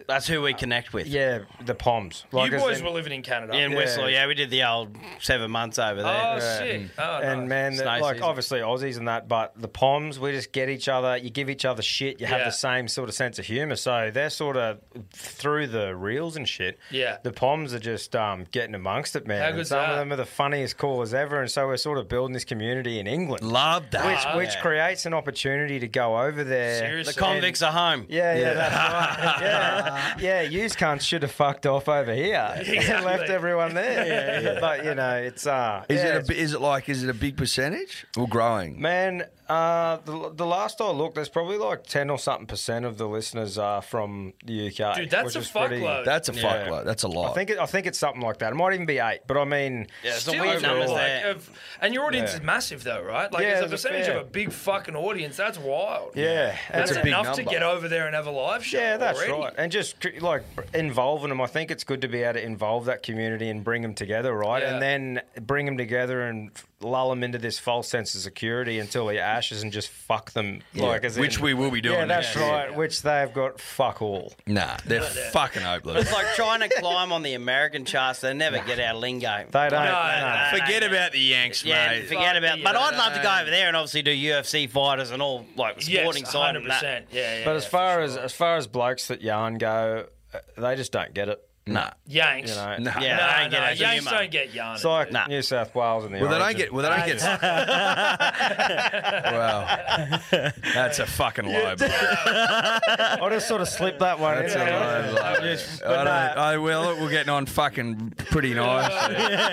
That's who we connect with. yeah, the Poms. Like you as boys in- were living in Canada. In Yeah. Whistler, yeah, we did the old seven months over oh, there. sick. Oh, and nice. man, It's the- nice like season. obviously Aussies and that, but the Poms, we just get each other. You give each other shit. You have Yeah. the same sort of sense of humor. So they're sort of through the reels and shit. Yeah. the Poms are just um, getting amongst it, man. How And good's some that? of them are the funniest callers ever, and so we're sort of building this community in England, Love that. which which yeah. creates an opportunity to go over there. Seriously. The convicts are home. Yeah, yeah, that's right. Yeah, yeah. Yous cunts should have fucked off over here and left everyone there. But you know, it's uh, is yeah, it a, it's- bi- is it like is it a big percentage or growing? Man, uh, the, the last I looked, there's probably like ten or something percent of the listeners are from the UK. Dude, that's which a is pretty- fuckload. That's a Yeah. fuckload. That's a lot. I think it, I think it's something like that. It might even be eight, but I mean, Yeah, it's a Still, weird though, numbers like, there. of- and your audience Yeah. is massive, though, right? Like, Yeah, as a there's a percentage fair- of a big fucking audience, that's wild. yeah, that's, it's a- big enough to number. get over there and have a live show. yeah, that's already. right. And just tr- like involving them, I think it's good to be able to involve that community and bring them together, right? Yeah. And then bring them together and f- lull them into this false sense of security until the ashes and just fuck them, like as which in- we will be doing. Yeah, that's next year. right. Which they've got fuck all. Nah, they're fucking hopeless. It's like trying to climb on the American charts. They never get our lingo. They don't. No, no. no. Forget about the Yanks, yeah, mate. forget about. the But I'd love to go over there and obviously do UFC fighters and all like the Yes, sporting side and that. 100%. Yeah, yeah. But as far as as far as blokes that yarn go, uh, they just don't get it. nah. Yanks. You know, Nah. Yeah, No, I don't no, get it. It's Yanks a humour. don't get yarn. it's like Nah. New South Wales and the. Well, they don't Origin. get. Well, they don't get. wow, that's a fucking lie, bro. I just sort of slipped that one. That's in a there. lie, bro. I don't. I well, we're getting on fucking pretty nice,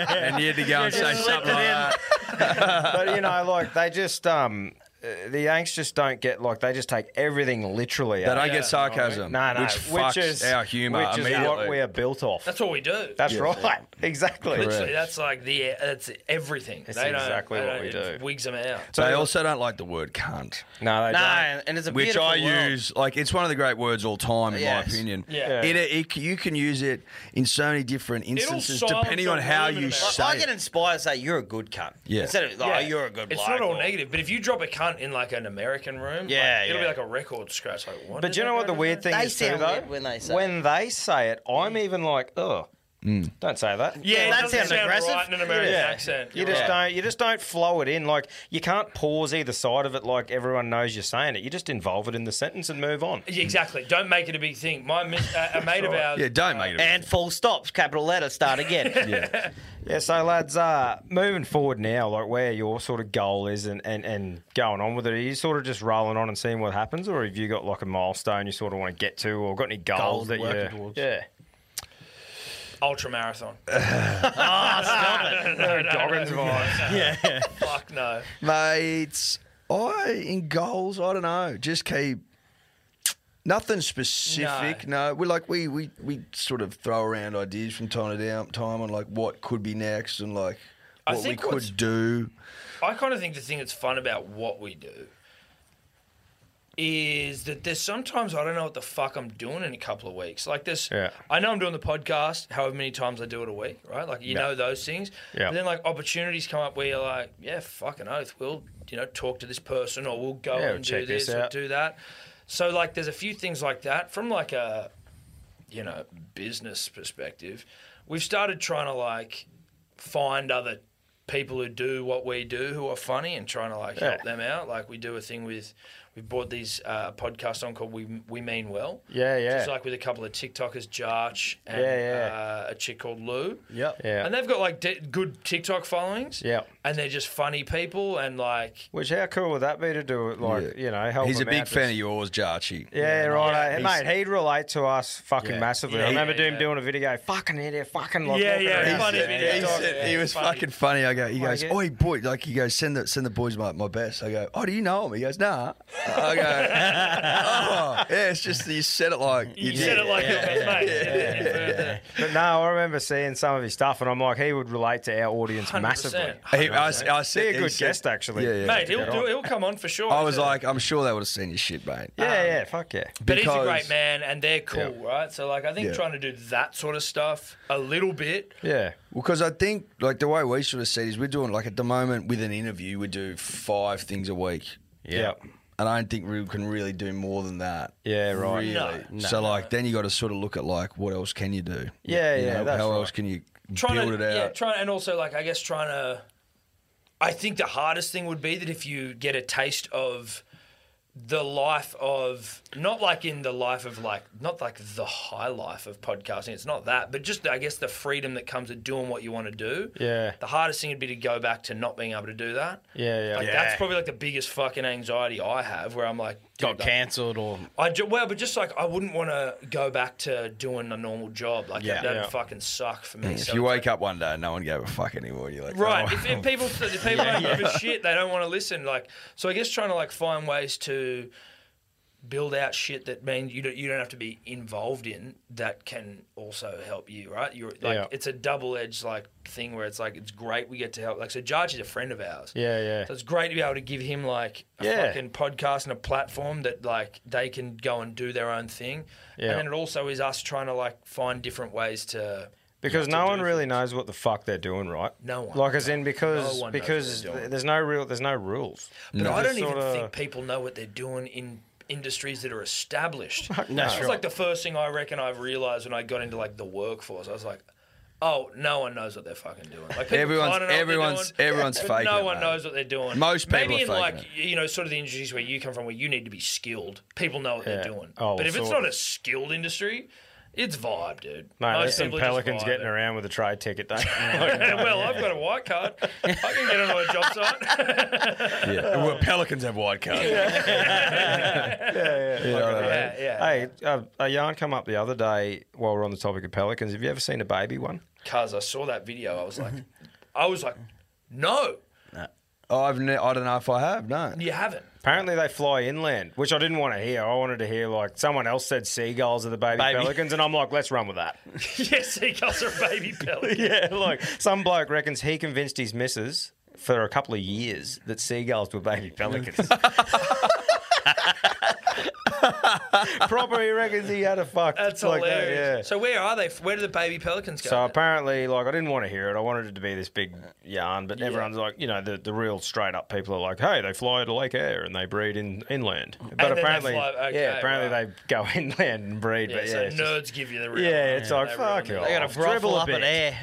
and you had to go and say something like that. but you know, like they just um, uh, the Yanks just don't get like they just take everything literally. They eh? don't get sarcasm, no, no, which fucks is our humour which is what immediately. we are built off. That's what we do. That's right, exactly. Literally, that's like the that's everything. It's they don't, exactly they what don't- we it do. Wigs them out. they also don't like the word cunt, No, they don't. No, and it's a which beautiful I world. use like it's one of the great words all time, in Yes. my opinion. Yeah. It, it, you can use it in so many different instances, silence depending on a how room in you about- say I, I it. get inspired to say you're a good cunt. Yeah. Instead of like, Yeah. oh, you're a good It's bloke not all or- negative, but if you drop a cunt in like an American room, Yeah, like, it'll be yeah. like a record scratch. Like, what? But did do you that know what guy the do weird there? thing They is too, sound though? weird when they say when they say it, I'm even like, oh, don't say that. Yeah, Yeah, that that doesn't sounds sound aggressive. right in an American accent. You just Yeah. don't. You just don't flow it in. Like you can't pause either side of it. Like everyone knows you're saying it. You just involve it in the sentence and move on. Yeah, exactly. Don't make it a big thing. My mi- uh, a mate of ours. yeah, don't make it. a- and full stops, capital letter, start again. Yeah. So lads, uh, moving forward now, like where your sort of goal is and, and and going on with it. Are you sort of just rolling on and seeing what happens, or have you got like a milestone you sort of want to get to, or got any goals Goals that working you're towards. yeah? Ultra marathon. Ah, Goggins vibes. Fuck no. Mates, I in goals, I don't know. Just keep nothing specific. No, we like we, we we sort of throw around ideas from time to down- time on like what could be next and like I what we think what's- could do. I kind of think the thing that's fun about what we do is that there's sometimes I don't know what the fuck I'm doing in a couple of weeks. Like this, Yeah. I know I'm doing the podcast, however many times I do it a week, right? Like you know those things. Yeah. But then like opportunities come up where you're like, yeah, fucking oath, we'll you know talk to this person or we'll go Yeah, and we'll do check this, this or out. do that. So like there's a few things like that from like a you know business perspective. We've started trying to like find other people who do what we do who are funny and trying to like help them out. Like we do a thing with we brought these uh, podcasts on called We We Mean Well. Yeah, yeah. It's like with a couple of TikTokers, Jarch and Yeah, Uh, a chick called Lou. Yep. Yeah. And they've got like d- good TikTok followings. Yep. And they're just funny people and like Which how cool would that be to do? it, Like Yeah. you know, help. He's a them big out, fan just- of yours, Jarchi. Yeah, right. eh? He's- mate, he'd relate to us fucking Yeah. massively. Yeah, I remember yeah, doing yeah. doing a video, fucking idiot, fucking like. Yeah, walking yeah, around. He Funny said- video. he Yeah, said- yeah, he was funny. fucking funny. I go, he goes, yeah. oi boy, like he goes, send the send the boys my, my best. I go, oh, do you know him? He goes, nah. I go, oh, yeah, it's just that you said it like you said it like your best mate. Yeah, yeah, yeah. But no, I remember seeing some of his stuff, and I'm like, he would relate to our audience 100%. massively. He, I, I said, Be a he good said- guest, actually. Yeah, yeah. Mate, he'll do, he'll come on for sure. I was Yeah. like, I'm sure they would have seen your shit, mate. Yeah, yeah, fuck yeah. But he's a because- great man, and they're cool, right? So, like, I think Yeah. trying to do that sort of stuff a little bit, Yeah. Because I think like the way we sort of said is we're doing like at the moment with an interview we do five things a week, Yeah. and I don't think we can really do more than that. Yeah, right. Really. No, so like then you got to sort of look at like what else can you do? Yeah, You yeah, know, that's how right. else can you trying build to, it out? yeah, trying, and also like, I guess trying to. I think the hardest thing would be that if you get a taste of the life of not like in the life of like not like the high life of podcasting it's not that but just i guess the freedom that comes with doing what you want to do Yeah. the hardest thing would be to go back to not being able to do that Yeah, yeah. like that's probably like the biggest fucking anxiety i have where i'm like Got dude, like, cancelled or I ju- well, but just like I wouldn't want to go back to doing a normal job. Like Yeah. that would Yeah. fucking suck for me. If So you it's wake up one day and no one gave a fuck anymore, you're like, like- right? oh, If, if people if people don't give a shit, they don't want to listen. Like so, I guess trying to like find ways to build out shit that mean you don't you don't have to be involved in that can also help you, right? You're like Yeah. it's a double edged like thing where it's like it's great we get to help. Like so, Jarge is a friend of ours. Yeah, yeah. So it's great to be able to give him like a Yeah. fucking podcast and a platform that like they can go and do their own thing. Yeah. And then it also is us trying to like find different ways to Because to no do one really things. knows what the fuck they're doing, right? No one. Like as in because No one knows because what they're doing. there's no real there's no rules. But I It's don't even sorta- think people know what they're doing in industries that are established. no. That's like the first thing I reckon I've realized when I got into like the workforce. I was like, oh, no one knows what they're fucking doing. Like people Everyone's- kinda know what they're everyone's- doing, everyone's but faking No it, one mate. knows what they're doing. Most people maybe are in faking like it. you know sort of the industries where you come from, where you need to be skilled. People know what Yeah. they're doing. Oh, but if it's sort not of. a skilled industry, it's vibe, dude. Mate, there's Most some people are just pelicans vibing. getting around with a trade ticket. Don't well, I've got a white card. I can get onto a job site. yeah. well, pelicans have wide cones. yeah, yeah. Hey, uh, a yarn come up the other day while we're on the topic of pelicans. Have you ever seen a baby one? Cuz I saw that video, I was like, I was like, no, "Oh, I've ne- I don't know if I have. No. you haven't. Apparently they fly inland, which I didn't want to hear. I wanted to hear like someone else said seagulls are the baby, Baby. pelicans, and I'm like, let's run with that. yes, seagulls are a baby pelican. yeah, like some bloke reckons he convinced his missus for a couple of years that seagulls were baby pelicans. Proper, he reckons he had a fuck. That's like that, hilarious. yeah. So where are they? Where do the baby pelicans go? So apparently, like, I didn't want to hear it. I wanted it to be this big yarn, but everyone's like, you know, the, the real straight up people are like, hey, they fly to Lake Air and they breed in inland. But then they apparently, fly- okay, yeah, apparently right. they go inland and breed. yeah, but yeah, so it's just- nerds give you the real. yeah, it's like fuck it. it. they got to brothel up at air.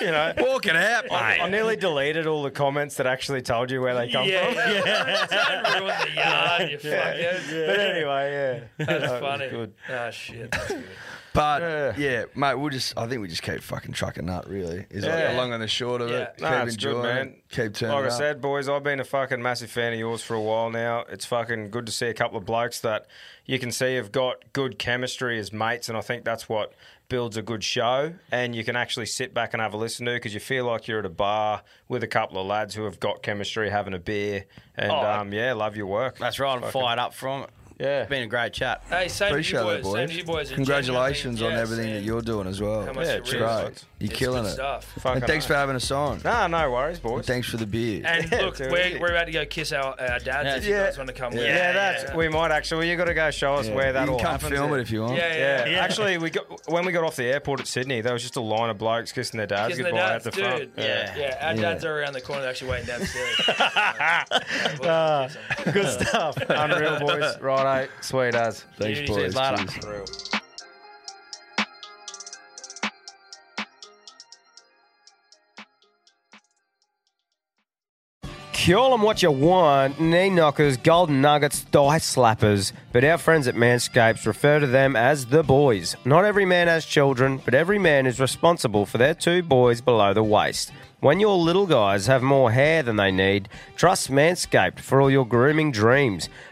You know, Walk it out, I, I mate. nearly deleted all the comments that actually told you where they Yeah, come yeah. from. Don't ruin the yard, you fuckers. But anyway, yeah. That's That was funny. good. Ah, shit. That's good. But Yeah. yeah. mate, we'll just. I think we just keep fucking trucking up. Really, is like Yeah. the long and the short of Yeah. it. Nah, keep it's good, enjoying man. it. Keep turning. Like I it up. said, boys, I've been a fucking massive fan of yours for a while now. It's fucking good to see a couple of blokes that you can see have got good chemistry as mates, and I think that's what builds a good show. And you can actually sit back and have a listen to because you feel like you're at a bar with a couple of lads who have got chemistry, having a beer, and Oh, um, yeah, love your work. That's right. I'm fired up from it. Yeah. It's been a great chat. Hey, same to Appreciate you boys. it, Same to you boys. boys. It's Congratulations on genuinely- yes, everything that and you're doing as well. How much Yeah, it it's really great. is. You're It's killing good it. Stuff. fucking And thanks for having us on. No, no worries, boys. Thanks for the beer. And Yeah, look, dude. we're, we're about to go kiss our, our dads if you Yeah. guys want to come with yeah, us. that's we might actually. Well, you got to go show us where that you all can come happens. film it if you want. Yeah, yeah. Yeah. actually, we got when we got off the airport at Sydney, there was just a line of blokes kissing their dads Kissing the goodbye dads, at the front. dude. Yeah. Yeah, our dads are around the corner they're actually waiting downstairs. Yeah, we'll kiss 'em. Good stuff. Unreal, boys. Righto, sweet as. Thanks, Dude, boys. cheers, later. Cheers. Call them what you want, knee knockers, golden nuggets, dice slappers, but our friends at Manscapes refer to them as the boys. Not every man has children, but every man is responsible for their two boys below the waist. When your little guys have more hair than they need, trust Manscaped for all your grooming dreams.